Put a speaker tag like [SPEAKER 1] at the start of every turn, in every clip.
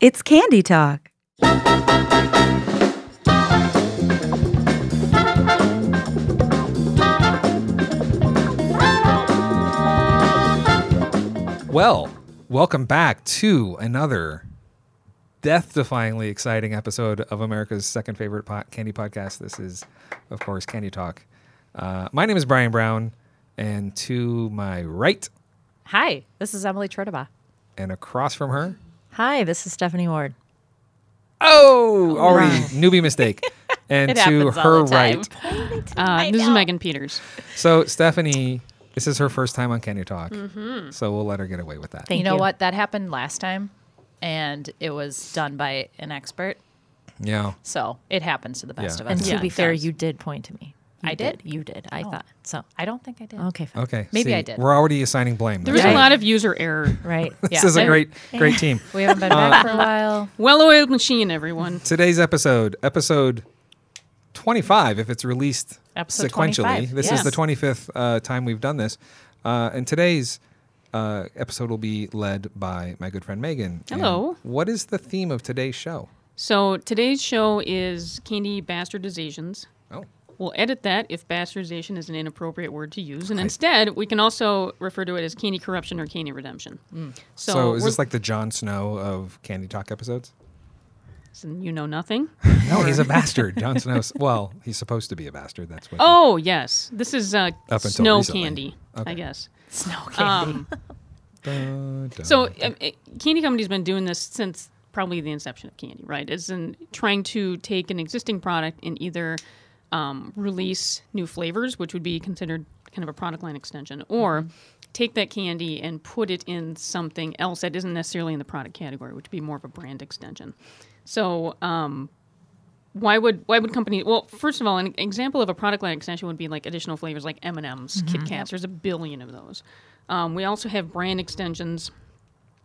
[SPEAKER 1] It's Candy Talk.
[SPEAKER 2] Well, welcome back to another death defyingly exciting episode of America's second favorite po- candy podcast. This is, of course, Candy Talk. Uh, my name is Brian Brown, and to my right
[SPEAKER 3] Hi, this is Emily Trotaba.
[SPEAKER 2] and across from her,
[SPEAKER 3] Hi, this is Stephanie Ward.
[SPEAKER 2] oh, already newbie mistake. And
[SPEAKER 3] It
[SPEAKER 2] to
[SPEAKER 3] happens all
[SPEAKER 2] her
[SPEAKER 3] the time.
[SPEAKER 2] right,
[SPEAKER 4] Uh, this is Megan Peters.
[SPEAKER 2] so Stephanie, this is her first time on Candy Talk,
[SPEAKER 3] Mm-hmm.
[SPEAKER 2] so we'll let her get away with that.
[SPEAKER 3] you
[SPEAKER 4] Thank
[SPEAKER 3] know
[SPEAKER 4] you.
[SPEAKER 3] what? That happened last time, and it was done by an expert.
[SPEAKER 2] yeah,
[SPEAKER 3] So it happens to the best
[SPEAKER 2] Yeah.
[SPEAKER 3] of us.
[SPEAKER 4] And to
[SPEAKER 3] Yeah.
[SPEAKER 4] be fair,
[SPEAKER 3] Sometimes.
[SPEAKER 4] you did point to me. You
[SPEAKER 3] I did? Oh.
[SPEAKER 4] You did. I thought so.
[SPEAKER 3] I don't think I did.
[SPEAKER 4] Okay. Fine.
[SPEAKER 2] okay.
[SPEAKER 3] Maybe
[SPEAKER 2] see,
[SPEAKER 3] I did.
[SPEAKER 2] We're already assigning blame.
[SPEAKER 4] was
[SPEAKER 2] That's
[SPEAKER 4] a
[SPEAKER 2] right.
[SPEAKER 4] lot Right. of
[SPEAKER 5] user error.
[SPEAKER 4] Right.
[SPEAKER 2] This
[SPEAKER 3] yeah.
[SPEAKER 2] is a great, uh, great team.
[SPEAKER 3] We haven't been back for a while.
[SPEAKER 5] Well-oiled machine, everyone.
[SPEAKER 2] today's episode, episode 25, if it's released
[SPEAKER 3] Episode
[SPEAKER 2] sequentially.
[SPEAKER 3] 25,
[SPEAKER 2] This is
[SPEAKER 3] yes.
[SPEAKER 2] the 25th uh, time we've done this. Uh, and today's uh, episode will be led by my good friend Megan. And
[SPEAKER 5] Hello.
[SPEAKER 2] what is the theme of today's show?
[SPEAKER 5] So today's show is candy bastardizations.
[SPEAKER 2] Oh,
[SPEAKER 5] We'll edit that if bastardization is an inappropriate word to use, and instead we can also refer to it as candy corruption or candy redemption.
[SPEAKER 2] Hmm. so,
[SPEAKER 5] So,
[SPEAKER 2] is
[SPEAKER 5] we're-
[SPEAKER 2] this like the Jon Snow of Candy Talk episodes?
[SPEAKER 5] so you know nothing?
[SPEAKER 2] No, he's a bastard. Jon Snow's, well, he's supposed to be a bastard. That's what.
[SPEAKER 5] Oh yes, this is uh,
[SPEAKER 2] Up until
[SPEAKER 5] snow
[SPEAKER 2] recently.
[SPEAKER 5] candy,
[SPEAKER 2] Okay.
[SPEAKER 5] I guess.
[SPEAKER 4] Snow
[SPEAKER 3] Uh,
[SPEAKER 4] candy.
[SPEAKER 5] Um,
[SPEAKER 2] Dun, dun.
[SPEAKER 5] So, um, it- Candy Company's been doing this since probably the inception of candy, right? It's in trying to take an existing product and either um, release new flavors, which would be considered kind of a product line extension, or take that candy and put it in something else that isn't necessarily in the product category, which would be more of a brand extension. So, um, why would why would companies? Well, first of all, an example of a product line extension would be like additional flavors, like M and M's, Kit Kats. There's a billion of those. Um, we also have brand extensions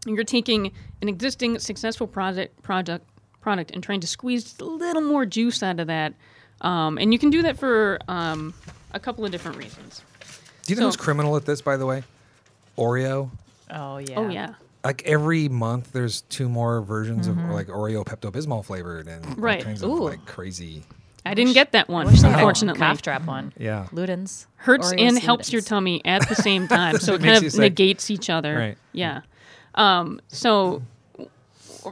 [SPEAKER 5] you're taking an existing successful product product product and trying to squeeze just a little more juice out of that um, and you can do that for um, a couple of different reasons
[SPEAKER 2] do you know
[SPEAKER 5] so-
[SPEAKER 2] who's criminal at this, by the way? Oreo.
[SPEAKER 3] Oh yeah.
[SPEAKER 5] oh yeah
[SPEAKER 2] like every month there's two more versions of like Oreo Pepto Bismol flavored and all
[SPEAKER 5] Right.
[SPEAKER 2] kinds of
[SPEAKER 3] Mm-hmm. Ooh.
[SPEAKER 2] like crazy.
[SPEAKER 5] i didn't get that one
[SPEAKER 3] Wish they had a
[SPEAKER 5] unfortunately
[SPEAKER 3] cough drop one.
[SPEAKER 2] Yeah.
[SPEAKER 3] Ludens
[SPEAKER 5] hurts
[SPEAKER 3] Oreos
[SPEAKER 5] and helps your
[SPEAKER 3] Ludens.
[SPEAKER 5] tummy at the same time so it
[SPEAKER 2] Makes
[SPEAKER 5] kind
[SPEAKER 2] you
[SPEAKER 5] of
[SPEAKER 2] sick.
[SPEAKER 5] negates each other
[SPEAKER 2] Right.
[SPEAKER 5] yeah um, so w-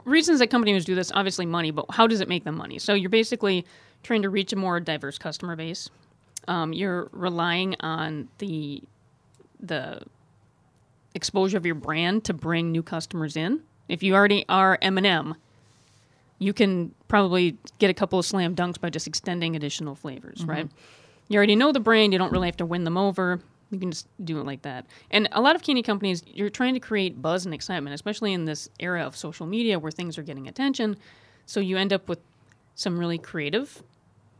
[SPEAKER 5] reasons that companies do this obviously money but how does it make them money so you're basically trying to reach a more diverse customer base um, you're relying on the the exposure of your brand to bring new customers in if you already are m&m you can probably get a couple of slam dunks by just extending additional flavors, right? You already know the brand, you don't really have to win them over. You can just do it like that. And a lot of candy companies, you're trying to create buzz and excitement, especially in this era of social media where things are getting attention. So you end up with some really creative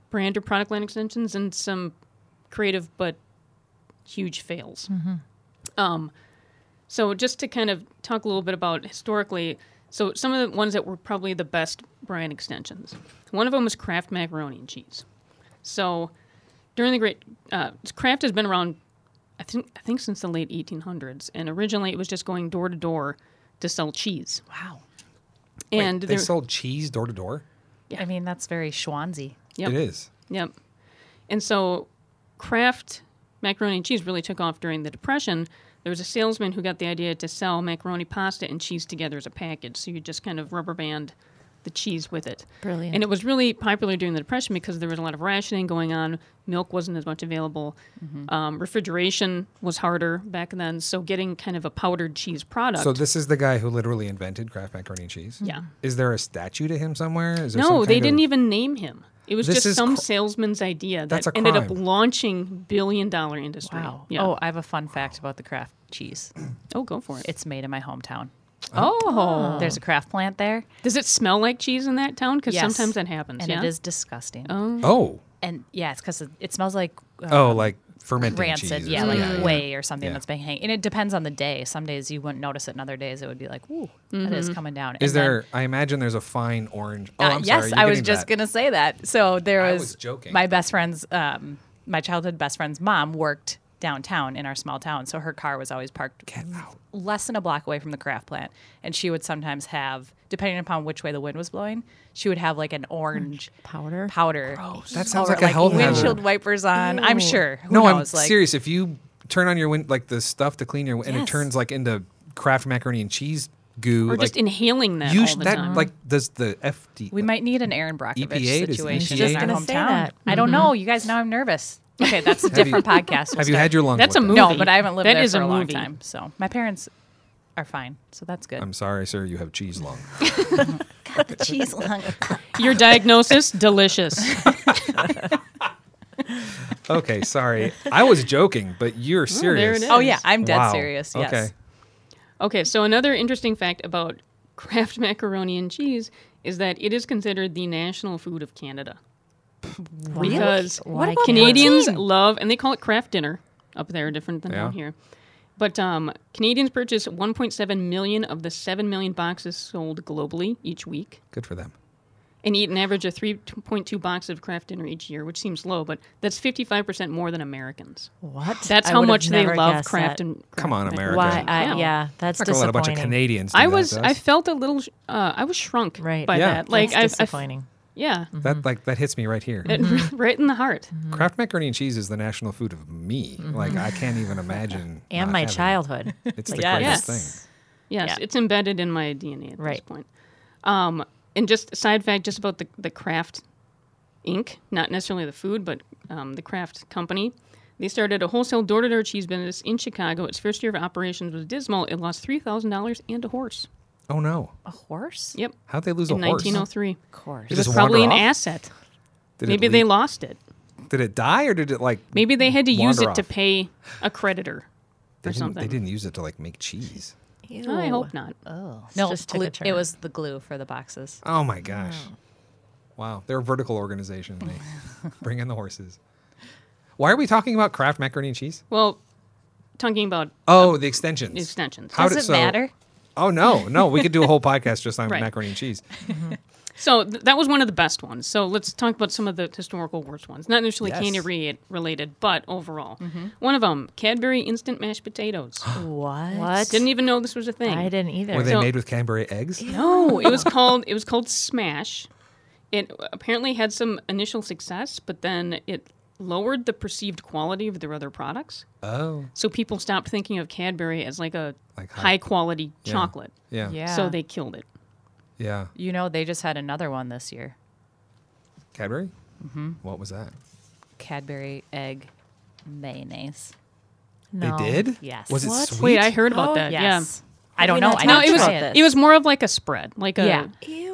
[SPEAKER 5] brand or product line extensions and some creative but huge fails. Um, so just to kind of talk a little bit about historically, so some of the ones that were probably the best brand extensions. One of them was Kraft macaroni and cheese. So during the Great uh, Kraft has been around, I think I think since the late 1800s, and originally it was just going door to door to sell cheese.
[SPEAKER 3] Wow.
[SPEAKER 5] and
[SPEAKER 2] They
[SPEAKER 5] there-
[SPEAKER 2] sold cheese door to door.
[SPEAKER 3] I mean that's very Schwanzi.
[SPEAKER 5] Yep.
[SPEAKER 2] It is.
[SPEAKER 5] Yep. And so Kraft macaroni and cheese really took off during the Depression. There was a salesman who got the idea to sell macaroni pasta and cheese together as a package. So you just kind of rubber band the cheese with it.
[SPEAKER 4] Brilliant.
[SPEAKER 5] And it was really popular during the Depression because there was a lot of rationing going on. Milk wasn't as much available.
[SPEAKER 3] Mm-hmm.
[SPEAKER 5] Um, refrigeration was harder back then. So getting kind of a powdered cheese product.
[SPEAKER 2] So this is the guy who literally invented Kraft macaroni and cheese.
[SPEAKER 5] Yeah.
[SPEAKER 2] Is there a statue to him somewhere? Is there some
[SPEAKER 5] No, they
[SPEAKER 2] kind
[SPEAKER 5] didn't
[SPEAKER 2] of-
[SPEAKER 5] even name him. It was
[SPEAKER 2] This
[SPEAKER 5] just
[SPEAKER 2] is
[SPEAKER 5] some
[SPEAKER 2] cr-
[SPEAKER 5] salesman's idea
[SPEAKER 2] That's
[SPEAKER 5] that
[SPEAKER 2] a
[SPEAKER 5] ended up
[SPEAKER 2] crime.
[SPEAKER 5] launching billion dollar industry.
[SPEAKER 3] Wow.
[SPEAKER 5] Yeah.
[SPEAKER 3] Oh, I have a fun fact about the Kraft cheese.
[SPEAKER 5] Oh, go for it.
[SPEAKER 3] It's made in my hometown.
[SPEAKER 5] Oh.
[SPEAKER 3] There's a Kraft plant there,
[SPEAKER 5] Does it smell like cheese in that town? Because
[SPEAKER 3] Yes.
[SPEAKER 5] sometimes that happens.
[SPEAKER 3] and
[SPEAKER 5] yeah.
[SPEAKER 3] it is disgusting.
[SPEAKER 2] Oh,
[SPEAKER 3] And yeah, it's because it, it smells like uh,
[SPEAKER 2] oh, like fermented
[SPEAKER 3] rancid,
[SPEAKER 2] cheese. or
[SPEAKER 3] yeah, like
[SPEAKER 2] something.
[SPEAKER 3] whey or something
[SPEAKER 2] Yeah.
[SPEAKER 3] that's been hanging. And it depends on the day. Some days you wouldn't notice it, and other days it would be like, "Ooh, that is coming down."
[SPEAKER 2] Is
[SPEAKER 3] And then-
[SPEAKER 2] there? I imagine there's a fine orange. Oh,
[SPEAKER 3] Uh,
[SPEAKER 2] I'm
[SPEAKER 3] yes,
[SPEAKER 2] sorry.
[SPEAKER 3] I was just gonna say that. So there
[SPEAKER 2] I
[SPEAKER 3] was,
[SPEAKER 2] was joking.
[SPEAKER 3] My best friend's, um, my childhood best friend's mom worked downtown in our small town. So her car was always parked
[SPEAKER 2] Get out.
[SPEAKER 3] less than a block away from the craft plant. And she would sometimes have, depending upon which way the wind was blowing, she would have like an orange
[SPEAKER 4] Powder?
[SPEAKER 3] powder.
[SPEAKER 2] That sounds
[SPEAKER 3] or,
[SPEAKER 2] like a health
[SPEAKER 3] windshield
[SPEAKER 2] hazard.
[SPEAKER 3] wipers on. I'm sure. Who
[SPEAKER 2] no,
[SPEAKER 3] knows?
[SPEAKER 2] I'm
[SPEAKER 3] like,
[SPEAKER 2] serious. If you turn on your wind, like the stuff to clean your, and it
[SPEAKER 3] Yes.
[SPEAKER 2] turns like into Kraft macaroni and cheese goo.
[SPEAKER 5] Or
[SPEAKER 2] like,
[SPEAKER 5] just inhaling that
[SPEAKER 2] you
[SPEAKER 5] all
[SPEAKER 2] sh-
[SPEAKER 5] the
[SPEAKER 2] that
[SPEAKER 5] time.
[SPEAKER 2] like does the FD?
[SPEAKER 3] We might need an Aaron Brockovich
[SPEAKER 2] EPA? Does
[SPEAKER 3] situation
[SPEAKER 2] EPA?
[SPEAKER 3] in our
[SPEAKER 4] Just gonna
[SPEAKER 3] hometown.
[SPEAKER 4] say that.
[SPEAKER 3] I
[SPEAKER 5] Mm-hmm.
[SPEAKER 3] don't know. You guys, now I'm nervous. Okay, that's a
[SPEAKER 2] you-
[SPEAKER 3] different podcast. We'll
[SPEAKER 2] have you
[SPEAKER 3] start.
[SPEAKER 2] had your lungs?
[SPEAKER 5] That's a
[SPEAKER 2] looked at?
[SPEAKER 5] movie.
[SPEAKER 3] No, but I haven't lived
[SPEAKER 5] That
[SPEAKER 3] there
[SPEAKER 5] is
[SPEAKER 3] for
[SPEAKER 5] a
[SPEAKER 3] a, long
[SPEAKER 5] movie.
[SPEAKER 3] time. So my parents are fine. So that's good.
[SPEAKER 2] I'm sorry, sir. You have cheese lung.
[SPEAKER 1] the cheese lung.
[SPEAKER 5] Your diagnosis, delicious.
[SPEAKER 2] okay, sorry. I was joking, but you're serious.
[SPEAKER 5] it is.
[SPEAKER 3] oh yeah, I'm dead
[SPEAKER 2] Wow.
[SPEAKER 3] serious. Yes.
[SPEAKER 2] Okay.
[SPEAKER 5] Okay, so another interesting fact about Kraft macaroni and cheese is that it is considered the national food of Canada. Because
[SPEAKER 4] Why about
[SPEAKER 5] Canadians love, and they call it Kraft dinner up there, different than down
[SPEAKER 2] Yeah.
[SPEAKER 5] here. But um, Canadians purchase 1.7 million of the 7 million boxes sold globally each week
[SPEAKER 2] Good for them.
[SPEAKER 5] and eat an average of 3.2 boxes of Kraft dinner each year, which seems low, but that's 55% more than Americans.
[SPEAKER 4] What?
[SPEAKER 5] That's
[SPEAKER 4] I
[SPEAKER 5] how
[SPEAKER 4] would've
[SPEAKER 5] much they
[SPEAKER 4] never
[SPEAKER 5] love
[SPEAKER 4] guessed
[SPEAKER 5] Kraft
[SPEAKER 4] that.
[SPEAKER 5] and Kraft
[SPEAKER 2] Come on,
[SPEAKER 5] macaroni.
[SPEAKER 2] America.
[SPEAKER 4] Why? I,
[SPEAKER 5] Wow.
[SPEAKER 4] yeah, that's
[SPEAKER 2] Not gonna let a
[SPEAKER 4] disappointing.
[SPEAKER 2] bunch of Canadians. Do
[SPEAKER 5] I
[SPEAKER 2] that
[SPEAKER 5] was,
[SPEAKER 2] to
[SPEAKER 5] I
[SPEAKER 2] us.
[SPEAKER 5] felt a little, sh- uh, I was shrunk
[SPEAKER 4] Right.
[SPEAKER 5] by
[SPEAKER 4] Yeah.
[SPEAKER 5] that. Like,
[SPEAKER 4] that's
[SPEAKER 5] I, I,
[SPEAKER 4] disappointing.
[SPEAKER 5] yeah,
[SPEAKER 2] that like that hits me right here.
[SPEAKER 5] It- right in the heart.
[SPEAKER 2] Kraft macaroni and cheese is the national food of me.
[SPEAKER 5] Mm-hmm.
[SPEAKER 2] Like I can't even imagine.
[SPEAKER 4] and
[SPEAKER 2] not
[SPEAKER 4] my
[SPEAKER 2] having it.
[SPEAKER 4] childhood.
[SPEAKER 2] It's the
[SPEAKER 4] Yes.
[SPEAKER 2] greatest
[SPEAKER 5] Yes.
[SPEAKER 2] thing.
[SPEAKER 5] Yes,
[SPEAKER 4] Yeah.
[SPEAKER 5] it's embedded in my DNA at this
[SPEAKER 4] Right.
[SPEAKER 5] point. Um, and just a side fact, just about the the Kraft Inc., not necessarily the food, but um, the Kraft company. They started a wholesale door-to-door cheese business in Chicago. Its first year of operations was dismal. It lost three thousand dollars and a horse.
[SPEAKER 2] Oh no!
[SPEAKER 3] A horse?
[SPEAKER 5] Yep,
[SPEAKER 2] How'd they lose
[SPEAKER 5] in
[SPEAKER 2] a horse?
[SPEAKER 5] nineteen oh three.
[SPEAKER 3] Of course.
[SPEAKER 2] Did it
[SPEAKER 5] It was
[SPEAKER 2] just
[SPEAKER 5] probably an
[SPEAKER 2] wander off?
[SPEAKER 5] asset.
[SPEAKER 2] Did
[SPEAKER 5] Maybe
[SPEAKER 2] it
[SPEAKER 5] they
[SPEAKER 2] leave-
[SPEAKER 5] lost it.
[SPEAKER 2] Did it die or did it like?
[SPEAKER 5] Maybe they had to use
[SPEAKER 2] Wander
[SPEAKER 5] it to
[SPEAKER 2] off.
[SPEAKER 5] pay a creditor
[SPEAKER 2] they
[SPEAKER 5] or
[SPEAKER 2] didn't,
[SPEAKER 5] something.
[SPEAKER 2] They didn't use it to like make cheese.
[SPEAKER 5] I hope not.
[SPEAKER 1] Oh.
[SPEAKER 3] No,
[SPEAKER 4] Just took a
[SPEAKER 3] glue-
[SPEAKER 4] turn.
[SPEAKER 3] it was the glue for the boxes.
[SPEAKER 2] Oh my gosh! Wow, they're a vertical organization. They bring in the horses. Why are we talking about Kraft macaroni and cheese?
[SPEAKER 5] Well, talking about
[SPEAKER 2] Oh, the extensions.
[SPEAKER 5] extensions.
[SPEAKER 2] How
[SPEAKER 3] Does
[SPEAKER 2] did-
[SPEAKER 3] it
[SPEAKER 2] so-
[SPEAKER 3] matter?
[SPEAKER 2] Oh no, no, we could do a whole podcast just on
[SPEAKER 5] Right.
[SPEAKER 2] macaroni and cheese.
[SPEAKER 5] So th- that was one of the best ones. So let's talk about some of the historical worst ones. Not necessarily
[SPEAKER 2] Yes.
[SPEAKER 5] candy re- related, but overall. One of them, Cadbury instant mashed potatoes.
[SPEAKER 4] What?
[SPEAKER 5] Didn't even know this was a thing.
[SPEAKER 4] I didn't either.
[SPEAKER 2] Were they
[SPEAKER 5] So-
[SPEAKER 2] made with Canberra eggs?
[SPEAKER 5] No, it was called it was called Smash. It apparently had some initial success, but then it lowered the perceived quality of their other products.
[SPEAKER 2] Oh,
[SPEAKER 5] So people stopped thinking of Cadbury as like a
[SPEAKER 2] Like high-
[SPEAKER 5] high, quality
[SPEAKER 2] yeah.
[SPEAKER 5] chocolate.
[SPEAKER 2] yeah, yeah,
[SPEAKER 5] So they killed it.
[SPEAKER 2] yeah.
[SPEAKER 3] You know, they just had another one this year.
[SPEAKER 2] Cadbury. Mm-hmm. What was that?
[SPEAKER 3] Cadbury egg mayonnaise.
[SPEAKER 4] No.
[SPEAKER 2] They did.
[SPEAKER 3] Yes.
[SPEAKER 2] Was it
[SPEAKER 4] What?
[SPEAKER 2] sweet?
[SPEAKER 5] Wait, I heard about
[SPEAKER 4] Oh,
[SPEAKER 5] that.
[SPEAKER 3] Yes.
[SPEAKER 4] Have
[SPEAKER 3] I don't
[SPEAKER 4] we
[SPEAKER 3] know.
[SPEAKER 4] not
[SPEAKER 3] I
[SPEAKER 5] Yeah. No,
[SPEAKER 3] didn't
[SPEAKER 5] it was
[SPEAKER 3] try
[SPEAKER 4] about this?
[SPEAKER 5] it was more of like a spread, like a
[SPEAKER 3] Yeah.
[SPEAKER 4] Ew.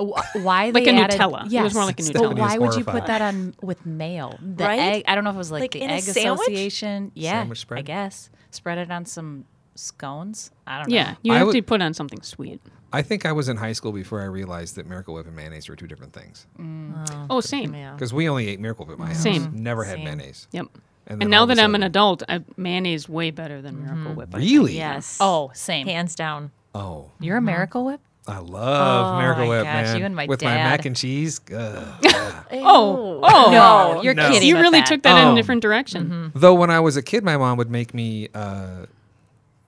[SPEAKER 3] Wh- why
[SPEAKER 5] Like
[SPEAKER 3] they
[SPEAKER 5] a
[SPEAKER 3] added-
[SPEAKER 5] Nutella. It was
[SPEAKER 3] Yes.
[SPEAKER 5] more like a
[SPEAKER 3] But
[SPEAKER 5] Nutella.
[SPEAKER 3] why would you
[SPEAKER 2] Horrified.
[SPEAKER 3] put that on with mayo? The
[SPEAKER 4] Right?
[SPEAKER 3] egg. I don't know if it was like,
[SPEAKER 4] Like
[SPEAKER 3] the
[SPEAKER 4] in a
[SPEAKER 3] egg
[SPEAKER 4] sandwich?
[SPEAKER 3] association. Yeah,
[SPEAKER 2] Sandwich spread?
[SPEAKER 3] I guess spread it on some scones. I don't know.
[SPEAKER 5] Yeah, you
[SPEAKER 2] I
[SPEAKER 5] have
[SPEAKER 2] would-
[SPEAKER 5] to put on something sweet.
[SPEAKER 2] I think I was in high school before I realized that Miracle Whip and mayonnaise were two different things.
[SPEAKER 5] Oh, same.
[SPEAKER 4] Yeah.
[SPEAKER 2] Because we only ate Miracle Whip at my house.
[SPEAKER 5] Same.
[SPEAKER 2] Never had
[SPEAKER 4] Same.
[SPEAKER 2] mayonnaise.
[SPEAKER 5] Yep.
[SPEAKER 2] And
[SPEAKER 5] And,
[SPEAKER 2] then all
[SPEAKER 5] now
[SPEAKER 2] of a
[SPEAKER 5] that I'm an
[SPEAKER 2] sudden-
[SPEAKER 5] adult, I mayonnaise way better than Miracle Whip. I think.
[SPEAKER 2] Really?
[SPEAKER 4] Yes.
[SPEAKER 3] Oh, same.
[SPEAKER 4] hands down.
[SPEAKER 2] Oh,
[SPEAKER 3] You're
[SPEAKER 5] Mm-hmm.
[SPEAKER 3] a Miracle Whip.
[SPEAKER 2] I love
[SPEAKER 3] Oh
[SPEAKER 2] Miracle
[SPEAKER 3] my
[SPEAKER 2] Whip,
[SPEAKER 3] gosh,
[SPEAKER 2] man.
[SPEAKER 3] you and my
[SPEAKER 2] With my
[SPEAKER 3] dad.
[SPEAKER 2] mac and cheese. Ugh, yeah.
[SPEAKER 5] Oh, oh
[SPEAKER 3] no, you're
[SPEAKER 2] No.
[SPEAKER 3] kidding.
[SPEAKER 5] You
[SPEAKER 3] with
[SPEAKER 5] really
[SPEAKER 3] that.
[SPEAKER 5] took that in
[SPEAKER 2] Oh.
[SPEAKER 5] a different direction.
[SPEAKER 2] Though when I was a kid, my mom would make me uh,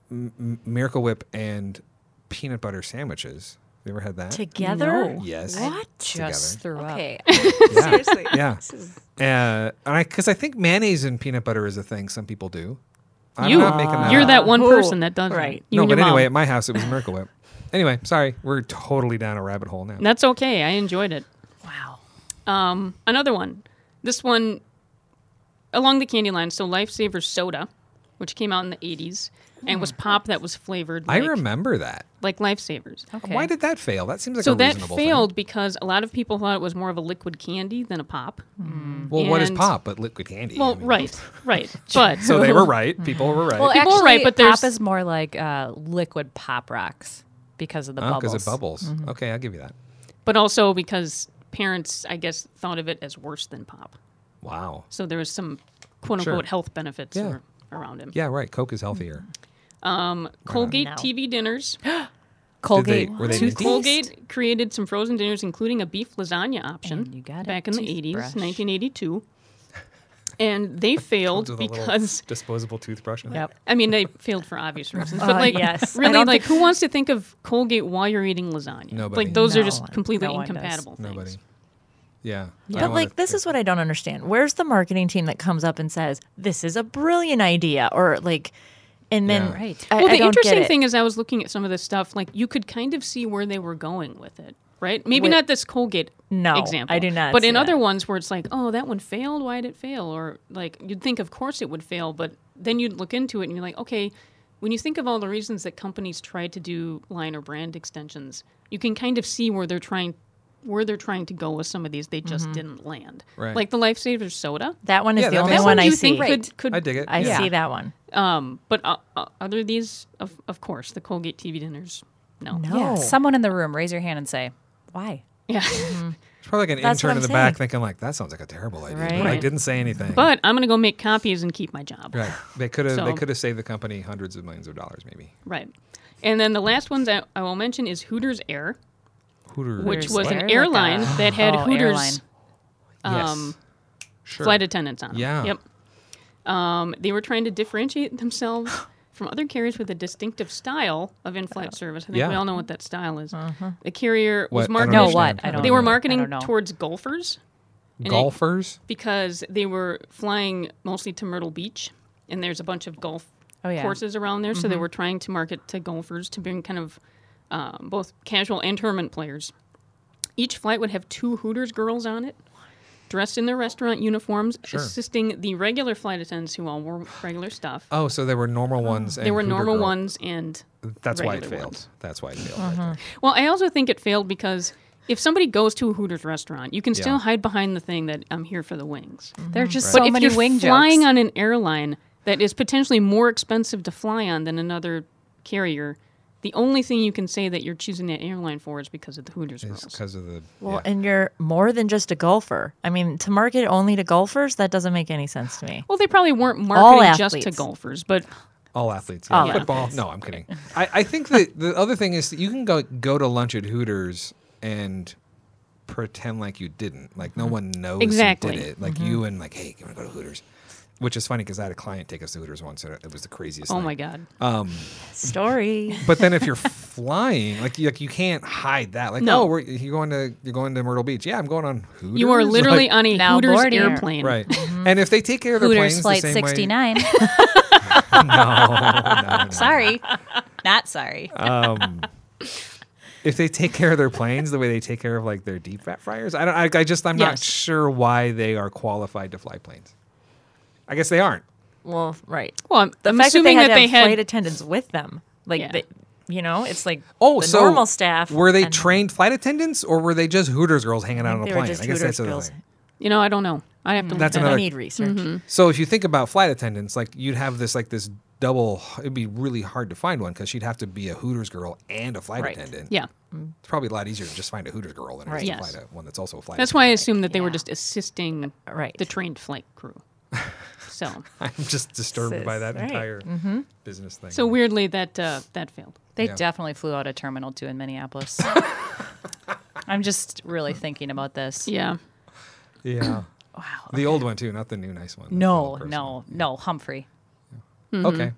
[SPEAKER 2] m- m- Miracle Whip and peanut butter sandwiches. You ever had that?
[SPEAKER 4] Together?
[SPEAKER 2] yes.
[SPEAKER 4] What?
[SPEAKER 3] Just threw up.
[SPEAKER 1] Okay.
[SPEAKER 2] Yeah.
[SPEAKER 1] Seriously.
[SPEAKER 2] Yeah.
[SPEAKER 1] This is
[SPEAKER 2] Uh, and I, because I think mayonnaise and peanut butter is a thing some people do. I'm
[SPEAKER 5] You,
[SPEAKER 2] not making that
[SPEAKER 5] you're
[SPEAKER 2] up.
[SPEAKER 5] that one
[SPEAKER 4] Who?
[SPEAKER 5] person that does
[SPEAKER 4] Right.
[SPEAKER 5] It. You
[SPEAKER 2] no,
[SPEAKER 5] and
[SPEAKER 2] but
[SPEAKER 5] your
[SPEAKER 2] anyway, at
[SPEAKER 5] mom.
[SPEAKER 2] my house it was Miracle Whip. Anyway, sorry, we're totally down a rabbit hole now.
[SPEAKER 5] that's okay. I enjoyed it.
[SPEAKER 3] Wow.
[SPEAKER 5] Um, another one. This one along the candy line. So Lifesaver soda, which came out in the '80s and was pop that was flavored.
[SPEAKER 2] I
[SPEAKER 5] Like,
[SPEAKER 2] remember that.
[SPEAKER 5] like Lifesavers.
[SPEAKER 3] Okay.
[SPEAKER 2] Why did that fail? That seems like
[SPEAKER 5] So
[SPEAKER 2] a
[SPEAKER 5] that
[SPEAKER 2] reasonable
[SPEAKER 5] failed because a lot of people thought it was more of a liquid candy than a pop.
[SPEAKER 2] thing. Well, what is
[SPEAKER 5] and-
[SPEAKER 2] pop but liquid candy? I
[SPEAKER 5] Well,
[SPEAKER 2] mean,
[SPEAKER 5] right, right. But
[SPEAKER 2] So they were right. People were right.
[SPEAKER 3] Well,
[SPEAKER 5] People
[SPEAKER 3] actually,
[SPEAKER 5] are right, but there's-
[SPEAKER 3] pop is more like uh, liquid pop rocks because of the
[SPEAKER 2] because
[SPEAKER 3] bubbles.
[SPEAKER 2] it bubbles. Okay, I'll give you that.
[SPEAKER 5] but also because parents, I guess, thought of it as worse than pop.
[SPEAKER 2] Wow.
[SPEAKER 5] So there was some quote
[SPEAKER 2] Sure.
[SPEAKER 5] unquote health benefits
[SPEAKER 2] Yeah.
[SPEAKER 5] ar- around him.
[SPEAKER 2] Yeah, right. Coke is healthier.
[SPEAKER 5] Um, Colgate
[SPEAKER 4] No.
[SPEAKER 5] TV dinners.
[SPEAKER 3] Colgate.
[SPEAKER 2] Did they, were they minty?
[SPEAKER 3] toothpaste?
[SPEAKER 5] Colgate created some frozen dinners, including a beef lasagna option
[SPEAKER 3] And you got it,
[SPEAKER 5] back in the 80s,
[SPEAKER 3] toothbrush.
[SPEAKER 5] 1982. and they failed
[SPEAKER 2] With a little
[SPEAKER 5] because
[SPEAKER 2] disposable toothbrush. in it.
[SPEAKER 3] Yep.
[SPEAKER 5] I mean they failed for obvious reasons. But
[SPEAKER 4] Uh,
[SPEAKER 5] like
[SPEAKER 4] yes. I
[SPEAKER 5] really
[SPEAKER 4] don't
[SPEAKER 5] like
[SPEAKER 4] think-
[SPEAKER 5] who wants to think of Colgate while you're eating lasagna?
[SPEAKER 2] Nobody.
[SPEAKER 5] Like those are
[SPEAKER 4] No,
[SPEAKER 5] just completely
[SPEAKER 3] no one does.
[SPEAKER 5] incompatible things.
[SPEAKER 2] Nobody. Yeah. I
[SPEAKER 4] But
[SPEAKER 2] wanna
[SPEAKER 4] like, this
[SPEAKER 2] think-
[SPEAKER 4] is what I don't understand. Where's the marketing team that comes up and says this is a brilliant idea, or like, and then
[SPEAKER 2] Yeah.
[SPEAKER 4] right?
[SPEAKER 5] Well, the interesting thing is, I was looking at some of this stuff. Like, you could kind of see where they were going with it, right? Maybe
[SPEAKER 4] With-
[SPEAKER 5] not this Colgate
[SPEAKER 4] No,
[SPEAKER 5] example.
[SPEAKER 4] I do not
[SPEAKER 5] But
[SPEAKER 4] see
[SPEAKER 5] in other
[SPEAKER 4] that.
[SPEAKER 5] ones where it's like, oh, that one failed. Why did it fail? Or like, you'd think, of course, it would fail. But then you'd look into it and you're like, okay, when you think of all the reasons that companies try to do line or brand extensions, you can kind of see where they're trying. Where they're trying to go with some of these, they just
[SPEAKER 4] Mm-hmm.
[SPEAKER 5] didn't land.
[SPEAKER 2] Right.
[SPEAKER 5] Like the Lifesavers soda.
[SPEAKER 4] that one is
[SPEAKER 2] Yeah,
[SPEAKER 4] the
[SPEAKER 2] that
[SPEAKER 4] only
[SPEAKER 2] makes
[SPEAKER 5] That
[SPEAKER 4] one
[SPEAKER 5] one
[SPEAKER 4] I
[SPEAKER 5] you
[SPEAKER 4] see.
[SPEAKER 5] think could, could
[SPEAKER 2] I dig it.
[SPEAKER 4] I
[SPEAKER 2] yeah.
[SPEAKER 4] see that one.
[SPEAKER 5] um, but uh, uh, other these, of, of course, the Colgate TV dinners. No.
[SPEAKER 4] No,
[SPEAKER 3] Yeah. Someone in the room, raise your hand and say, why?
[SPEAKER 5] Yeah.
[SPEAKER 2] It's probably like an
[SPEAKER 4] That's
[SPEAKER 2] intern
[SPEAKER 4] what
[SPEAKER 2] in
[SPEAKER 4] I'm
[SPEAKER 2] the back
[SPEAKER 4] saying.
[SPEAKER 2] thinking like that sounds like a terrible idea.
[SPEAKER 4] Right.
[SPEAKER 2] But I
[SPEAKER 5] Right.
[SPEAKER 2] didn't say anything.
[SPEAKER 5] but I'm gonna go make copies and keep my job.
[SPEAKER 2] right. They could have they
[SPEAKER 5] So-
[SPEAKER 2] could have saved the company hundreds of millions of dollars maybe.
[SPEAKER 5] Right. And then the last ones I, I will mention is Hooters Air,
[SPEAKER 2] Hooters.
[SPEAKER 5] which
[SPEAKER 3] Hooters
[SPEAKER 5] was
[SPEAKER 3] Air,
[SPEAKER 5] an
[SPEAKER 3] like
[SPEAKER 5] airline
[SPEAKER 3] a-
[SPEAKER 5] that had
[SPEAKER 3] Oh, airline.
[SPEAKER 5] Hooters
[SPEAKER 2] Yes.
[SPEAKER 5] um,
[SPEAKER 2] sure.
[SPEAKER 5] flight attendants on them.
[SPEAKER 2] Yeah.
[SPEAKER 5] Yep. Um, they were trying to differentiate themselves from other carriers with a distinctive style of in-flight service. I think
[SPEAKER 2] Yeah.
[SPEAKER 5] we all know what that style is. The carrier
[SPEAKER 2] What? I
[SPEAKER 5] was
[SPEAKER 2] don't
[SPEAKER 5] marketing.
[SPEAKER 3] No,
[SPEAKER 2] understand.
[SPEAKER 3] what? I don't
[SPEAKER 5] They
[SPEAKER 3] know.
[SPEAKER 5] were
[SPEAKER 3] I
[SPEAKER 5] marketing
[SPEAKER 3] don't know.
[SPEAKER 5] towards golfers. and it-
[SPEAKER 2] golfers.
[SPEAKER 5] because they were flying mostly to Myrtle Beach, and there's a bunch of golf
[SPEAKER 4] Oh, yeah.
[SPEAKER 5] courses around there. So
[SPEAKER 2] Mm-hmm.
[SPEAKER 5] they were trying to market to golfers to bring kind of um, both casual and tournament players. Each flight would have two Hooters girls on it, dressed in their restaurant uniforms,
[SPEAKER 2] Sure.
[SPEAKER 5] assisting the regular flight attendants who all wore regular stuff.
[SPEAKER 2] Oh, so they were normal ones. And
[SPEAKER 5] they were
[SPEAKER 2] Hooter
[SPEAKER 5] normal
[SPEAKER 2] girl.
[SPEAKER 5] ones and
[SPEAKER 2] That's why it
[SPEAKER 5] regular
[SPEAKER 2] failed.
[SPEAKER 5] ones.
[SPEAKER 2] That's why it failed. right there.
[SPEAKER 5] Well, I also think it failed because if somebody goes to a Hooters restaurant, you can still
[SPEAKER 2] Yeah.
[SPEAKER 5] hide behind the thing that I'm here for the wings.
[SPEAKER 4] Mm-hmm.
[SPEAKER 3] There are just
[SPEAKER 5] But
[SPEAKER 3] so
[SPEAKER 5] if
[SPEAKER 3] many
[SPEAKER 5] you're
[SPEAKER 3] wing
[SPEAKER 5] flying
[SPEAKER 3] jokes.
[SPEAKER 5] on an airline that is potentially more expensive to fly on than another carrier, the only thing you can say that you're choosing that airline for is because of the Hooters
[SPEAKER 2] It's
[SPEAKER 5] girls.
[SPEAKER 2] because of the.
[SPEAKER 4] Well,
[SPEAKER 2] yeah.
[SPEAKER 4] and you're more than just a golfer. I mean, to market only to golfers, that doesn't make any sense to me.
[SPEAKER 5] Well, they probably weren't marketing just to
[SPEAKER 4] athletes.
[SPEAKER 5] golfers, but
[SPEAKER 2] all athletes. Yeah.
[SPEAKER 4] All Yeah.
[SPEAKER 2] Football. No, I'm kidding. I, I think that the other thing is that you can go go to lunch at Hooters and pretend like you didn't. Like no one knows
[SPEAKER 5] Mm-hmm. Exactly. Mm-hmm.
[SPEAKER 2] you did it. Like you and like, hey, can we go to Hooters? Which is funny because I had a client take us to Hooters once, and it was the craziest.
[SPEAKER 5] oh
[SPEAKER 2] thing.
[SPEAKER 5] my god,
[SPEAKER 2] Uh,
[SPEAKER 4] Story.
[SPEAKER 2] But then if you're flying, like you, like you can't hide that. Like,
[SPEAKER 5] No.
[SPEAKER 2] oh, we're, you're going to you're going to Myrtle Beach. Yeah, I'm going on Hooters.
[SPEAKER 5] you are
[SPEAKER 2] Like,
[SPEAKER 5] literally on a
[SPEAKER 4] now
[SPEAKER 5] Hooters
[SPEAKER 4] boarding.
[SPEAKER 5] airplane.
[SPEAKER 2] right. And if they take care of their
[SPEAKER 1] Hooters Flight
[SPEAKER 2] planes the same
[SPEAKER 1] 69.
[SPEAKER 2] way, No, no, no.
[SPEAKER 1] sorry. Not sorry.
[SPEAKER 2] Uh, if they take care of their planes the way they take care of like their deep fat fryers, I don't. I, I just I'm not
[SPEAKER 5] Yes.
[SPEAKER 2] sure why they are qualified to fly planes. I guess they aren't.
[SPEAKER 4] Well, right.
[SPEAKER 5] Well, I'm,
[SPEAKER 4] The
[SPEAKER 5] I'm
[SPEAKER 4] fact that they
[SPEAKER 5] assuming
[SPEAKER 4] had
[SPEAKER 5] that
[SPEAKER 4] to
[SPEAKER 5] they
[SPEAKER 4] have
[SPEAKER 5] had,
[SPEAKER 4] flight attendants with them, like,
[SPEAKER 5] Yeah.
[SPEAKER 4] they, you know, it's like
[SPEAKER 2] Oh,
[SPEAKER 4] the
[SPEAKER 2] so
[SPEAKER 4] normal staff.
[SPEAKER 2] were they
[SPEAKER 4] and
[SPEAKER 2] trained flight attendants or were they just Hooters girls hanging out on a
[SPEAKER 4] They
[SPEAKER 2] plane?
[SPEAKER 4] were just
[SPEAKER 2] I guess
[SPEAKER 4] Hooters
[SPEAKER 2] that's another
[SPEAKER 4] girls.
[SPEAKER 2] thing.
[SPEAKER 5] you know, I don't know. I have to.
[SPEAKER 2] That's
[SPEAKER 5] look
[SPEAKER 4] I
[SPEAKER 2] another-
[SPEAKER 4] need research.
[SPEAKER 3] Mm-hmm.
[SPEAKER 2] So if you think about flight attendants, like you'd have this like this double. It'd be really hard to find one because she'd have to be a Hooters girl and a flight
[SPEAKER 4] Right.
[SPEAKER 2] attendant.
[SPEAKER 5] Yeah,
[SPEAKER 2] it's probably a lot easier to just find a Hooters girl than it is
[SPEAKER 4] Right.
[SPEAKER 2] to
[SPEAKER 5] Yes.
[SPEAKER 2] find a, one that's also a flight.
[SPEAKER 5] that's why I
[SPEAKER 2] attendant.
[SPEAKER 5] assume that they were
[SPEAKER 4] Yeah.
[SPEAKER 5] just assisting
[SPEAKER 4] Right.
[SPEAKER 5] the trained flight crew. So,
[SPEAKER 2] I'm just disturbed
[SPEAKER 4] This
[SPEAKER 2] by
[SPEAKER 4] is-
[SPEAKER 2] that
[SPEAKER 4] right.
[SPEAKER 2] entire
[SPEAKER 3] Mm-hmm.
[SPEAKER 2] business thing.
[SPEAKER 5] so weirdly that uh, that failed.
[SPEAKER 3] They
[SPEAKER 2] Yeah.
[SPEAKER 3] definitely flew out of Terminal 2 in Minneapolis. I'm just really thinking about this.
[SPEAKER 5] Yeah.
[SPEAKER 2] yeah.
[SPEAKER 3] Wow.
[SPEAKER 2] The old one too, not the new nice one. the
[SPEAKER 3] No,
[SPEAKER 2] old person.
[SPEAKER 3] no, no, Humphrey.
[SPEAKER 5] Mm-hmm.
[SPEAKER 2] Okay.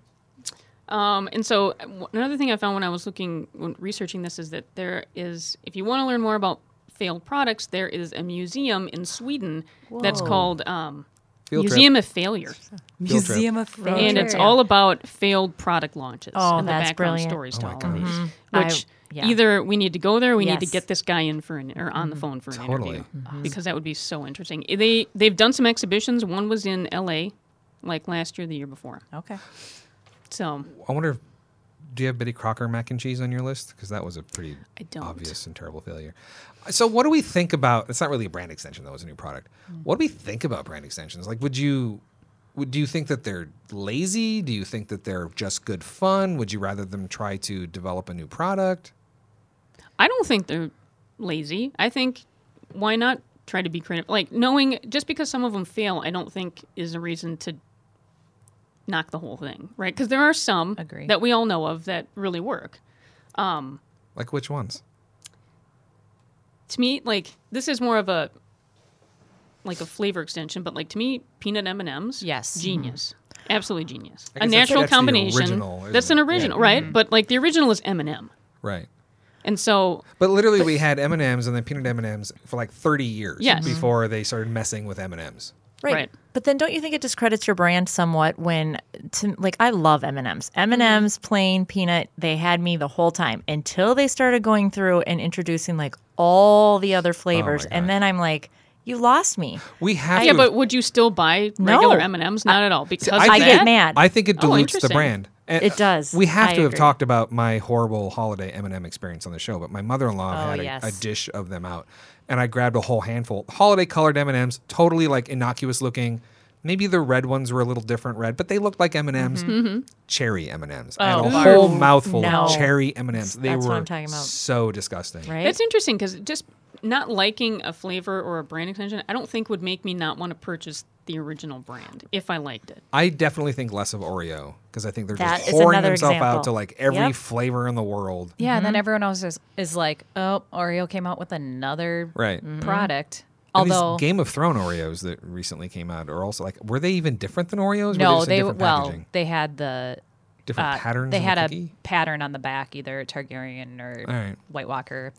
[SPEAKER 5] Um, and so uh, w- another thing I found when I was looking when researching this is that there is if you want to learn more about failed products, there is a museum in Sweden that's
[SPEAKER 4] Whoa.
[SPEAKER 5] called um,
[SPEAKER 2] Field trip.
[SPEAKER 5] Museum of Failure,
[SPEAKER 2] Field trip.
[SPEAKER 1] of
[SPEAKER 5] and it's all about failed product launches
[SPEAKER 4] Oh,
[SPEAKER 5] and the
[SPEAKER 4] that's
[SPEAKER 5] background
[SPEAKER 4] brilliant. Mm-hmm.
[SPEAKER 5] stories
[SPEAKER 2] Oh
[SPEAKER 5] to
[SPEAKER 2] my
[SPEAKER 5] all of these.
[SPEAKER 2] gosh.
[SPEAKER 4] I-
[SPEAKER 5] Which
[SPEAKER 4] yeah.
[SPEAKER 5] either we need to go there, we need to
[SPEAKER 4] Yes. Mm-hmm.
[SPEAKER 5] get this guy in for an or on the phone for an
[SPEAKER 2] Totally.
[SPEAKER 5] interview because that would be so interesting. They they've done some exhibitions. One was in L.A. like last year, the year before.
[SPEAKER 4] Okay.
[SPEAKER 5] So
[SPEAKER 2] I wonder. If, do you have Betty Crocker mac and cheese on your list? Because that was a pretty
[SPEAKER 5] I don't.
[SPEAKER 2] obvious and terrible failure. So, what do we think about? It's not really a brand extension, though. It's a new product.
[SPEAKER 5] Mm.
[SPEAKER 2] What do we think about brand extensions? Like, would you, would do you think that they're lazy? Do you think that they're just good fun? Would you rather them try to develop a new product?
[SPEAKER 5] I don't think they're lazy. I think why not try to be creative? Like knowing just because some of them fail, I don't think is a reason to knock the whole thing, right? Because there are some
[SPEAKER 3] Agree.
[SPEAKER 5] that we all know of that really work.
[SPEAKER 2] Like, which ones?
[SPEAKER 5] To me, like this is more of a like a flavor extension, but like to me, peanut M and M's.
[SPEAKER 3] Yes.
[SPEAKER 5] genius,
[SPEAKER 4] Mm-hmm.
[SPEAKER 5] absolutely genius.
[SPEAKER 2] I guess
[SPEAKER 5] A
[SPEAKER 2] that's-
[SPEAKER 5] natural
[SPEAKER 2] that's the
[SPEAKER 5] combination.
[SPEAKER 2] original, isn't
[SPEAKER 5] that's
[SPEAKER 2] it?
[SPEAKER 5] an
[SPEAKER 2] Yeah.
[SPEAKER 5] original,
[SPEAKER 4] Mm-hmm.
[SPEAKER 5] right? But like the original is M and M,
[SPEAKER 2] Right.
[SPEAKER 5] and so
[SPEAKER 2] But literally, we had M and M's and then peanut M and M's for like thirty years
[SPEAKER 5] Yes.
[SPEAKER 4] Mm-hmm.
[SPEAKER 2] before they started messing with M and M's.
[SPEAKER 4] Right.
[SPEAKER 5] Right.
[SPEAKER 4] But then don't you think it discredits your brand somewhat when to, like I love M&Ms. M&Ms plain peanut, they had me the whole time until they started going through and introducing like all the other flavors and
[SPEAKER 2] God.
[SPEAKER 4] then I'm like you lost me.
[SPEAKER 2] We have.
[SPEAKER 5] yeah.
[SPEAKER 2] to-
[SPEAKER 5] But would you still buy
[SPEAKER 4] No.
[SPEAKER 5] regular M and M's? Not at all because
[SPEAKER 2] I
[SPEAKER 5] of
[SPEAKER 4] I
[SPEAKER 5] that?
[SPEAKER 4] get mad.
[SPEAKER 2] I think it
[SPEAKER 5] Oh,
[SPEAKER 2] dilutes the
[SPEAKER 5] interesting.
[SPEAKER 2] brand. And
[SPEAKER 4] It does.
[SPEAKER 2] We have
[SPEAKER 4] I
[SPEAKER 2] to have
[SPEAKER 4] agree.
[SPEAKER 2] talked about my horrible holiday M&M experience on the show, but my mother-in-law
[SPEAKER 4] Oh,
[SPEAKER 2] had a,
[SPEAKER 4] yes.
[SPEAKER 2] a dish of them out, and I grabbed a whole handful. Holiday colored M&Ms, totally like innocuous looking. Maybe the red ones were a little different red, but they looked like M&Ms. Cherry M&Ms. I had
[SPEAKER 4] Mm-hmm. Oh,
[SPEAKER 2] a
[SPEAKER 4] barf.
[SPEAKER 2] whole mouthful
[SPEAKER 4] No.
[SPEAKER 2] of cherry M&Ms. They
[SPEAKER 4] That's
[SPEAKER 2] were
[SPEAKER 4] what I'm talking about.
[SPEAKER 2] so disgusting.
[SPEAKER 4] right?
[SPEAKER 5] That's interesting because just not liking a flavor or a brand extension, I don't think would make me not want to purchase the original brand if I liked it.
[SPEAKER 2] I definitely think less of Oreo because I think they're
[SPEAKER 4] That
[SPEAKER 2] just
[SPEAKER 4] is
[SPEAKER 2] pouring
[SPEAKER 4] another
[SPEAKER 2] themselves out
[SPEAKER 4] example.
[SPEAKER 2] to like every
[SPEAKER 4] Yep.
[SPEAKER 2] flavor in the world.
[SPEAKER 3] Yeah, and then everyone else is, is like, oh, Oreo came out with another
[SPEAKER 2] Right. Mm-hmm.
[SPEAKER 3] product.
[SPEAKER 2] And these
[SPEAKER 3] Mm-hmm. Although,
[SPEAKER 2] Game of Thrones Oreos that recently came out are also like, were they even different than Oreos? were
[SPEAKER 3] no,
[SPEAKER 2] just in
[SPEAKER 3] they
[SPEAKER 2] different
[SPEAKER 3] well,
[SPEAKER 2] packaging?
[SPEAKER 3] they had the
[SPEAKER 2] different
[SPEAKER 3] uh,
[SPEAKER 2] patterns.
[SPEAKER 3] They
[SPEAKER 2] in
[SPEAKER 3] had
[SPEAKER 2] the
[SPEAKER 3] a
[SPEAKER 2] cookie?
[SPEAKER 3] pattern on the back, either Targaryen or
[SPEAKER 2] All right.
[SPEAKER 3] White Walker.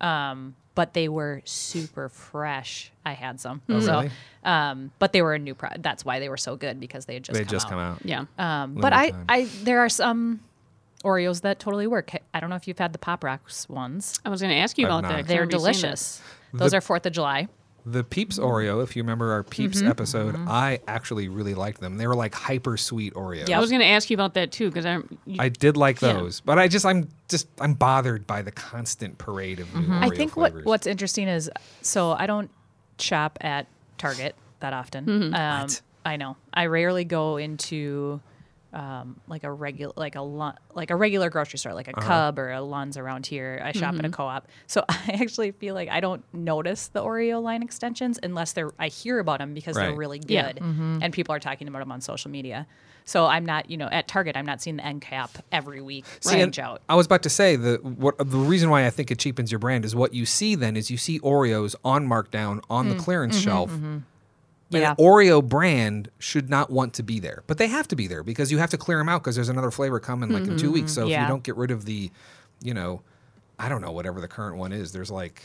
[SPEAKER 3] Um, but they were super fresh. I had some, so
[SPEAKER 2] Oh, really?
[SPEAKER 3] um, but they were a new product. That's why they were so good because they had just
[SPEAKER 2] They
[SPEAKER 3] come
[SPEAKER 2] just
[SPEAKER 3] out.
[SPEAKER 2] come out.
[SPEAKER 5] Yeah.
[SPEAKER 4] Uh,
[SPEAKER 3] Um, but
[SPEAKER 2] Limited
[SPEAKER 3] I,
[SPEAKER 2] time.
[SPEAKER 3] I, there are some Oreos that totally work. I don't know if you've had the Pop Rocks ones.
[SPEAKER 5] I was going to ask you
[SPEAKER 2] I've
[SPEAKER 5] about
[SPEAKER 2] not.
[SPEAKER 5] that. 'cause I
[SPEAKER 3] They're
[SPEAKER 5] remember you saying that.
[SPEAKER 3] delicious. Those are Fourth of July.
[SPEAKER 2] The Peeps
[SPEAKER 3] Mm-hmm.
[SPEAKER 2] Oreo, if you remember our Peeps episode, I actually really liked them. They were like hyper sweet Oreos.
[SPEAKER 5] I was going to ask you about that too because I, you-
[SPEAKER 2] I did like
[SPEAKER 5] Yeah.
[SPEAKER 2] those, but I just I'm just I'm bothered by the constant parade of new Oreo
[SPEAKER 3] I think
[SPEAKER 2] flavors.
[SPEAKER 3] what what's interesting is so I don't shop at Target that often. Um, I know I rarely go into um, like a regular like a lo- like a regular grocery store like a
[SPEAKER 2] Uh-huh.
[SPEAKER 3] Cub or a Lund's around here. I shop at a co-op, so I actually feel like I don't notice the Oreo line extensions unless they're I hear about them because
[SPEAKER 2] Right.
[SPEAKER 3] they're really good
[SPEAKER 5] Yeah.
[SPEAKER 3] and people are talking about them on social media. So I'm not, you know, at Target. I'm not seeing the end cap every week
[SPEAKER 2] See, and
[SPEAKER 3] range out.
[SPEAKER 2] I was about to say the what the reason why I think it cheapens your brand is what you see then is you see Oreos on markdown on the clearance shelf.
[SPEAKER 3] Mm, mm-hmm, Yeah.
[SPEAKER 2] An Oreo brand should not want to be there, but they have to be there because you have to clear them out because there's another flavor coming like in two weeks. So if
[SPEAKER 3] Mm-hmm, Yeah.
[SPEAKER 2] you don't get rid of the, you know, I don't know whatever the current one is. There's like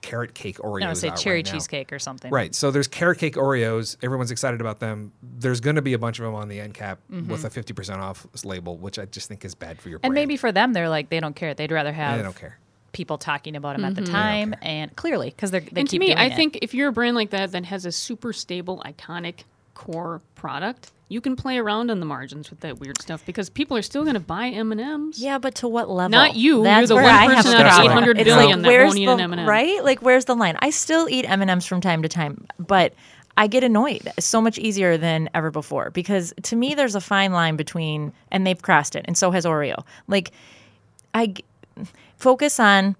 [SPEAKER 2] carrot cake Oreos.
[SPEAKER 3] I would say
[SPEAKER 2] out
[SPEAKER 3] cherry
[SPEAKER 2] right now.
[SPEAKER 3] cheesecake or something.
[SPEAKER 2] Right. So there's carrot cake Oreos. Everyone's excited about them. There's going to be a bunch of them on the end cap with a 50% off label, which I just think is bad for your brand.
[SPEAKER 3] Mm-hmm. And maybe for them, they're like they don't care. They'd rather
[SPEAKER 2] I
[SPEAKER 3] have
[SPEAKER 2] don't care.
[SPEAKER 3] people talking about them at the time, and clearly because they're they
[SPEAKER 5] and to
[SPEAKER 3] keep
[SPEAKER 5] me,
[SPEAKER 3] doing
[SPEAKER 5] I
[SPEAKER 3] it.
[SPEAKER 5] think if you're a brand like that that has a super stable, iconic core product, you can play around on the margins with that weird stuff because people are still going to buy M and M's.
[SPEAKER 4] Yeah, but to what level?
[SPEAKER 5] Not you. You're the
[SPEAKER 4] where
[SPEAKER 5] one
[SPEAKER 4] I have
[SPEAKER 5] person
[SPEAKER 4] a
[SPEAKER 2] out of
[SPEAKER 4] problem.
[SPEAKER 2] 800
[SPEAKER 4] It's
[SPEAKER 5] billion that
[SPEAKER 4] where's
[SPEAKER 5] won't eat an
[SPEAKER 4] the-
[SPEAKER 5] M&M.
[SPEAKER 4] Right? Like, where's the line? I still eat M and M's from time to time, but I get annoyed so much easier than ever before because to me, there's a fine line between, and they've crossed it, and so has Oreo. Like, I g- focus on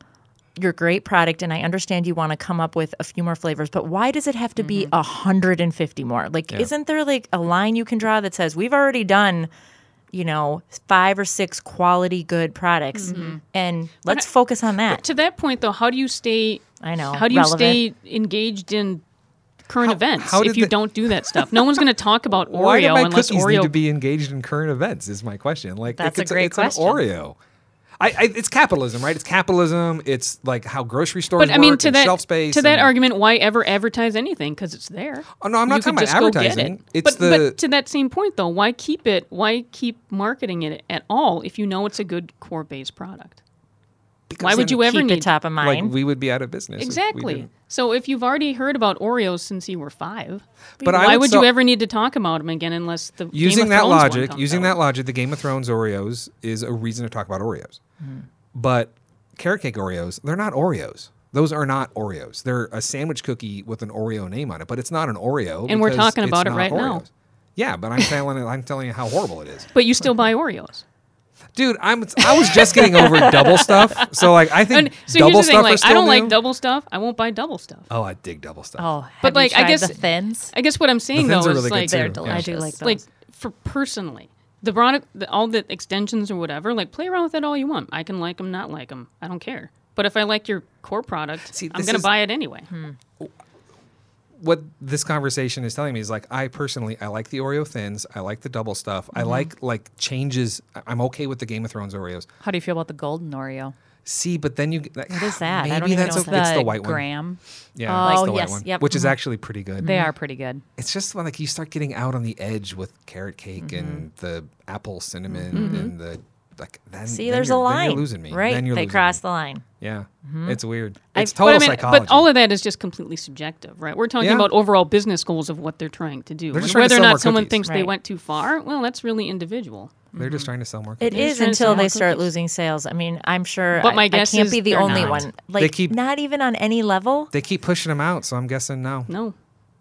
[SPEAKER 4] your great product and i understand you want to come up with a few more flavors but why does it have to
[SPEAKER 2] Mm-hmm.
[SPEAKER 4] be 150 more like isn't there like a line you can draw that says we've already done you know five or six quality good products
[SPEAKER 2] Mm-hmm.
[SPEAKER 4] and let's focus on that
[SPEAKER 5] To that point, though, how do you stay?
[SPEAKER 4] I know,
[SPEAKER 5] How do you
[SPEAKER 4] relevant.
[SPEAKER 5] stay engaged in current events
[SPEAKER 2] how did
[SPEAKER 5] if you
[SPEAKER 2] the-
[SPEAKER 5] don't do that stuff? No one's going to talk about
[SPEAKER 2] Why do
[SPEAKER 5] Oreo
[SPEAKER 2] my
[SPEAKER 5] unless
[SPEAKER 2] cookies need to
[SPEAKER 5] Oreo.
[SPEAKER 2] be engaged in current events? Is my question. Like
[SPEAKER 3] That's a
[SPEAKER 2] it's,
[SPEAKER 3] great
[SPEAKER 2] it's
[SPEAKER 3] question.
[SPEAKER 2] an Oreo. I, I, it's capitalism, right? It's capitalism. It's like how grocery stores
[SPEAKER 5] But I mean,
[SPEAKER 2] work
[SPEAKER 5] to
[SPEAKER 2] and
[SPEAKER 5] that
[SPEAKER 2] shelf space.
[SPEAKER 5] to that
[SPEAKER 2] and-
[SPEAKER 5] argument, why ever advertise anything? Because it's there.
[SPEAKER 2] Oh, no, I'm not
[SPEAKER 5] You
[SPEAKER 2] talking
[SPEAKER 5] could
[SPEAKER 2] about
[SPEAKER 5] just go get
[SPEAKER 2] advertising.
[SPEAKER 5] it.
[SPEAKER 2] It's
[SPEAKER 5] but, but
[SPEAKER 2] the-
[SPEAKER 5] to that same point, though, why keep it? Why keep marketing it at all if you know it's a good core based product?
[SPEAKER 2] because
[SPEAKER 5] Why would
[SPEAKER 2] then,
[SPEAKER 5] you ever
[SPEAKER 4] keep
[SPEAKER 5] need
[SPEAKER 4] it top of
[SPEAKER 2] Like
[SPEAKER 4] mind
[SPEAKER 2] we would be out of business. if we
[SPEAKER 5] Exactly.
[SPEAKER 2] didn't.
[SPEAKER 5] So if you've already heard about Oreos since you were five,
[SPEAKER 2] But I
[SPEAKER 5] why
[SPEAKER 2] would
[SPEAKER 5] would
[SPEAKER 2] sell-
[SPEAKER 5] you ever need to talk about them again unless the Game
[SPEAKER 2] Using
[SPEAKER 5] of
[SPEAKER 2] that
[SPEAKER 5] Thrones one
[SPEAKER 2] logic,
[SPEAKER 5] comes
[SPEAKER 2] using
[SPEAKER 5] out?
[SPEAKER 2] that logic, the Game of Thrones Oreos is a reason to talk about Oreos.
[SPEAKER 5] Mm-hmm.
[SPEAKER 2] But carrot cake Oreos, they're not Oreos. Those are not Oreos. They're a sandwich cookie with an Oreo name on it, but it's not an Oreo.
[SPEAKER 5] And we're
[SPEAKER 2] because
[SPEAKER 5] talking
[SPEAKER 2] it's
[SPEAKER 5] about it
[SPEAKER 2] not
[SPEAKER 5] right now.
[SPEAKER 2] Oreos. Yeah, but I'm telling I'm telling you how horrible it is.
[SPEAKER 5] But you still buy Oreos.
[SPEAKER 2] Dude, I'm I was just getting over double stuff. So like I think
[SPEAKER 5] And so
[SPEAKER 2] double
[SPEAKER 5] here's the
[SPEAKER 2] stuff
[SPEAKER 5] thing:
[SPEAKER 2] is
[SPEAKER 5] like,
[SPEAKER 2] still
[SPEAKER 5] I don't like
[SPEAKER 2] new.
[SPEAKER 5] double stuff. I won't buy double stuff.
[SPEAKER 2] Oh, I dig double stuff.
[SPEAKER 4] oh have
[SPEAKER 5] But,
[SPEAKER 4] you
[SPEAKER 5] like, I
[SPEAKER 4] tried
[SPEAKER 5] guess-
[SPEAKER 4] the thins
[SPEAKER 5] I guess what I'm saying though
[SPEAKER 2] thins
[SPEAKER 5] is
[SPEAKER 2] are really good,
[SPEAKER 5] like
[SPEAKER 2] too.
[SPEAKER 4] they're
[SPEAKER 2] Yeah.
[SPEAKER 4] delicious
[SPEAKER 3] I do like those.
[SPEAKER 5] like for personally the product, the, all the extensions or whatever. Like play around with it all you want. I can like them, not like them. I don't care. But if I like your core product,
[SPEAKER 2] See,
[SPEAKER 5] I'm
[SPEAKER 2] this Hmm.
[SPEAKER 5] gonna
[SPEAKER 2] is-
[SPEAKER 5] buy it anyway.
[SPEAKER 2] what this conversation is telling me is like I personally I like the Oreo thins. I like the double stuff. I
[SPEAKER 4] Mm-hmm.
[SPEAKER 2] like like changes. I- I'm okay with the Game of Thrones Oreos.
[SPEAKER 3] How do you feel about the golden Oreo?
[SPEAKER 2] See, but then you what
[SPEAKER 4] is that? I
[SPEAKER 2] Maybe
[SPEAKER 4] don't even
[SPEAKER 2] that's
[SPEAKER 4] know
[SPEAKER 2] okay.
[SPEAKER 4] what
[SPEAKER 2] it's the white one.
[SPEAKER 3] graham.
[SPEAKER 2] Yeah, it's
[SPEAKER 4] Oh,
[SPEAKER 2] the white
[SPEAKER 4] yes,
[SPEAKER 2] one,
[SPEAKER 4] yep,
[SPEAKER 2] which is
[SPEAKER 4] mhm.
[SPEAKER 2] actually pretty good.
[SPEAKER 3] They are pretty good.
[SPEAKER 2] It's just like you start getting out on the edge with carrot cake and the apple cinnamon and the like. Then
[SPEAKER 4] Mm-hmm. See,
[SPEAKER 2] then
[SPEAKER 4] there's a
[SPEAKER 2] you're- then
[SPEAKER 4] line.
[SPEAKER 2] you're losing me.
[SPEAKER 4] Right?
[SPEAKER 2] Then you're
[SPEAKER 4] they
[SPEAKER 2] losing
[SPEAKER 4] cross
[SPEAKER 2] me.
[SPEAKER 4] the line.
[SPEAKER 2] Yeah, it's weird.
[SPEAKER 4] I-
[SPEAKER 2] It's total
[SPEAKER 5] but,
[SPEAKER 2] psychology.
[SPEAKER 5] but all of that is just completely subjective, right? We're talking
[SPEAKER 2] Yeah.
[SPEAKER 5] about overall business goals of what they're trying to do.
[SPEAKER 2] They're
[SPEAKER 5] And
[SPEAKER 2] just trying to
[SPEAKER 5] whether or
[SPEAKER 2] sell more
[SPEAKER 5] not someone
[SPEAKER 2] cookies.
[SPEAKER 5] thinks they
[SPEAKER 4] Right.
[SPEAKER 5] went too far, well, that's really individual.
[SPEAKER 2] They're just trying to sell more.
[SPEAKER 4] Mm-hmm. It
[SPEAKER 5] They're
[SPEAKER 4] is
[SPEAKER 5] just trying to sell
[SPEAKER 4] until they
[SPEAKER 5] more
[SPEAKER 4] start
[SPEAKER 5] cookies.
[SPEAKER 4] losing sales. I mean, I'm sure.
[SPEAKER 5] But
[SPEAKER 4] I-
[SPEAKER 5] my
[SPEAKER 4] I,
[SPEAKER 5] guess
[SPEAKER 4] can't
[SPEAKER 5] is
[SPEAKER 4] be the
[SPEAKER 5] they're
[SPEAKER 4] only
[SPEAKER 5] not.
[SPEAKER 4] one. Like,
[SPEAKER 2] keep-
[SPEAKER 4] not even on any level.
[SPEAKER 2] They keep pushing them out, so I'm guessing no.
[SPEAKER 5] No.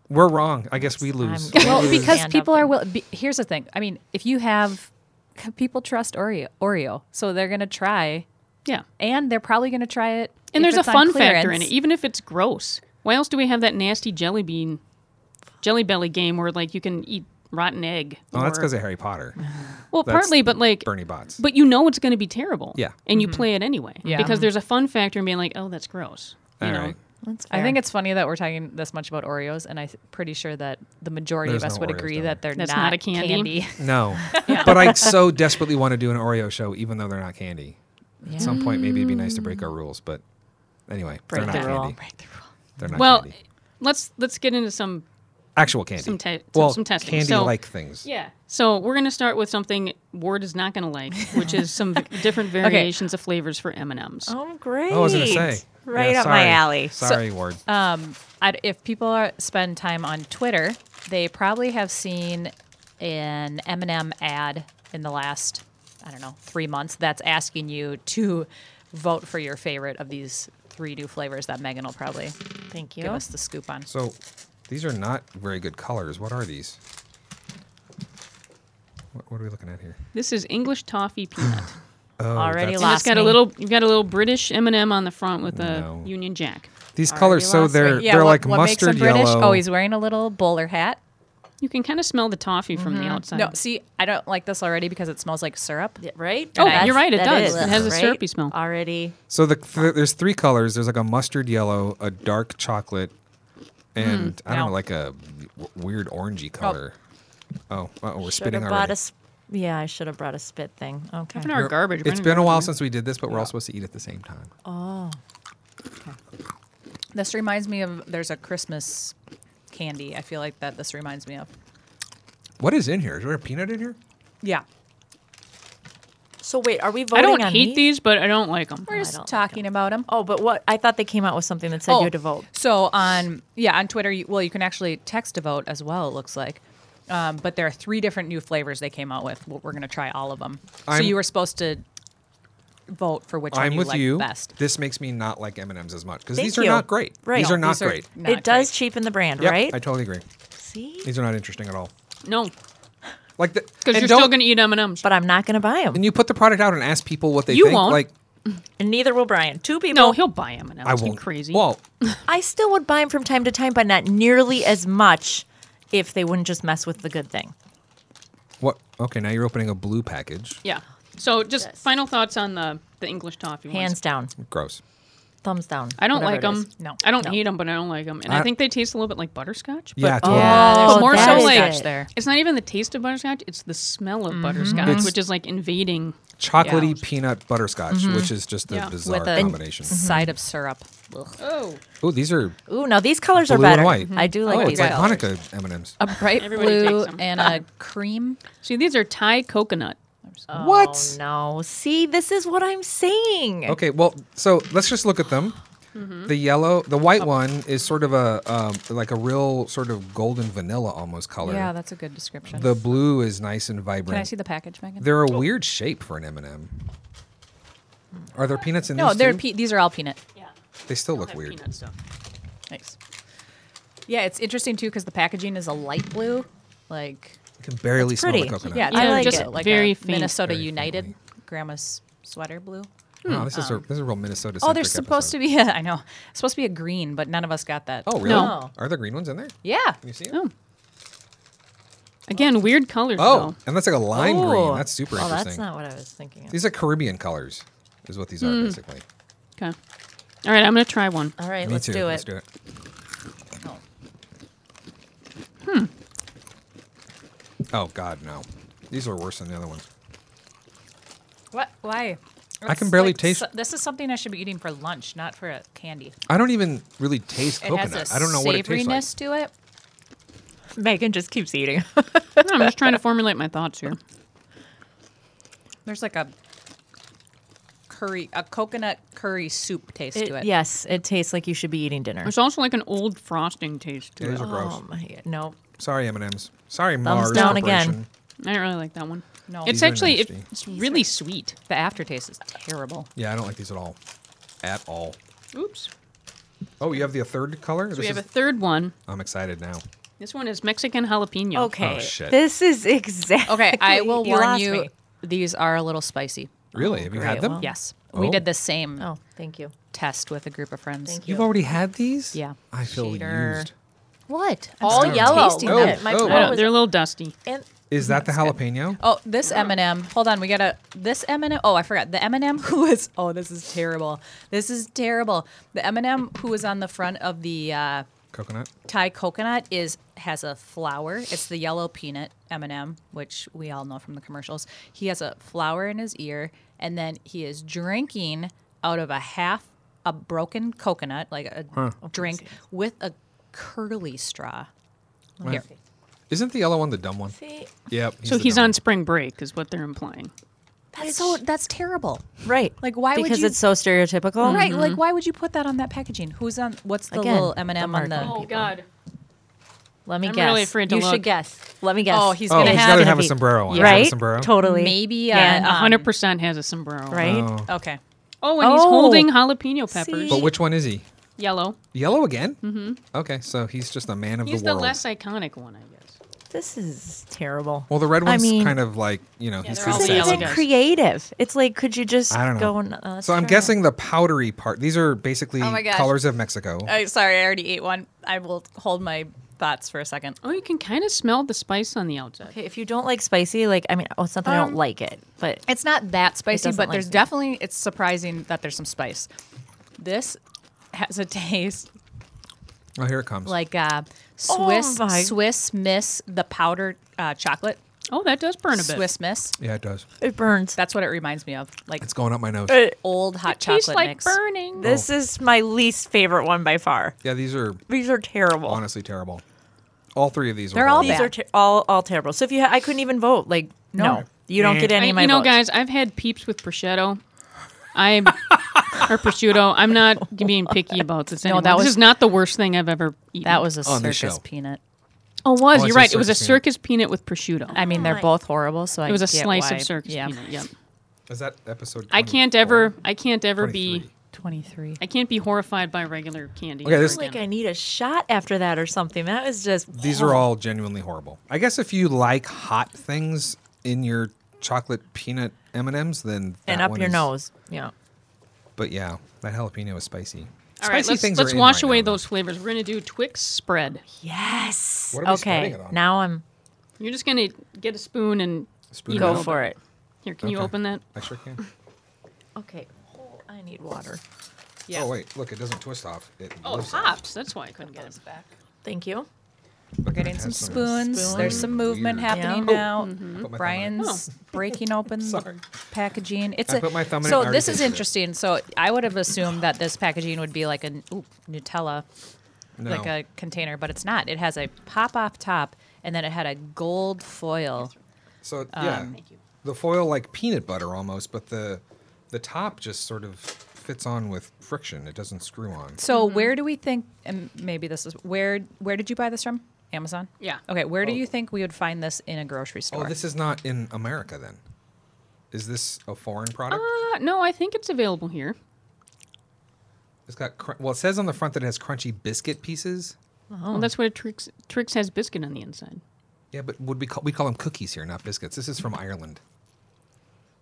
[SPEAKER 2] We're wrong. I guess we lose.
[SPEAKER 4] guessing.
[SPEAKER 3] Well,
[SPEAKER 4] Ooh.
[SPEAKER 3] because
[SPEAKER 4] Stand up
[SPEAKER 3] people are
[SPEAKER 4] and-
[SPEAKER 3] will. Be, here's the thing. I mean, if you have c- people trust Oreo, Oreo, so they're gonna try,
[SPEAKER 5] Yeah.
[SPEAKER 3] and they're probably gonna try it.
[SPEAKER 5] And
[SPEAKER 3] if
[SPEAKER 5] there's
[SPEAKER 3] it's
[SPEAKER 5] a
[SPEAKER 3] on
[SPEAKER 5] fun factor in
[SPEAKER 3] clearance.
[SPEAKER 5] it, even if it's gross. Why else do we have that nasty jelly bean, jelly belly game where like you can eat rotten egg?
[SPEAKER 2] Oh, that's
[SPEAKER 5] or-
[SPEAKER 2] because of Harry Potter.
[SPEAKER 5] well,
[SPEAKER 2] that's
[SPEAKER 5] partly, but like
[SPEAKER 2] Bernie Bots.
[SPEAKER 5] But you know it's going to be terrible.
[SPEAKER 2] Yeah.
[SPEAKER 5] And you play it anyway.
[SPEAKER 3] Yeah.
[SPEAKER 5] Because there's a fun factor in being like, oh, that's gross. You
[SPEAKER 2] All
[SPEAKER 5] know?
[SPEAKER 2] right.
[SPEAKER 4] That's
[SPEAKER 3] I
[SPEAKER 4] fair.
[SPEAKER 3] think it's funny that we're talking this much about Oreos, and I'm pretty sure that the majority
[SPEAKER 2] There's
[SPEAKER 3] of us
[SPEAKER 2] no
[SPEAKER 3] would
[SPEAKER 2] Oreos
[SPEAKER 3] agree
[SPEAKER 2] down
[SPEAKER 3] that they're
[SPEAKER 5] That's
[SPEAKER 3] not,
[SPEAKER 5] not a candy?
[SPEAKER 2] No. But I so desperately want to do an Oreo show, even though they're not candy. At some point, maybe it'd be nice to break our rules. But anyway,
[SPEAKER 4] Break
[SPEAKER 2] they're
[SPEAKER 4] the
[SPEAKER 2] not
[SPEAKER 4] rule.
[SPEAKER 2] candy. They're not
[SPEAKER 5] Well,
[SPEAKER 2] candy.
[SPEAKER 5] let's let's get into some
[SPEAKER 2] Actual candy.
[SPEAKER 5] some te-
[SPEAKER 2] well,
[SPEAKER 5] some testing.
[SPEAKER 2] candy
[SPEAKER 5] So-
[SPEAKER 2] like things.
[SPEAKER 5] Yeah. So we're going to start with something Ward is not going to like, which is some v- different variations of flavors for M and M's.
[SPEAKER 4] Oh, great.
[SPEAKER 2] Oh, I was going to say.
[SPEAKER 4] Right
[SPEAKER 2] Yeah,
[SPEAKER 4] up my
[SPEAKER 2] sorry.
[SPEAKER 4] alley.
[SPEAKER 2] Sorry, Ward.
[SPEAKER 3] Um, I'd, if people are, spend time on Twitter, they probably have seen an M&M ad in the last, I don't know, three months that's asking you to vote for your favorite of these three new flavors that Megan will probably
[SPEAKER 4] Thank
[SPEAKER 3] give
[SPEAKER 4] you.
[SPEAKER 3] us the scoop on.
[SPEAKER 2] so these are not very good colors. What are these? What, what are we looking at here?
[SPEAKER 5] This is English toffee peanut.
[SPEAKER 2] Oh,
[SPEAKER 4] Already
[SPEAKER 2] that's-
[SPEAKER 5] and it's
[SPEAKER 4] Lost
[SPEAKER 5] got a
[SPEAKER 4] me.
[SPEAKER 5] little you've got a little British M and M on the front with a
[SPEAKER 2] No.
[SPEAKER 5] Union Jack.
[SPEAKER 2] These colors, so they're they're like mustard yellow.
[SPEAKER 3] Oh, he's wearing a little bowler hat.
[SPEAKER 5] You can kind of smell the toffee from the outside.
[SPEAKER 3] No, see, I don't like this already because it smells like syrup.
[SPEAKER 4] Yeah, Right?
[SPEAKER 5] Oh,
[SPEAKER 4] That's-
[SPEAKER 5] you're right, it
[SPEAKER 4] that
[SPEAKER 5] does.
[SPEAKER 4] is,
[SPEAKER 5] It has a
[SPEAKER 4] right?
[SPEAKER 5] syrupy smell.
[SPEAKER 4] Already.
[SPEAKER 2] So the th- there's three colors. There's like a mustard yellow, a dark chocolate, and I don't
[SPEAKER 3] no.
[SPEAKER 2] know, like a w- weird orangey color. Oh, oh we're
[SPEAKER 4] Should
[SPEAKER 2] spitting
[SPEAKER 4] have brought
[SPEAKER 2] already.
[SPEAKER 4] a. sp- Yeah, I should have brought a spit thing. Okay.
[SPEAKER 5] Open our
[SPEAKER 2] We're-
[SPEAKER 5] garbage.
[SPEAKER 2] It's
[SPEAKER 5] We're
[SPEAKER 2] been a
[SPEAKER 5] gonna-
[SPEAKER 2] while since we did this, but we're all supposed to eat at the same time.
[SPEAKER 3] This reminds me of there's a Christmas candy. I feel like that this reminds me of.
[SPEAKER 2] What is in here? Is there a peanut in here?
[SPEAKER 3] Yeah.
[SPEAKER 4] So wait, are we voting
[SPEAKER 5] I don't
[SPEAKER 4] on
[SPEAKER 5] hate
[SPEAKER 4] these?
[SPEAKER 5] these, but I don't like them.
[SPEAKER 3] We're
[SPEAKER 4] don't
[SPEAKER 3] just
[SPEAKER 4] like
[SPEAKER 3] talking about 'em. about them.
[SPEAKER 4] Oh, but what? I thought they came out with something that said
[SPEAKER 5] Oh.
[SPEAKER 4] you had to vote.
[SPEAKER 3] Oh, So on yeah on Twitter, you, well you can actually text to vote as well. It looks like, um, but there are three different new flavors they came out with. We're we're gonna try all of them. so
[SPEAKER 2] I'm-
[SPEAKER 3] you were supposed to vote for which one
[SPEAKER 2] I'm
[SPEAKER 3] you
[SPEAKER 2] with
[SPEAKER 3] liked
[SPEAKER 2] you.
[SPEAKER 3] best.
[SPEAKER 2] This makes me not like M and M's as much because
[SPEAKER 4] Thank
[SPEAKER 2] these are
[SPEAKER 4] you.
[SPEAKER 2] not great.
[SPEAKER 4] Right.
[SPEAKER 2] These
[SPEAKER 4] No,
[SPEAKER 2] are not
[SPEAKER 3] these are
[SPEAKER 2] great.
[SPEAKER 3] not
[SPEAKER 4] it does
[SPEAKER 3] great.
[SPEAKER 4] cheapen the brand,
[SPEAKER 2] Yep,
[SPEAKER 4] right?
[SPEAKER 2] I totally agree.
[SPEAKER 4] See,
[SPEAKER 2] These are not interesting at all.
[SPEAKER 5] No,
[SPEAKER 2] Like the
[SPEAKER 5] because
[SPEAKER 2] and
[SPEAKER 5] you're still
[SPEAKER 2] don't-
[SPEAKER 5] going to eat M and M's.
[SPEAKER 4] but I'm not going to buy them,
[SPEAKER 2] And you put the product out and ask people what they
[SPEAKER 5] You
[SPEAKER 2] think.
[SPEAKER 5] won't.
[SPEAKER 2] Like
[SPEAKER 4] and neither will Brian. Two people.
[SPEAKER 5] No, he'll buy M and M's.
[SPEAKER 2] I won't.
[SPEAKER 5] You crazy?
[SPEAKER 2] Well,
[SPEAKER 4] I still would buy them from time to time, but not nearly as much if they wouldn't just mess with the good thing.
[SPEAKER 2] what? Okay, now you're opening a blue package.
[SPEAKER 5] yeah. So just
[SPEAKER 4] Yes.
[SPEAKER 5] final thoughts on the the English toffee. ones.
[SPEAKER 4] Hands down,
[SPEAKER 2] Gross.
[SPEAKER 4] thumbs down.
[SPEAKER 5] I don't
[SPEAKER 4] whatever
[SPEAKER 5] like
[SPEAKER 4] it is.
[SPEAKER 5] them.
[SPEAKER 3] No.
[SPEAKER 5] I don't
[SPEAKER 4] No.
[SPEAKER 5] hate them, but I don't like them. And
[SPEAKER 2] I-
[SPEAKER 5] I, think they taste a little bit like butterscotch. But
[SPEAKER 2] Yeah, totally.
[SPEAKER 4] Yeah, there's
[SPEAKER 5] but more
[SPEAKER 4] Oh, that
[SPEAKER 5] so
[SPEAKER 4] is Mm-hmm.
[SPEAKER 5] like
[SPEAKER 4] it.
[SPEAKER 3] there.
[SPEAKER 5] it's not even the taste of butterscotch; it's the smell of butterscotch,
[SPEAKER 2] It's-
[SPEAKER 5] which is like invading.
[SPEAKER 2] chocolatey
[SPEAKER 3] Yeah. Mm-hmm.
[SPEAKER 2] peanut butterscotch, which is just a
[SPEAKER 5] Yeah.
[SPEAKER 2] bizarre
[SPEAKER 3] With a-
[SPEAKER 2] combination.
[SPEAKER 3] Side of syrup.
[SPEAKER 5] Oh,
[SPEAKER 2] Oh, these are
[SPEAKER 4] Ooh, now these colors are
[SPEAKER 2] Blue and
[SPEAKER 4] better.
[SPEAKER 2] white.
[SPEAKER 3] Mm-hmm.
[SPEAKER 4] I do like
[SPEAKER 2] oh,
[SPEAKER 4] these.
[SPEAKER 2] it's like
[SPEAKER 4] colors.
[SPEAKER 2] Hanukkah M and M's.
[SPEAKER 3] A bright
[SPEAKER 5] Everybody
[SPEAKER 3] blue
[SPEAKER 5] takes 'em.
[SPEAKER 3] and a cream.
[SPEAKER 5] see, these are Thai coconut.
[SPEAKER 2] What?
[SPEAKER 4] Oh, no, see, this is what I'm saying.
[SPEAKER 2] Okay, well, so let's just look at them.
[SPEAKER 3] Mm-hmm.
[SPEAKER 2] The yellow, the white
[SPEAKER 3] Oh.
[SPEAKER 2] one is sort of a um, like a real sort of golden vanilla almost color.
[SPEAKER 3] Yeah, that's a good description.
[SPEAKER 2] the blue is nice and
[SPEAKER 3] Can I
[SPEAKER 2] vibrant.
[SPEAKER 3] see the Oh. package, Megan?
[SPEAKER 2] They're a weird shape for an M and m Are there peanuts in
[SPEAKER 3] Mm. no,
[SPEAKER 2] these?
[SPEAKER 3] they're
[SPEAKER 2] too?
[SPEAKER 3] pe- these are all peanut.
[SPEAKER 5] Yeah,
[SPEAKER 2] they still look weird.
[SPEAKER 3] Nice. Yeah, it's interesting too because the packaging is a light blue, like
[SPEAKER 2] You can barely smell the
[SPEAKER 4] pretty.
[SPEAKER 2] coconut.
[SPEAKER 3] yeah,
[SPEAKER 4] I like
[SPEAKER 3] just
[SPEAKER 4] it.
[SPEAKER 3] like
[SPEAKER 5] Very
[SPEAKER 3] a
[SPEAKER 5] faint.
[SPEAKER 3] Minnesota
[SPEAKER 2] Very
[SPEAKER 3] United
[SPEAKER 2] faintly.
[SPEAKER 3] grandma's sweater blue.
[SPEAKER 2] Wow, this is a this is a real Minnesota.
[SPEAKER 3] Mm. Oh, there's supposed to be a, I know, supposed to be a green, but none of us got that.
[SPEAKER 2] Oh, really?
[SPEAKER 5] No.
[SPEAKER 2] Are there green ones in there? Can
[SPEAKER 3] yeah.
[SPEAKER 2] you see 'em?
[SPEAKER 5] Oh, again, weird colors.
[SPEAKER 2] Oh,
[SPEAKER 5] Oh,
[SPEAKER 2] and that's like a lime
[SPEAKER 4] Ooh.
[SPEAKER 2] green. That's super
[SPEAKER 4] Oh,
[SPEAKER 2] interesting.
[SPEAKER 4] that's not what I was thinking. Of.
[SPEAKER 2] These are Caribbean colors, is what these are basically.
[SPEAKER 5] okay. All right, I'm gonna try one.
[SPEAKER 4] All right,
[SPEAKER 2] Me
[SPEAKER 4] let's
[SPEAKER 2] too.
[SPEAKER 4] do it.
[SPEAKER 2] Let's do it. Oh God, no. These are worse than the other ones.
[SPEAKER 3] What? Why?
[SPEAKER 2] I can barely taste-
[SPEAKER 3] so- this is something I should be eating for lunch, not for a candy.
[SPEAKER 2] I don't even really taste
[SPEAKER 3] It
[SPEAKER 2] coconut.
[SPEAKER 3] has a
[SPEAKER 2] I don't know what it tastes like.
[SPEAKER 3] savoriness to it.
[SPEAKER 4] Megan just keeps eating.
[SPEAKER 5] I'm just trying to formulate my thoughts here.
[SPEAKER 3] There's like a curry, a coconut curry soup taste to it.
[SPEAKER 4] Yes, it tastes like you should be eating dinner.
[SPEAKER 5] There's also like an old frosting taste to
[SPEAKER 2] These
[SPEAKER 5] it.
[SPEAKER 2] are gross.
[SPEAKER 4] Oh my god. No.
[SPEAKER 2] Sorry, M and M's. Sorry, Mars
[SPEAKER 4] down again.
[SPEAKER 2] Corporation.
[SPEAKER 5] I don't really like that one.
[SPEAKER 3] No.
[SPEAKER 5] it's
[SPEAKER 2] These are
[SPEAKER 5] actually it,
[SPEAKER 2] nasty.
[SPEAKER 5] it's really sweet.
[SPEAKER 3] The aftertaste is terrible.
[SPEAKER 2] Yeah, I don't like these at all. At all.
[SPEAKER 5] Oops.
[SPEAKER 2] Oh, you have the third color.
[SPEAKER 5] So we have a third one.
[SPEAKER 2] I'm excited now.
[SPEAKER 5] This one is Mexican jalapeno.
[SPEAKER 4] Okay.
[SPEAKER 2] Oh, shit.
[SPEAKER 4] This is exactly.
[SPEAKER 3] Okay, I will
[SPEAKER 4] you
[SPEAKER 3] warn
[SPEAKER 4] lost
[SPEAKER 3] you.
[SPEAKER 4] me.
[SPEAKER 3] These are a little spicy.
[SPEAKER 2] Really? have you
[SPEAKER 4] great.
[SPEAKER 2] had them?
[SPEAKER 4] Well,
[SPEAKER 3] Yes, we
[SPEAKER 2] Oh.
[SPEAKER 3] did the same
[SPEAKER 4] Oh, thank you.
[SPEAKER 3] test with a group of friends.
[SPEAKER 4] Thank
[SPEAKER 2] You've already had these?
[SPEAKER 3] Yeah.
[SPEAKER 2] I feel
[SPEAKER 4] Cheater.
[SPEAKER 2] used. Oh.
[SPEAKER 3] What?
[SPEAKER 4] All
[SPEAKER 2] still
[SPEAKER 4] yellow.
[SPEAKER 3] tasting
[SPEAKER 2] No,
[SPEAKER 4] My
[SPEAKER 2] no.
[SPEAKER 4] throat
[SPEAKER 5] I don't-
[SPEAKER 4] was-
[SPEAKER 5] they're a little dusty.
[SPEAKER 4] and-
[SPEAKER 2] Oh. Is that the jalapeno?
[SPEAKER 3] Oh, this M and M. Hold on, we gotta. This M and M. Oh, I forgot. The M and M who was. Oh, this is terrible. This is terrible. The M and M who was on the front of the uh,
[SPEAKER 2] Coconut.
[SPEAKER 3] Thai coconut is has a flower. It's the yellow peanut M and m which we all know from the commercials. He has a flower in his ear, and then he is drinking out of a half a broken coconut, like a drink with a curly straw. Here.
[SPEAKER 2] Isn't the yellow one the dumb one?
[SPEAKER 4] See?
[SPEAKER 2] Yep.
[SPEAKER 5] so
[SPEAKER 2] the
[SPEAKER 5] he's
[SPEAKER 2] dumb
[SPEAKER 5] on
[SPEAKER 2] one.
[SPEAKER 5] spring break, is what they're implying.
[SPEAKER 3] That's so. That's terrible.
[SPEAKER 4] Right.
[SPEAKER 3] Like, why would
[SPEAKER 4] because
[SPEAKER 3] you-
[SPEAKER 4] it's so stereotypical.
[SPEAKER 3] Right, like why would you put that on that packaging? Who's on? What's Mm-hmm. the
[SPEAKER 4] Again,
[SPEAKER 3] little
[SPEAKER 4] the
[SPEAKER 3] M and m on the?
[SPEAKER 4] marketing people.
[SPEAKER 5] God.
[SPEAKER 4] Let me
[SPEAKER 5] I'm
[SPEAKER 4] guess.
[SPEAKER 5] really afraid to
[SPEAKER 4] you
[SPEAKER 5] look.
[SPEAKER 4] should guess. Let me guess.
[SPEAKER 3] Oh, he's
[SPEAKER 2] Oh,
[SPEAKER 3] gonna
[SPEAKER 2] he's
[SPEAKER 3] have
[SPEAKER 2] gotta
[SPEAKER 4] Gonna
[SPEAKER 2] have a
[SPEAKER 4] be-
[SPEAKER 2] sombrero on.
[SPEAKER 4] Right?
[SPEAKER 2] A sombrero.
[SPEAKER 4] Totally.
[SPEAKER 3] maybe
[SPEAKER 4] Yeah.
[SPEAKER 3] uh, um,
[SPEAKER 5] 100% has a sombrero.
[SPEAKER 4] Right?
[SPEAKER 2] Oh.
[SPEAKER 3] Okay,
[SPEAKER 5] Oh, and he's
[SPEAKER 4] Oh.
[SPEAKER 5] holding jalapeno peppers.
[SPEAKER 2] But which one is he?
[SPEAKER 5] Yellow.
[SPEAKER 2] Yellow again? Mm-hmm. Okay, so he's just a man of
[SPEAKER 5] He's
[SPEAKER 2] the
[SPEAKER 5] the
[SPEAKER 2] world.
[SPEAKER 5] less iconic one, I guess.
[SPEAKER 4] This is terrible.
[SPEAKER 2] well, the red
[SPEAKER 4] I
[SPEAKER 2] one's
[SPEAKER 4] mean-
[SPEAKER 2] kind of like you know he's
[SPEAKER 5] they're
[SPEAKER 2] too
[SPEAKER 5] all
[SPEAKER 4] This
[SPEAKER 5] yellow
[SPEAKER 2] sassy.
[SPEAKER 4] isn't
[SPEAKER 5] guys.
[SPEAKER 4] creative. It's like, could you just
[SPEAKER 2] I don't know.
[SPEAKER 4] go? And, uh, let's
[SPEAKER 2] so I'm
[SPEAKER 4] try it.
[SPEAKER 2] guessing the powdery part. These are basically
[SPEAKER 3] Oh my gosh.
[SPEAKER 2] colors of Mexico.
[SPEAKER 3] I, sorry, I already ate one. I will hold my thoughts for a second.
[SPEAKER 5] Oh, you can kind of smell the spice on the outside.
[SPEAKER 4] Okay, if you don't like spicy, like I mean, oh, it's not that I don't like it, but
[SPEAKER 3] It's not that spicy,
[SPEAKER 4] doesn't
[SPEAKER 3] but
[SPEAKER 4] like
[SPEAKER 3] there's
[SPEAKER 4] me.
[SPEAKER 3] definitely it's surprising that there's some spice. This has a taste
[SPEAKER 2] oh, here it comes.
[SPEAKER 3] like uh, Swiss
[SPEAKER 4] my-
[SPEAKER 3] Swiss Miss the powdered uh, chocolate
[SPEAKER 5] Oh, that does burn a bit.
[SPEAKER 3] Swiss Miss.
[SPEAKER 2] yeah, it does.
[SPEAKER 4] it burns.
[SPEAKER 3] That's what it reminds me of, like
[SPEAKER 2] It's going up my nose.
[SPEAKER 3] old hot chocolate
[SPEAKER 5] Tastes like
[SPEAKER 3] mix.
[SPEAKER 5] burning.
[SPEAKER 4] This is my least favorite one by far.
[SPEAKER 2] Yeah, these are
[SPEAKER 4] These are terrible.
[SPEAKER 2] honestly terrible. All three of these.
[SPEAKER 3] They're
[SPEAKER 2] are
[SPEAKER 3] all
[SPEAKER 2] horrible.
[SPEAKER 4] These
[SPEAKER 3] bad.
[SPEAKER 4] are ter- all all terrible. So if you, ha- I couldn't even vote. Like no, you don't get
[SPEAKER 5] I,
[SPEAKER 4] any
[SPEAKER 5] you
[SPEAKER 4] of my
[SPEAKER 5] know,
[SPEAKER 4] votes.
[SPEAKER 5] guys, I've had peeps with prosciutto. I'm or prosciutto. I'm not being picky about this anymore.
[SPEAKER 3] that
[SPEAKER 5] this
[SPEAKER 3] was-
[SPEAKER 5] is not the worst thing I've ever eaten.
[SPEAKER 3] That was a
[SPEAKER 2] On the
[SPEAKER 3] circus
[SPEAKER 2] show.
[SPEAKER 3] peanut.
[SPEAKER 5] oh, it was
[SPEAKER 2] Oh, I
[SPEAKER 5] you're
[SPEAKER 2] said
[SPEAKER 5] right. It was a
[SPEAKER 2] circus
[SPEAKER 5] circus peanut with prosciutto.
[SPEAKER 3] I mean, they're
[SPEAKER 4] my-
[SPEAKER 3] both horrible. So I
[SPEAKER 5] it was a
[SPEAKER 3] get
[SPEAKER 5] slice
[SPEAKER 3] why-
[SPEAKER 5] of circus
[SPEAKER 3] yeah.
[SPEAKER 5] peanut. Yep.
[SPEAKER 2] Is that episode?
[SPEAKER 5] I can't
[SPEAKER 2] 24?
[SPEAKER 5] ever. I can't ever be.
[SPEAKER 2] 23.
[SPEAKER 3] Twenty-three.
[SPEAKER 5] I can't be horrified by regular candy.
[SPEAKER 2] Okay,
[SPEAKER 5] ever
[SPEAKER 2] this-
[SPEAKER 4] It's like
[SPEAKER 5] again.
[SPEAKER 4] I need a shot after that or something. That was just
[SPEAKER 2] These are all genuinely horrible. I guess if you like hot things in your chocolate peanut M and M's, then that
[SPEAKER 4] and up
[SPEAKER 2] one
[SPEAKER 4] your
[SPEAKER 2] is-
[SPEAKER 4] nose. Yeah.
[SPEAKER 2] But yeah, that jalapeno is spicy.
[SPEAKER 5] All right,
[SPEAKER 2] Spicy
[SPEAKER 5] let's,
[SPEAKER 2] things
[SPEAKER 5] let's
[SPEAKER 2] are in
[SPEAKER 5] wash
[SPEAKER 2] right
[SPEAKER 5] away
[SPEAKER 2] now, though.
[SPEAKER 5] those flavors. We're gonna do Twix spread.
[SPEAKER 4] Yes.
[SPEAKER 2] What are we
[SPEAKER 4] okay.
[SPEAKER 2] spreading it on?
[SPEAKER 4] Now I'm
[SPEAKER 5] You're just gonna get a spoon and
[SPEAKER 2] Spoon
[SPEAKER 5] you
[SPEAKER 2] it
[SPEAKER 5] know,
[SPEAKER 4] go
[SPEAKER 2] up.
[SPEAKER 4] for it.
[SPEAKER 5] Here, can you
[SPEAKER 2] Okay. Oh,
[SPEAKER 5] open that?
[SPEAKER 2] I sure can.
[SPEAKER 4] Okay. Oh, I need water.
[SPEAKER 3] Yeah.
[SPEAKER 2] Oh wait, look, it doesn't twist off. It
[SPEAKER 5] Oh,
[SPEAKER 2] lifts
[SPEAKER 5] it
[SPEAKER 2] off.
[SPEAKER 5] pops. That's why I couldn't get it.
[SPEAKER 4] Thank you.
[SPEAKER 2] We're
[SPEAKER 3] Getting some spoons.
[SPEAKER 4] Spoons.
[SPEAKER 3] There's some movement
[SPEAKER 2] Weird.
[SPEAKER 3] happening
[SPEAKER 4] Yeah.
[SPEAKER 3] now.
[SPEAKER 2] Put my thumb in it.
[SPEAKER 3] Brian's
[SPEAKER 5] Oh,
[SPEAKER 3] breaking open the
[SPEAKER 2] Sorry.
[SPEAKER 3] packaging. It's
[SPEAKER 2] I
[SPEAKER 3] a,
[SPEAKER 2] put my thumb in it
[SPEAKER 3] so
[SPEAKER 2] and already
[SPEAKER 3] this is
[SPEAKER 2] tasted it.
[SPEAKER 3] interesting. So I would have assumed that this packaging would be like a ooh, Nutella,
[SPEAKER 2] No.
[SPEAKER 3] like a container, but it's not. It has a pop off top, and then it had a gold foil.
[SPEAKER 2] So
[SPEAKER 3] um,
[SPEAKER 2] yeah, the foil like peanut butter almost, but the the top just sort of fits on with friction. It doesn't screw on.
[SPEAKER 3] So
[SPEAKER 5] Mm-hmm.
[SPEAKER 3] where do we think? And maybe this is where. Where did you buy this from? Amazon.
[SPEAKER 5] Yeah.
[SPEAKER 3] Okay. Where do you think we would find this in a grocery
[SPEAKER 2] Oh,
[SPEAKER 3] store?
[SPEAKER 2] this is not in America then. Is this a foreign product?
[SPEAKER 5] Uh, no, I think it's available here.
[SPEAKER 2] it's got cr- well, it says on the front that it has crunchy biscuit pieces. Oh.
[SPEAKER 5] Well, that's what a Trix Trix has biscuit on the inside.
[SPEAKER 2] Yeah, but would we call we call them cookies here, not biscuits? This is from Ireland.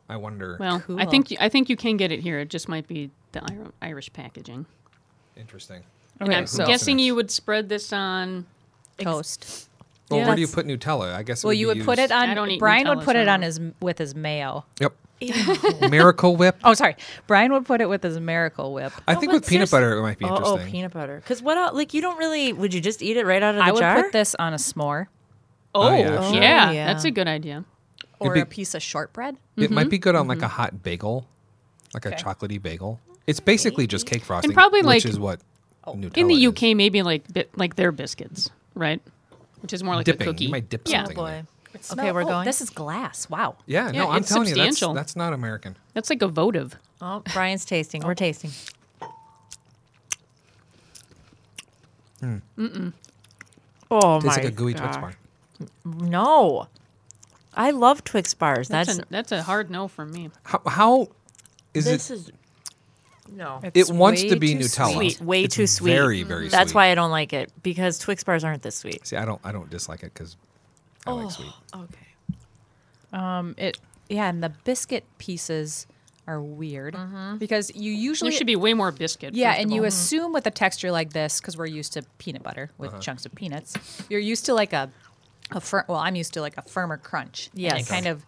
[SPEAKER 2] I wonder.
[SPEAKER 5] Well, I
[SPEAKER 3] Cool.
[SPEAKER 5] think you, I think you can get it here. It just might be the Ir- Irish packaging.
[SPEAKER 2] interesting.
[SPEAKER 5] And
[SPEAKER 3] Okay,
[SPEAKER 5] I'm
[SPEAKER 3] so-
[SPEAKER 5] guessing you would spread this on.
[SPEAKER 3] toast.
[SPEAKER 2] Well,
[SPEAKER 4] Yeah.
[SPEAKER 2] where do you
[SPEAKER 4] That's-
[SPEAKER 2] put Nutella? I guess. It
[SPEAKER 3] Well,
[SPEAKER 2] would
[SPEAKER 3] you
[SPEAKER 2] be
[SPEAKER 3] would put
[SPEAKER 2] used-
[SPEAKER 3] it on.
[SPEAKER 5] I don't eat
[SPEAKER 3] Brian would
[SPEAKER 5] Nutella,
[SPEAKER 3] put
[SPEAKER 5] so I
[SPEAKER 3] it
[SPEAKER 5] don't
[SPEAKER 3] on
[SPEAKER 5] know.
[SPEAKER 3] his with his mayo.
[SPEAKER 2] Yep. Miracle Whip.
[SPEAKER 3] Oh, sorry. Brian would put it with his miracle whip.
[SPEAKER 2] I think with
[SPEAKER 4] but
[SPEAKER 2] peanut
[SPEAKER 4] seriously-
[SPEAKER 2] butter it might be
[SPEAKER 4] Oh, oh,
[SPEAKER 2] interesting.
[SPEAKER 4] peanut butter. Because what else? Like, you don't really. Would you just eat it right out of the
[SPEAKER 3] I would
[SPEAKER 4] jar?
[SPEAKER 3] put this on a s'more
[SPEAKER 5] Oh,
[SPEAKER 2] yeah,
[SPEAKER 5] yeah,
[SPEAKER 2] sure.
[SPEAKER 4] yeah.
[SPEAKER 5] that's a good idea.
[SPEAKER 2] It'd
[SPEAKER 1] or
[SPEAKER 2] be-
[SPEAKER 1] a piece of shortbread.
[SPEAKER 2] It might be good on like a
[SPEAKER 5] Mm-hmm.
[SPEAKER 2] hot bagel, like a chocolatey bagel. It's basically just cake frosting,
[SPEAKER 5] probably,
[SPEAKER 2] which
[SPEAKER 5] like, oh,
[SPEAKER 2] is what
[SPEAKER 5] In
[SPEAKER 2] Nutella
[SPEAKER 5] the
[SPEAKER 2] is.
[SPEAKER 5] UK, maybe like bi- like their biscuits, right? Which is more like
[SPEAKER 2] dipping.
[SPEAKER 5] a cookie.
[SPEAKER 2] You might dip
[SPEAKER 5] Yeah.
[SPEAKER 2] something. in there.
[SPEAKER 4] Oh, Boy.
[SPEAKER 3] No,
[SPEAKER 4] okay, we're
[SPEAKER 3] oh,
[SPEAKER 4] going.
[SPEAKER 3] This is glass. Wow.
[SPEAKER 2] Yeah,
[SPEAKER 5] Yeah,
[SPEAKER 2] no, I'm
[SPEAKER 5] it's
[SPEAKER 2] telling you, that's,
[SPEAKER 5] substantial.
[SPEAKER 2] that's not American.
[SPEAKER 5] That's like a votive.
[SPEAKER 4] oh, Brian's tasting. We're tasting. Mm. Oh
[SPEAKER 2] Hmm. Tastes
[SPEAKER 4] my
[SPEAKER 2] like a gooey Twix
[SPEAKER 4] gosh.
[SPEAKER 2] bar.
[SPEAKER 4] No, I love Twix bars.
[SPEAKER 5] That's
[SPEAKER 4] That's,
[SPEAKER 5] a, that's a hard no for me.
[SPEAKER 2] How, how is
[SPEAKER 4] this
[SPEAKER 2] it?
[SPEAKER 4] is no.
[SPEAKER 2] It
[SPEAKER 3] It's
[SPEAKER 2] wants to
[SPEAKER 3] way
[SPEAKER 2] be
[SPEAKER 3] too
[SPEAKER 2] Nutella.
[SPEAKER 4] Sweet, way
[SPEAKER 2] It's
[SPEAKER 4] too sweet.
[SPEAKER 2] Very, very.
[SPEAKER 4] That's
[SPEAKER 2] sweet.
[SPEAKER 4] why I don't like it because Twix bars aren't this sweet.
[SPEAKER 2] See, I don't, I don't dislike it because I like sweet.
[SPEAKER 4] Oh. Okay.
[SPEAKER 3] Um, it yeah, and the biscuit pieces are weird because you
[SPEAKER 5] There
[SPEAKER 3] usually
[SPEAKER 5] should be way more biscuit.
[SPEAKER 3] yeah,
[SPEAKER 5] first of
[SPEAKER 3] and you
[SPEAKER 5] all.
[SPEAKER 3] assume with a texture like this because we're used to peanut butter with
[SPEAKER 2] Uh-huh.
[SPEAKER 3] chunks of peanuts, you're used to like a a fir- well, I'm used to like a firmer crunch. and
[SPEAKER 4] Yes.
[SPEAKER 3] it kind of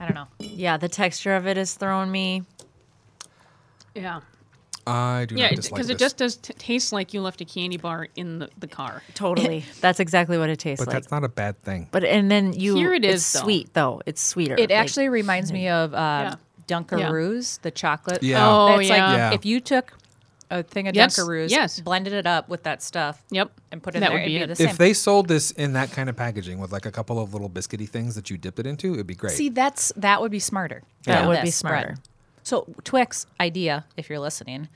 [SPEAKER 3] I don't know.
[SPEAKER 4] Yeah, the texture of it is throwing me.
[SPEAKER 5] yeah.
[SPEAKER 2] I do
[SPEAKER 5] Yeah,
[SPEAKER 2] not dislike
[SPEAKER 5] because it
[SPEAKER 2] this.
[SPEAKER 5] just does t- taste like you left a candy bar in the, the car.
[SPEAKER 4] Totally. That's exactly what it tastes
[SPEAKER 2] but
[SPEAKER 4] like.
[SPEAKER 2] that's not a bad thing.
[SPEAKER 4] But and then you
[SPEAKER 5] Here it
[SPEAKER 4] it's
[SPEAKER 5] is, though.
[SPEAKER 4] sweet though. It's sweeter.
[SPEAKER 3] It
[SPEAKER 4] Like,
[SPEAKER 3] actually reminds me of uh, Dunkaroos, the chocolate.
[SPEAKER 2] Yeah. Oh,
[SPEAKER 3] That's like
[SPEAKER 5] yeah.
[SPEAKER 2] Yeah.
[SPEAKER 3] if you took a thing of
[SPEAKER 5] Yes,
[SPEAKER 3] Dunkaroos,
[SPEAKER 5] yes.
[SPEAKER 3] blended it up with that stuff,
[SPEAKER 5] Yep.
[SPEAKER 3] and put it in
[SPEAKER 5] That
[SPEAKER 3] there,
[SPEAKER 5] would
[SPEAKER 3] it'd
[SPEAKER 5] be
[SPEAKER 3] be,
[SPEAKER 5] it.
[SPEAKER 3] the same.
[SPEAKER 2] If they sold this in that kind of packaging with like a couple of little biscuity things that you dipped it into, it'd be great.
[SPEAKER 3] See, that's that would be smarter.
[SPEAKER 4] That
[SPEAKER 3] than
[SPEAKER 4] would be
[SPEAKER 3] this spread.
[SPEAKER 4] smarter.
[SPEAKER 3] So Twix idea, if you're listening,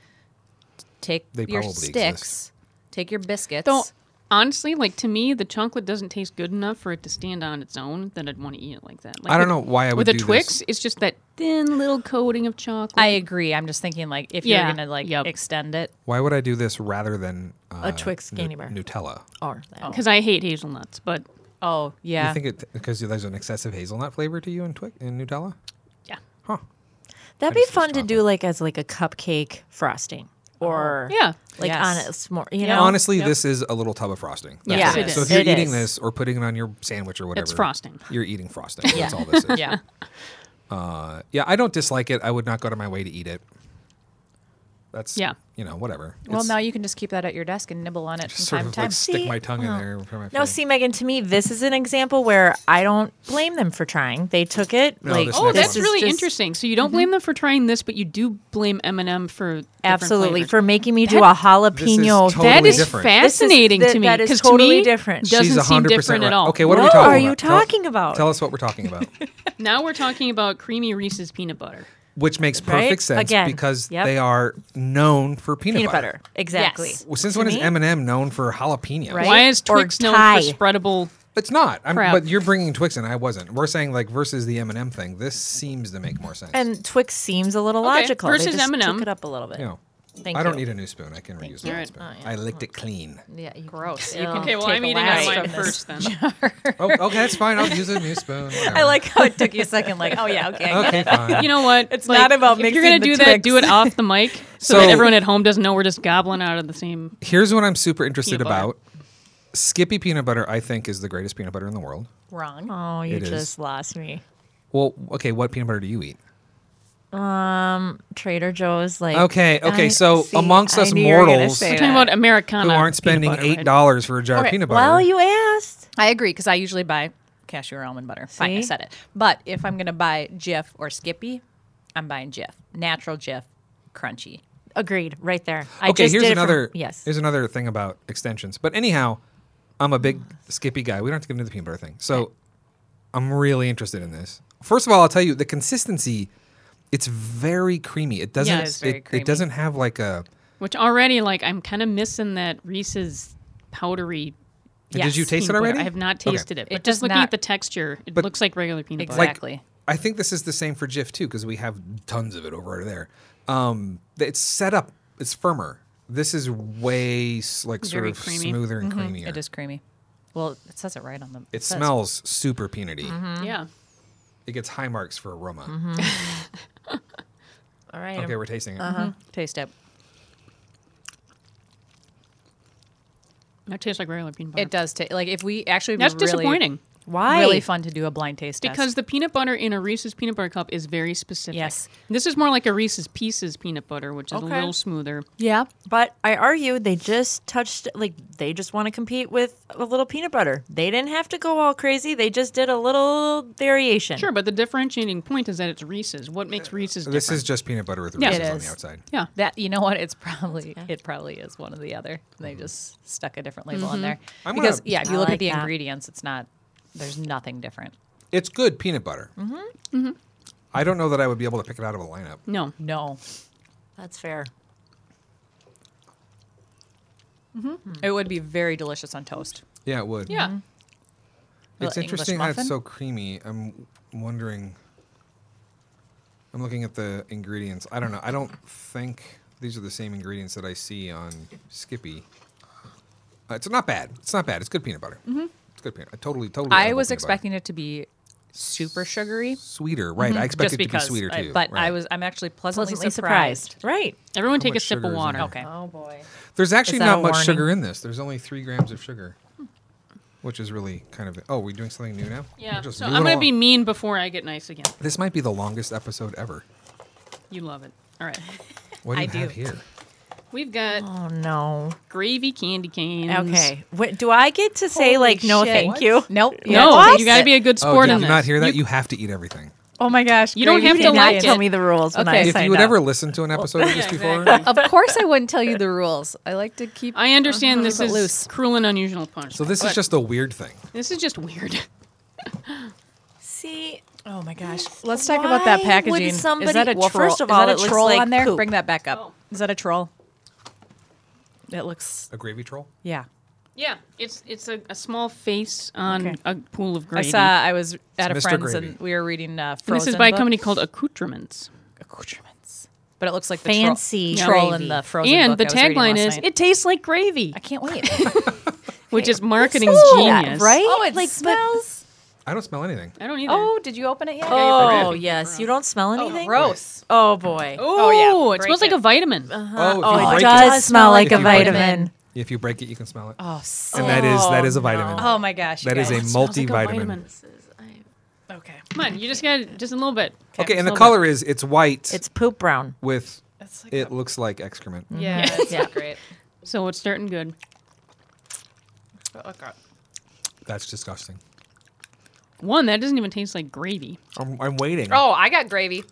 [SPEAKER 3] take
[SPEAKER 2] They
[SPEAKER 3] your
[SPEAKER 2] probably
[SPEAKER 3] sticks,
[SPEAKER 2] exist.
[SPEAKER 3] take your biscuits.
[SPEAKER 5] So honestly, like to me, the chocolate doesn't taste good enough for it to stand on its own. That I'd want to eat it like that. Like
[SPEAKER 2] I don't
[SPEAKER 5] with-
[SPEAKER 2] know why I would
[SPEAKER 5] with a
[SPEAKER 2] do this.
[SPEAKER 5] Twix. It's just that thin little coating of chocolate.
[SPEAKER 3] I agree. I'm just thinking like if
[SPEAKER 5] Yeah.
[SPEAKER 3] you're gonna like
[SPEAKER 5] Yep.
[SPEAKER 3] extend it,
[SPEAKER 2] Why would I do this rather than uh,
[SPEAKER 4] Twix
[SPEAKER 2] Nu-
[SPEAKER 4] candy bar.
[SPEAKER 2] Nutella?
[SPEAKER 4] or that.
[SPEAKER 5] because Oh. I hate hazelnuts, but
[SPEAKER 2] I
[SPEAKER 3] oh yeah,
[SPEAKER 2] You think it because there's an excessive hazelnut flavor to you in Twix in Nutella?
[SPEAKER 5] yeah,
[SPEAKER 2] Huh.
[SPEAKER 4] That'd be
[SPEAKER 2] just love
[SPEAKER 4] fun to do like as like a cupcake frosting or
[SPEAKER 5] yeah,
[SPEAKER 4] like
[SPEAKER 3] Yes.
[SPEAKER 4] on a s'more. You
[SPEAKER 5] Yeah.
[SPEAKER 4] know,
[SPEAKER 2] Honestly,
[SPEAKER 5] Yep.
[SPEAKER 2] this is a little tub of frosting. That's
[SPEAKER 4] Yeah.
[SPEAKER 2] what it
[SPEAKER 5] Yes,
[SPEAKER 2] is.
[SPEAKER 5] it
[SPEAKER 2] So if
[SPEAKER 5] is.
[SPEAKER 2] you're
[SPEAKER 4] It
[SPEAKER 2] eating
[SPEAKER 4] is.
[SPEAKER 2] this or putting it on your sandwich or whatever,
[SPEAKER 5] frosting.
[SPEAKER 2] You're eating frosting. That's all this is.
[SPEAKER 3] yeah.
[SPEAKER 2] Uh, yeah, I don't dislike it. I would not go to my way to eat it. That's
[SPEAKER 5] Yeah.
[SPEAKER 2] You know, whatever.
[SPEAKER 3] Well,
[SPEAKER 2] It's
[SPEAKER 3] now you can just keep that at your desk and nibble on it
[SPEAKER 2] just
[SPEAKER 3] from
[SPEAKER 2] sort of
[SPEAKER 3] time to time.
[SPEAKER 2] like stick
[SPEAKER 4] See,
[SPEAKER 2] my tongue in there. for my
[SPEAKER 4] No,
[SPEAKER 2] food.
[SPEAKER 4] see, Megan, to me, this is an example where I don't blame them for trying. They took it.
[SPEAKER 2] No,
[SPEAKER 4] like,
[SPEAKER 2] this
[SPEAKER 5] Oh,
[SPEAKER 2] next
[SPEAKER 5] that's
[SPEAKER 2] one.
[SPEAKER 4] is
[SPEAKER 5] really
[SPEAKER 4] just- Mm-hmm.
[SPEAKER 5] interesting. So you don't blame them for trying this, but you do blame M&M for different
[SPEAKER 4] Absolutely,
[SPEAKER 5] flavors.
[SPEAKER 4] for making me do a jalapeno.
[SPEAKER 2] totally
[SPEAKER 5] that is
[SPEAKER 2] different.
[SPEAKER 5] fascinating
[SPEAKER 4] This is-
[SPEAKER 5] to me
[SPEAKER 4] that is
[SPEAKER 5] 'cause to
[SPEAKER 4] totally
[SPEAKER 5] me,
[SPEAKER 4] different.
[SPEAKER 5] Doesn't
[SPEAKER 2] She's
[SPEAKER 5] seem
[SPEAKER 2] 100%
[SPEAKER 5] different at
[SPEAKER 2] right.
[SPEAKER 5] all.
[SPEAKER 2] Okay, what are we
[SPEAKER 4] What
[SPEAKER 2] talking
[SPEAKER 4] are
[SPEAKER 2] about?
[SPEAKER 4] you
[SPEAKER 2] Tell-
[SPEAKER 4] talking about?
[SPEAKER 2] Tell us what we're talking about.
[SPEAKER 5] Now we're talking about creamy Reese's peanut butter.
[SPEAKER 2] Which makes
[SPEAKER 4] Right?
[SPEAKER 2] perfect sense
[SPEAKER 4] Again.
[SPEAKER 2] because
[SPEAKER 4] Yep.
[SPEAKER 2] they are known for peanut,
[SPEAKER 4] peanut butter. Exactly.
[SPEAKER 3] Yes.
[SPEAKER 2] Well, since when
[SPEAKER 4] To
[SPEAKER 2] is
[SPEAKER 4] me?
[SPEAKER 2] M&M known for jalapeno?
[SPEAKER 4] Right?
[SPEAKER 5] Why is
[SPEAKER 4] Or
[SPEAKER 5] Twix known for
[SPEAKER 4] Thai.
[SPEAKER 5] spreadable?
[SPEAKER 2] It's not. I'm,
[SPEAKER 5] Crap.
[SPEAKER 2] but you're bringing Twix in. I wasn't. We're saying like versus the M&M thing. This seems to make more sense.
[SPEAKER 4] And Twix seems a little logical. They
[SPEAKER 5] versus
[SPEAKER 4] just
[SPEAKER 5] M&M.
[SPEAKER 4] Took it up a little bit.
[SPEAKER 2] you know,
[SPEAKER 4] Thank
[SPEAKER 2] I don't
[SPEAKER 4] you.
[SPEAKER 2] need a new spoon. I can reuse the
[SPEAKER 5] you.
[SPEAKER 2] old
[SPEAKER 5] Alright.
[SPEAKER 2] spoon. I licked it clean.
[SPEAKER 4] Yeah, you
[SPEAKER 3] Gross.
[SPEAKER 4] You can
[SPEAKER 5] Okay, well,
[SPEAKER 3] take
[SPEAKER 5] I'm
[SPEAKER 3] a
[SPEAKER 5] eating
[SPEAKER 3] last
[SPEAKER 5] on mine
[SPEAKER 3] from this.
[SPEAKER 5] first then.
[SPEAKER 2] Oh, okay, that's fine. I'll use a new spoon.
[SPEAKER 3] I
[SPEAKER 2] whatever.
[SPEAKER 3] like how it took you a second. Like, oh yeah, okay. I get
[SPEAKER 2] Okay,
[SPEAKER 3] it.
[SPEAKER 2] fine.
[SPEAKER 5] You know what? It's
[SPEAKER 4] not about
[SPEAKER 5] if
[SPEAKER 4] mixing
[SPEAKER 5] you're gonna
[SPEAKER 4] the
[SPEAKER 5] do
[SPEAKER 4] Twix.
[SPEAKER 5] that, do it off the mic so,
[SPEAKER 2] So-
[SPEAKER 5] that everyone at home doesn't know we're just gobbling out of the same.
[SPEAKER 2] Here's what I'm super interested
[SPEAKER 5] Peanut butter.
[SPEAKER 2] about. Skippy peanut butter, I think, is the greatest peanut butter in the world.
[SPEAKER 3] Wrong.
[SPEAKER 4] Oh, you
[SPEAKER 2] It is.
[SPEAKER 4] just lost me.
[SPEAKER 2] Well, okay, what peanut butter do you eat?
[SPEAKER 4] Trader Joe's, like
[SPEAKER 2] Okay, okay,
[SPEAKER 4] I-
[SPEAKER 2] so
[SPEAKER 4] see,
[SPEAKER 2] amongst
[SPEAKER 4] I
[SPEAKER 2] us
[SPEAKER 4] knew you were gonna
[SPEAKER 2] mortals
[SPEAKER 4] say
[SPEAKER 5] We're talking
[SPEAKER 4] that.
[SPEAKER 5] about Americana.
[SPEAKER 2] Who aren't
[SPEAKER 5] peanut
[SPEAKER 2] spending
[SPEAKER 5] butter,
[SPEAKER 2] eight
[SPEAKER 5] right?
[SPEAKER 2] dollars for a jar of
[SPEAKER 3] Okay,
[SPEAKER 2] peanut butter?
[SPEAKER 4] Well, you asked.
[SPEAKER 3] I agree because I usually buy cashew or almond butter. Fine, I
[SPEAKER 4] See?
[SPEAKER 3] said it. But if I'm gonna buy Jif or Skippy, I'm buying Jif. Natural Jif, crunchy.
[SPEAKER 4] Agreed, right there. I
[SPEAKER 2] okay,
[SPEAKER 4] just
[SPEAKER 2] here's
[SPEAKER 4] did it from-
[SPEAKER 2] another.
[SPEAKER 4] yes.
[SPEAKER 2] Here's another thing about extensions. But anyhow, I'm a big Skippy guy. We don't have to get into the peanut butter thing. So I'm really interested in this. First of all, I'll tell you the consistency. It's very creamy. It doesn't.
[SPEAKER 5] it is
[SPEAKER 3] very
[SPEAKER 2] it,
[SPEAKER 3] creamy.
[SPEAKER 2] it doesn't have like a.
[SPEAKER 5] Which already, like, I'm kind of missing that Reese's powdery.
[SPEAKER 2] Did you
[SPEAKER 3] Yes,
[SPEAKER 2] taste it
[SPEAKER 5] peanut butter.
[SPEAKER 2] already?
[SPEAKER 5] I have not
[SPEAKER 2] Okay.
[SPEAKER 5] tasted it. But
[SPEAKER 3] It
[SPEAKER 5] just
[SPEAKER 3] does
[SPEAKER 5] looking
[SPEAKER 3] not-
[SPEAKER 5] at the texture, it
[SPEAKER 2] But-
[SPEAKER 5] looks like regular peanut butter.
[SPEAKER 3] Exactly.
[SPEAKER 2] I think this is the same for Jif too, because we have tons of it over there. Um, it's set up. It's firmer. This is way s- like sort
[SPEAKER 5] Very
[SPEAKER 2] of
[SPEAKER 5] creamy.
[SPEAKER 2] smoother and creamier.
[SPEAKER 3] It is creamy. Well, it says it right on the.
[SPEAKER 2] It
[SPEAKER 3] says-
[SPEAKER 2] smells super peanutty.
[SPEAKER 5] Mm. Yeah.
[SPEAKER 2] It gets high marks for aroma.
[SPEAKER 4] All right.
[SPEAKER 2] Okay, we're tasting it.
[SPEAKER 3] Uh-huh. Taste it.
[SPEAKER 5] That tastes like regular peanut butter.
[SPEAKER 3] It does taste like if we actually.
[SPEAKER 5] That's
[SPEAKER 3] really-
[SPEAKER 5] disappointing.
[SPEAKER 4] Why?
[SPEAKER 3] Really fun to do a blind taste test.
[SPEAKER 5] Because the peanut butter in a Reese's peanut butter cup is very specific.
[SPEAKER 3] Yes.
[SPEAKER 5] This is more like a Reese's Pieces peanut butter, which is a
[SPEAKER 4] Okay.
[SPEAKER 5] little smoother.
[SPEAKER 3] yeah,
[SPEAKER 4] But I argue they just touched like they just want to compete with a little peanut butter. They didn't have to go all crazy. They just did a little variation.
[SPEAKER 5] Sure, but the differentiating point is that it's Reese's. What makes Reese's different?
[SPEAKER 2] Uh, This is just peanut butter with
[SPEAKER 5] Yeah.
[SPEAKER 2] Reese's
[SPEAKER 3] It
[SPEAKER 2] on
[SPEAKER 3] is.
[SPEAKER 2] the outside.
[SPEAKER 5] yeah.
[SPEAKER 3] that you know what? It's probably it probably is one or the other. They just stuck a different label on there
[SPEAKER 2] Mm-hmm. I'm
[SPEAKER 3] because
[SPEAKER 2] gonna-
[SPEAKER 3] yeah, if you
[SPEAKER 4] I
[SPEAKER 3] look
[SPEAKER 4] like
[SPEAKER 3] at the
[SPEAKER 4] that.
[SPEAKER 3] ingredients, it's not. There's nothing different.
[SPEAKER 2] It's good peanut butter. Mm-hmm. Mm-hmm. I don't know that I would be able to pick it out of a lineup.
[SPEAKER 5] No.
[SPEAKER 3] No,
[SPEAKER 4] That's fair.
[SPEAKER 3] it would be very delicious on toast.
[SPEAKER 2] Yeah, it would.
[SPEAKER 3] Mm-hmm.
[SPEAKER 5] Yeah.
[SPEAKER 2] It's
[SPEAKER 3] Little English
[SPEAKER 2] interesting that it's
[SPEAKER 3] muffin?
[SPEAKER 2] so creamy. I'm wondering. I'm looking at the ingredients. I don't know. I don't think these are the same ingredients that I see on Skippy. Uh, it's not bad. It's not bad. It's good peanut butter. Mm-hmm. It's good peanut. I totally, totally.
[SPEAKER 3] I
[SPEAKER 2] edible peanut
[SPEAKER 3] was
[SPEAKER 2] butter.
[SPEAKER 3] expecting it to be super sugary.
[SPEAKER 2] sweeter, right? I
[SPEAKER 3] Just
[SPEAKER 2] expected it to be
[SPEAKER 3] because,
[SPEAKER 2] sweeter
[SPEAKER 3] I-
[SPEAKER 2] too.
[SPEAKER 3] but I
[SPEAKER 2] right.
[SPEAKER 3] was I'm actually pleasantly,
[SPEAKER 4] Pleasantly
[SPEAKER 3] surprised.
[SPEAKER 4] surprised. Right.
[SPEAKER 5] Everyone take a
[SPEAKER 2] much
[SPEAKER 5] sip
[SPEAKER 2] sugar is
[SPEAKER 5] of
[SPEAKER 2] in
[SPEAKER 5] water.
[SPEAKER 2] there?
[SPEAKER 3] Okay.
[SPEAKER 4] Oh boy.
[SPEAKER 2] There's actually
[SPEAKER 4] Is that
[SPEAKER 2] not
[SPEAKER 4] a
[SPEAKER 2] much
[SPEAKER 4] warning?
[SPEAKER 2] sugar in this. There's only three grams of sugar, which is really kind of. Oh, we're doing something new now. We're
[SPEAKER 5] Yeah.
[SPEAKER 2] just
[SPEAKER 5] So
[SPEAKER 2] moving
[SPEAKER 5] I'm going to
[SPEAKER 2] along.
[SPEAKER 5] be mean before I get nice again.
[SPEAKER 2] This might be the longest episode ever.
[SPEAKER 5] You love it. All right.
[SPEAKER 2] What do
[SPEAKER 3] I
[SPEAKER 2] you have
[SPEAKER 3] do.
[SPEAKER 2] here?
[SPEAKER 5] We've got
[SPEAKER 4] Oh no.
[SPEAKER 5] gravy candy canes.
[SPEAKER 4] Okay. What, do I get to say like no
[SPEAKER 3] shit.
[SPEAKER 4] thank you?
[SPEAKER 3] Nope.
[SPEAKER 5] No,
[SPEAKER 4] What?
[SPEAKER 5] you got to be a good
[SPEAKER 2] Oh,
[SPEAKER 5] sport
[SPEAKER 2] did
[SPEAKER 5] on
[SPEAKER 2] you
[SPEAKER 5] this.
[SPEAKER 2] not hear that? You, have to eat everything.
[SPEAKER 4] Oh my gosh.
[SPEAKER 5] You don't
[SPEAKER 4] Greg,
[SPEAKER 5] have
[SPEAKER 4] did
[SPEAKER 5] to
[SPEAKER 4] not
[SPEAKER 5] like
[SPEAKER 4] tell
[SPEAKER 5] it.
[SPEAKER 4] me the rules when
[SPEAKER 3] Okay.
[SPEAKER 4] I
[SPEAKER 3] If
[SPEAKER 2] If
[SPEAKER 4] signed
[SPEAKER 2] you would
[SPEAKER 4] up.
[SPEAKER 2] ever listen to an episode of this
[SPEAKER 5] Yeah,
[SPEAKER 2] before,
[SPEAKER 5] exactly.
[SPEAKER 3] Of course, I wouldn't tell you the rules. I like to keep.
[SPEAKER 5] I understand this
[SPEAKER 3] Cut
[SPEAKER 5] is
[SPEAKER 3] loose.
[SPEAKER 5] cruel and unusual punishment.
[SPEAKER 2] so this is
[SPEAKER 5] but
[SPEAKER 2] just a weird thing.
[SPEAKER 5] this is just weird.
[SPEAKER 4] See,
[SPEAKER 3] Oh my gosh! Let's talk about that
[SPEAKER 4] Why would
[SPEAKER 3] packaging. is that
[SPEAKER 4] somebody-
[SPEAKER 3] a
[SPEAKER 4] well,
[SPEAKER 3] troll?
[SPEAKER 4] first
[SPEAKER 3] is
[SPEAKER 4] of
[SPEAKER 3] that
[SPEAKER 4] all,
[SPEAKER 3] a
[SPEAKER 4] it looks
[SPEAKER 3] troll
[SPEAKER 4] like
[SPEAKER 3] on there?
[SPEAKER 4] poop.
[SPEAKER 3] Bring that back up.
[SPEAKER 5] Oh.
[SPEAKER 3] Is that a troll? It looks.
[SPEAKER 2] A gravy troll.
[SPEAKER 3] Yeah.
[SPEAKER 5] yeah, it's it's a, a small face on
[SPEAKER 3] Okay.
[SPEAKER 5] a pool of
[SPEAKER 3] I
[SPEAKER 5] gravy.
[SPEAKER 3] saw. I was at a
[SPEAKER 2] Mr.
[SPEAKER 3] friend's
[SPEAKER 2] Gravy.
[SPEAKER 3] and we were reading uh,
[SPEAKER 5] And
[SPEAKER 3] Frozen.
[SPEAKER 5] this is by a
[SPEAKER 3] book.
[SPEAKER 5] company called Accoutrements.
[SPEAKER 3] accoutrements. But it looks like the
[SPEAKER 4] Fancy
[SPEAKER 3] troll, troll
[SPEAKER 4] gravy.
[SPEAKER 3] in the Frozen
[SPEAKER 5] And
[SPEAKER 3] book
[SPEAKER 5] the
[SPEAKER 3] I was reading
[SPEAKER 5] tagline
[SPEAKER 3] last
[SPEAKER 5] is
[SPEAKER 3] night.
[SPEAKER 5] "It tastes like gravy,"
[SPEAKER 3] I can't wait.
[SPEAKER 5] which is marketing's
[SPEAKER 4] Ooh,
[SPEAKER 5] genius,
[SPEAKER 4] right?
[SPEAKER 3] oh, it
[SPEAKER 4] Like, but-
[SPEAKER 3] smells.
[SPEAKER 2] I don't smell anything.
[SPEAKER 5] I don't either.
[SPEAKER 3] Oh, did you open it yet?
[SPEAKER 5] Yeah, you
[SPEAKER 4] Oh
[SPEAKER 5] put it in.
[SPEAKER 4] yes. You don't smell anything.
[SPEAKER 3] gross.
[SPEAKER 4] Oh boy.
[SPEAKER 5] oh,
[SPEAKER 3] oh, yeah,
[SPEAKER 5] it
[SPEAKER 3] break
[SPEAKER 5] smells like
[SPEAKER 3] it.
[SPEAKER 5] a vitamin.
[SPEAKER 2] Oh, if
[SPEAKER 4] Oh,
[SPEAKER 2] you
[SPEAKER 4] it
[SPEAKER 2] break
[SPEAKER 4] does,
[SPEAKER 2] it,
[SPEAKER 4] smell like
[SPEAKER 2] If
[SPEAKER 4] a
[SPEAKER 2] you break it.
[SPEAKER 4] vitamin.
[SPEAKER 2] if you break it, you can smell it.
[SPEAKER 3] Oh,
[SPEAKER 2] and that is that is a vitamin.
[SPEAKER 3] oh my gosh.
[SPEAKER 2] That
[SPEAKER 3] you
[SPEAKER 2] is a
[SPEAKER 3] guys.
[SPEAKER 5] Smells like a
[SPEAKER 2] multivitamin.
[SPEAKER 5] vitamin.
[SPEAKER 3] okay.
[SPEAKER 5] Come on, you just got just a little bit.
[SPEAKER 2] okay, and the
[SPEAKER 5] Smell
[SPEAKER 2] color is it's white
[SPEAKER 4] It's poop brown.
[SPEAKER 2] with
[SPEAKER 3] That's like
[SPEAKER 2] it looks like excrement.
[SPEAKER 3] Yeah, it's not great.
[SPEAKER 5] it. So it's starting good.
[SPEAKER 2] That's disgusting.
[SPEAKER 5] One that doesn't even taste like gravy.
[SPEAKER 2] I'm, I'm waiting.
[SPEAKER 3] Oh, I got gravy.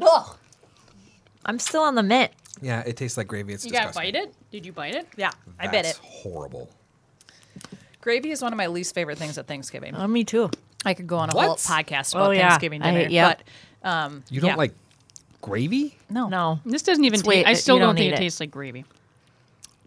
[SPEAKER 3] Ugh.
[SPEAKER 4] I'm still on the mint.
[SPEAKER 2] Yeah, it tastes like gravy. It's
[SPEAKER 5] You got to
[SPEAKER 2] disgusting.
[SPEAKER 5] bite it? Did you bite it?
[SPEAKER 3] Yeah, I
[SPEAKER 2] That's
[SPEAKER 3] bet it.
[SPEAKER 2] Horrible.
[SPEAKER 3] Gravy is one of my least favorite things at Thanksgiving.
[SPEAKER 4] Oh, me too.
[SPEAKER 3] I could go on a whole
[SPEAKER 2] What?
[SPEAKER 3] podcast
[SPEAKER 4] Oh,
[SPEAKER 3] about
[SPEAKER 4] yeah.
[SPEAKER 3] Thanksgiving
[SPEAKER 4] I-
[SPEAKER 3] dinner,
[SPEAKER 4] yeah.
[SPEAKER 3] but um,
[SPEAKER 2] You don't
[SPEAKER 3] yeah.
[SPEAKER 2] like gravy?
[SPEAKER 3] no.
[SPEAKER 4] No.
[SPEAKER 5] This doesn't even.
[SPEAKER 4] It's wait-
[SPEAKER 5] taste, I
[SPEAKER 3] uh,
[SPEAKER 4] you
[SPEAKER 5] still don't,
[SPEAKER 4] don't
[SPEAKER 5] think
[SPEAKER 4] eat
[SPEAKER 5] it
[SPEAKER 4] it.
[SPEAKER 5] tastes like gravy.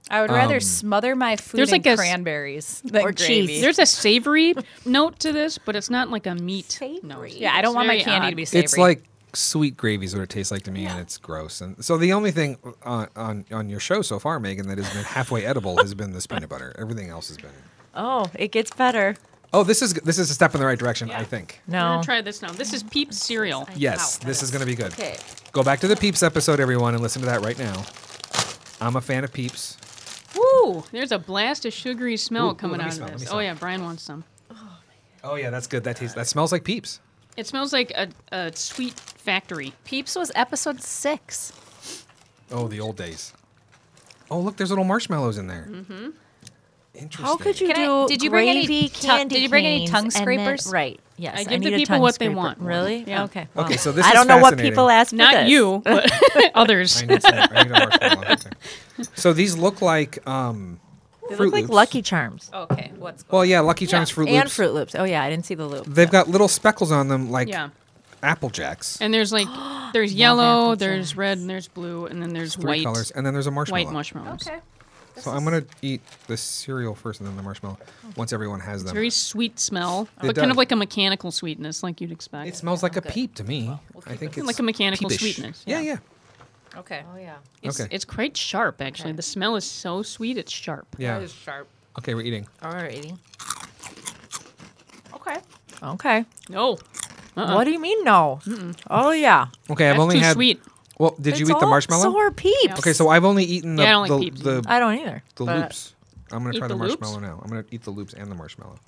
[SPEAKER 3] I would rather
[SPEAKER 2] Um,
[SPEAKER 3] smother my food
[SPEAKER 5] there's
[SPEAKER 3] in
[SPEAKER 5] like a s-
[SPEAKER 3] cranberries than
[SPEAKER 4] Or
[SPEAKER 3] gravy.
[SPEAKER 4] cheese.
[SPEAKER 5] There's a savory note to this, but it's not like a meat note.
[SPEAKER 3] yeah, I don't
[SPEAKER 5] It's
[SPEAKER 3] want my
[SPEAKER 5] very
[SPEAKER 3] candy
[SPEAKER 5] odd.
[SPEAKER 3] to be savory.
[SPEAKER 2] It's like sweet gravy is what it tastes like to me, and it's gross. And so the only thing on, on on your show so far, Megan, that has been halfway edible has been this peanut butter. Everything else has been.
[SPEAKER 4] Oh, it gets better.
[SPEAKER 2] Oh, this is this is a step in the right direction, I think.
[SPEAKER 5] We're
[SPEAKER 4] No.
[SPEAKER 5] gonna try this now. This is Peeps cereal.
[SPEAKER 2] Yes, this is going to be good.
[SPEAKER 4] Okay.
[SPEAKER 2] Go back to the Peeps episode, everyone, and listen to that right now. I'm a fan of Peeps.
[SPEAKER 5] Woo! There's a blast of sugary smell
[SPEAKER 2] Ooh, ooh,
[SPEAKER 5] coming
[SPEAKER 2] let me
[SPEAKER 5] out
[SPEAKER 2] smell, let me
[SPEAKER 5] of this.
[SPEAKER 2] smell.
[SPEAKER 5] Oh yeah, Brian wants some.
[SPEAKER 2] Oh yeah, that's good. That tastes. That smells like Peeps.
[SPEAKER 5] It smells like a, a sweet factory.
[SPEAKER 3] Peeps was episode six.
[SPEAKER 2] Oh, the old days. Oh look, there's little marshmallows in there. Mm-hmm. Interesting.
[SPEAKER 4] How could you
[SPEAKER 3] Can I-
[SPEAKER 4] do
[SPEAKER 3] did you bring any
[SPEAKER 4] gravy
[SPEAKER 3] tongue-
[SPEAKER 4] candy
[SPEAKER 3] did you bring any
[SPEAKER 4] canes
[SPEAKER 3] tongue
[SPEAKER 4] and then-
[SPEAKER 3] scrapers?
[SPEAKER 4] right. Yes.
[SPEAKER 5] I give the
[SPEAKER 4] need a
[SPEAKER 5] people
[SPEAKER 4] tongue
[SPEAKER 5] what they
[SPEAKER 4] scraper.
[SPEAKER 5] want.
[SPEAKER 4] Really?
[SPEAKER 5] Yeah.
[SPEAKER 4] Okay.
[SPEAKER 2] Okay,
[SPEAKER 4] wow.
[SPEAKER 2] so this
[SPEAKER 4] I
[SPEAKER 2] is
[SPEAKER 4] don't know what
[SPEAKER 2] fascinating.
[SPEAKER 4] people ask. for
[SPEAKER 5] Not
[SPEAKER 4] this.
[SPEAKER 5] you, but others.
[SPEAKER 2] I need some- I need a marshmallow. Okay. So these look like um,
[SPEAKER 4] They
[SPEAKER 2] Fruit
[SPEAKER 4] look like
[SPEAKER 2] Loops.
[SPEAKER 4] Lucky Charms
[SPEAKER 3] Okay, what's
[SPEAKER 2] Well, yeah, Lucky Charms Fruit Loops.
[SPEAKER 4] and Fruit Loops. Oh yeah, I didn't see the loop.
[SPEAKER 2] They've got little speckles on them like
[SPEAKER 5] Yeah.
[SPEAKER 2] Apple Jacks.
[SPEAKER 5] And there's like there's yellow,
[SPEAKER 4] Apple
[SPEAKER 5] there's red, and there's blue, and then there's
[SPEAKER 2] Three
[SPEAKER 5] white
[SPEAKER 2] colors, and then there's a marshmallow.
[SPEAKER 5] white mushrooms.
[SPEAKER 3] okay?
[SPEAKER 2] So I'm gonna eat the cereal first, and then the marshmallow. Once everyone has them,
[SPEAKER 5] Very sweet smell,
[SPEAKER 2] It
[SPEAKER 5] but kind
[SPEAKER 2] does.
[SPEAKER 5] of like a mechanical sweetness, like you'd expect.
[SPEAKER 2] it smells like a peep to me. I think it's
[SPEAKER 5] Like a mechanical
[SPEAKER 2] peepish.
[SPEAKER 5] sweetness,
[SPEAKER 2] Yeah,
[SPEAKER 5] yeah.
[SPEAKER 2] yeah,
[SPEAKER 3] Okay,
[SPEAKER 4] Oh yeah.
[SPEAKER 5] it's,
[SPEAKER 2] okay.
[SPEAKER 5] it's quite sharp, actually. The smell is so sweet, it's sharp.
[SPEAKER 2] yeah.
[SPEAKER 3] sharp.
[SPEAKER 2] Okay, we're eating.
[SPEAKER 4] Alrighty.
[SPEAKER 3] Okay,
[SPEAKER 4] Okay.
[SPEAKER 5] No, Uh-uh.
[SPEAKER 4] What do you mean no? Oh yeah.
[SPEAKER 2] Okay, I've
[SPEAKER 5] That's
[SPEAKER 2] only
[SPEAKER 5] too
[SPEAKER 2] had.
[SPEAKER 5] sweet.
[SPEAKER 2] Well, did you
[SPEAKER 4] It's
[SPEAKER 2] eat the
[SPEAKER 4] all
[SPEAKER 2] marshmallow?
[SPEAKER 4] So are peeps.
[SPEAKER 2] Okay, so I've only eaten the
[SPEAKER 5] Yeah, I don't
[SPEAKER 2] the,
[SPEAKER 5] like peeps
[SPEAKER 2] the,
[SPEAKER 5] either.
[SPEAKER 4] I don't either.
[SPEAKER 2] the
[SPEAKER 4] but-
[SPEAKER 2] loops. I'm gonna
[SPEAKER 5] Eat
[SPEAKER 2] try the,
[SPEAKER 5] the loops?
[SPEAKER 2] marshmallow now. I'm gonna eat the loops and the marshmallow.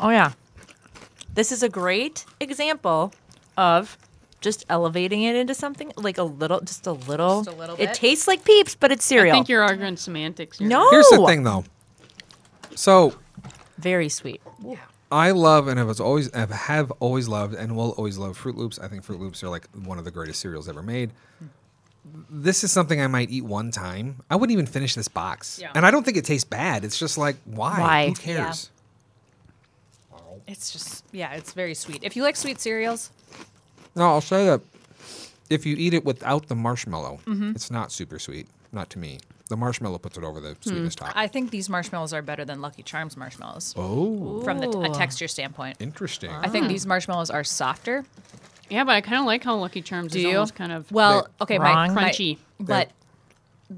[SPEAKER 4] Oh yeah. This is a great example of just elevating it into something like a little just a little,
[SPEAKER 3] Just a little
[SPEAKER 4] it
[SPEAKER 3] bit?
[SPEAKER 4] tastes like peeps, but it's
[SPEAKER 5] I
[SPEAKER 4] cereal.
[SPEAKER 5] think you're arguing semantics. Here.
[SPEAKER 4] no.
[SPEAKER 2] Here's the thing, though. So
[SPEAKER 4] Very sweet.
[SPEAKER 2] I love and have was always have- have always loved and will always love Fruit Loops. I think Fruit Loops are like one of the greatest cereals ever made. This is something I might eat one time. I wouldn't even finish this box,
[SPEAKER 5] Yeah.
[SPEAKER 2] and I don't think it tastes bad. It's just like why?
[SPEAKER 4] Why?
[SPEAKER 2] Who cares?
[SPEAKER 3] It's just yeah, it's very sweet. If you like sweet cereals,
[SPEAKER 2] No, I'll say that if you eat it without the marshmallow, it's not super sweet. Not to me. The marshmallow puts it over the sweetness top.
[SPEAKER 3] I think these marshmallows are better than Lucky Charms marshmallows
[SPEAKER 2] oh,
[SPEAKER 3] from the t- a
[SPEAKER 4] Ooh.
[SPEAKER 3] texture standpoint.
[SPEAKER 2] interesting.
[SPEAKER 3] I
[SPEAKER 5] Hmm.
[SPEAKER 3] think these marshmallows are softer.
[SPEAKER 5] Yeah, but I kind of like how Lucky Charms
[SPEAKER 3] Do
[SPEAKER 5] is
[SPEAKER 3] you?
[SPEAKER 5] almost kind of
[SPEAKER 3] well, okay, my,
[SPEAKER 4] Wrong.
[SPEAKER 3] my-
[SPEAKER 5] Crunchy.
[SPEAKER 3] but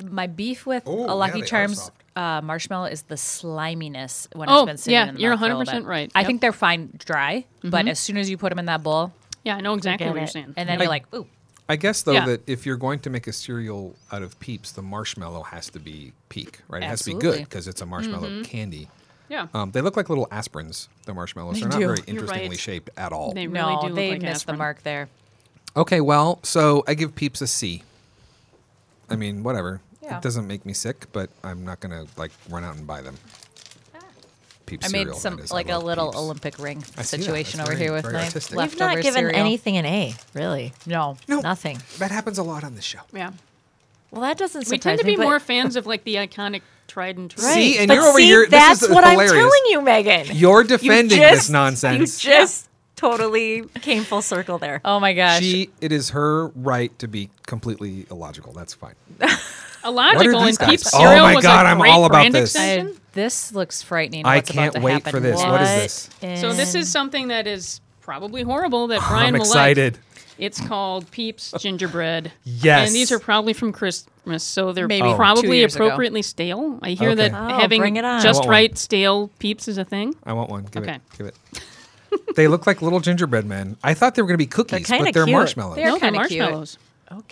[SPEAKER 3] my beef with
[SPEAKER 2] Oh,
[SPEAKER 3] a
[SPEAKER 2] yeah,
[SPEAKER 3] Lucky
[SPEAKER 2] they are
[SPEAKER 3] Charms
[SPEAKER 2] soft.
[SPEAKER 3] uh, marshmallow is the sliminess when
[SPEAKER 5] Oh,
[SPEAKER 3] it's been sitting
[SPEAKER 5] yeah,
[SPEAKER 3] in the
[SPEAKER 5] you're
[SPEAKER 3] milk for a little
[SPEAKER 5] 100%
[SPEAKER 3] bit.
[SPEAKER 5] right.
[SPEAKER 3] I
[SPEAKER 5] Yep. Mm-hmm.
[SPEAKER 3] think they're fine dry, but as soon as you put them in that bowl,
[SPEAKER 5] yeah, I know exactly
[SPEAKER 4] Forget
[SPEAKER 5] what you're
[SPEAKER 4] it.
[SPEAKER 5] saying.
[SPEAKER 3] and then
[SPEAKER 2] Yeah.
[SPEAKER 3] you're like, ooh,
[SPEAKER 2] I guess though
[SPEAKER 5] Yeah.
[SPEAKER 2] that if you're going to make a cereal out of peeps, the marshmallow has to be peak, right? It has to be
[SPEAKER 3] Absolutely.
[SPEAKER 2] good because it's a marshmallow candy.
[SPEAKER 5] yeah,
[SPEAKER 2] Um, they look like little aspirins. The marshmallows they are not
[SPEAKER 4] do.
[SPEAKER 2] very
[SPEAKER 5] You're
[SPEAKER 2] interestingly
[SPEAKER 5] right.
[SPEAKER 2] shaped at all.
[SPEAKER 5] they really
[SPEAKER 3] no,
[SPEAKER 5] do look
[SPEAKER 3] they
[SPEAKER 5] like
[SPEAKER 3] missed the
[SPEAKER 5] aspirin.
[SPEAKER 3] mark there.
[SPEAKER 2] Okay, well, so I give peeps a C. I mean, whatever.
[SPEAKER 3] Yeah.
[SPEAKER 2] It doesn't make me sick, but I'm not gonna like run out and buy them. Peeps
[SPEAKER 3] I
[SPEAKER 2] cereal.
[SPEAKER 3] made some
[SPEAKER 2] that is. I
[SPEAKER 3] like a
[SPEAKER 2] love
[SPEAKER 3] little
[SPEAKER 2] Peeps.
[SPEAKER 3] Olympic ring
[SPEAKER 2] I see that.
[SPEAKER 3] situation
[SPEAKER 2] That's
[SPEAKER 3] over
[SPEAKER 2] very-
[SPEAKER 3] here with
[SPEAKER 2] very
[SPEAKER 3] my
[SPEAKER 2] artistic.
[SPEAKER 3] leftover
[SPEAKER 4] We've not given
[SPEAKER 3] cereal.
[SPEAKER 4] anything an A, really.
[SPEAKER 3] No,
[SPEAKER 2] No,
[SPEAKER 4] Nothing.
[SPEAKER 2] That happens a lot on this show.
[SPEAKER 5] Yeah,
[SPEAKER 4] Well, that doesn't surprise
[SPEAKER 5] we tend to be
[SPEAKER 4] me, but-
[SPEAKER 5] more fans of like the iconic tried and true.
[SPEAKER 4] Right.
[SPEAKER 2] See, and
[SPEAKER 4] but
[SPEAKER 2] you're over
[SPEAKER 4] see,
[SPEAKER 2] here- this is
[SPEAKER 4] That's
[SPEAKER 2] the-
[SPEAKER 4] what
[SPEAKER 2] hilarious.
[SPEAKER 4] I'm telling you, Megan.
[SPEAKER 2] You're defending
[SPEAKER 4] just-
[SPEAKER 2] this nonsense.
[SPEAKER 4] You just totally came full circle there.
[SPEAKER 3] Oh my gosh.
[SPEAKER 2] She, it is her right to be completely illogical. That's fine.
[SPEAKER 5] A logical
[SPEAKER 2] these
[SPEAKER 5] and
[SPEAKER 2] guys?
[SPEAKER 5] peep
[SPEAKER 2] Oh
[SPEAKER 5] cereal
[SPEAKER 2] my
[SPEAKER 5] was
[SPEAKER 2] God,
[SPEAKER 5] a
[SPEAKER 2] I'm
[SPEAKER 5] great
[SPEAKER 2] all about
[SPEAKER 5] brand
[SPEAKER 2] this.
[SPEAKER 5] extension.
[SPEAKER 3] I- this looks frightening.
[SPEAKER 2] I
[SPEAKER 3] What's
[SPEAKER 2] can't
[SPEAKER 3] about to
[SPEAKER 2] wait
[SPEAKER 3] happen
[SPEAKER 2] for this. What is this?
[SPEAKER 5] So this
[SPEAKER 4] in-
[SPEAKER 5] is something that is probably horrible that Brian
[SPEAKER 2] I'm
[SPEAKER 5] will
[SPEAKER 2] excited.
[SPEAKER 5] like. It's called Peeps Gingerbread.
[SPEAKER 2] Yes.
[SPEAKER 5] And these are probably from Christmas, so they're
[SPEAKER 3] Maybe Oh. two
[SPEAKER 5] probably
[SPEAKER 3] years ago.
[SPEAKER 5] appropriately stale. I hear
[SPEAKER 2] Okay.
[SPEAKER 5] that
[SPEAKER 2] Oh,
[SPEAKER 5] having
[SPEAKER 4] bring it on. I
[SPEAKER 5] just
[SPEAKER 2] want one.
[SPEAKER 5] right stale Peeps is a thing.
[SPEAKER 2] I want one. Give
[SPEAKER 5] Okay.
[SPEAKER 2] it. Give it. they look like little gingerbread men. I thought they were going to be cookies,
[SPEAKER 4] kinda
[SPEAKER 2] but they're
[SPEAKER 4] cute.
[SPEAKER 2] marshmallows.
[SPEAKER 3] They're
[SPEAKER 5] no, they're
[SPEAKER 3] kinda cute.
[SPEAKER 5] marshmallows.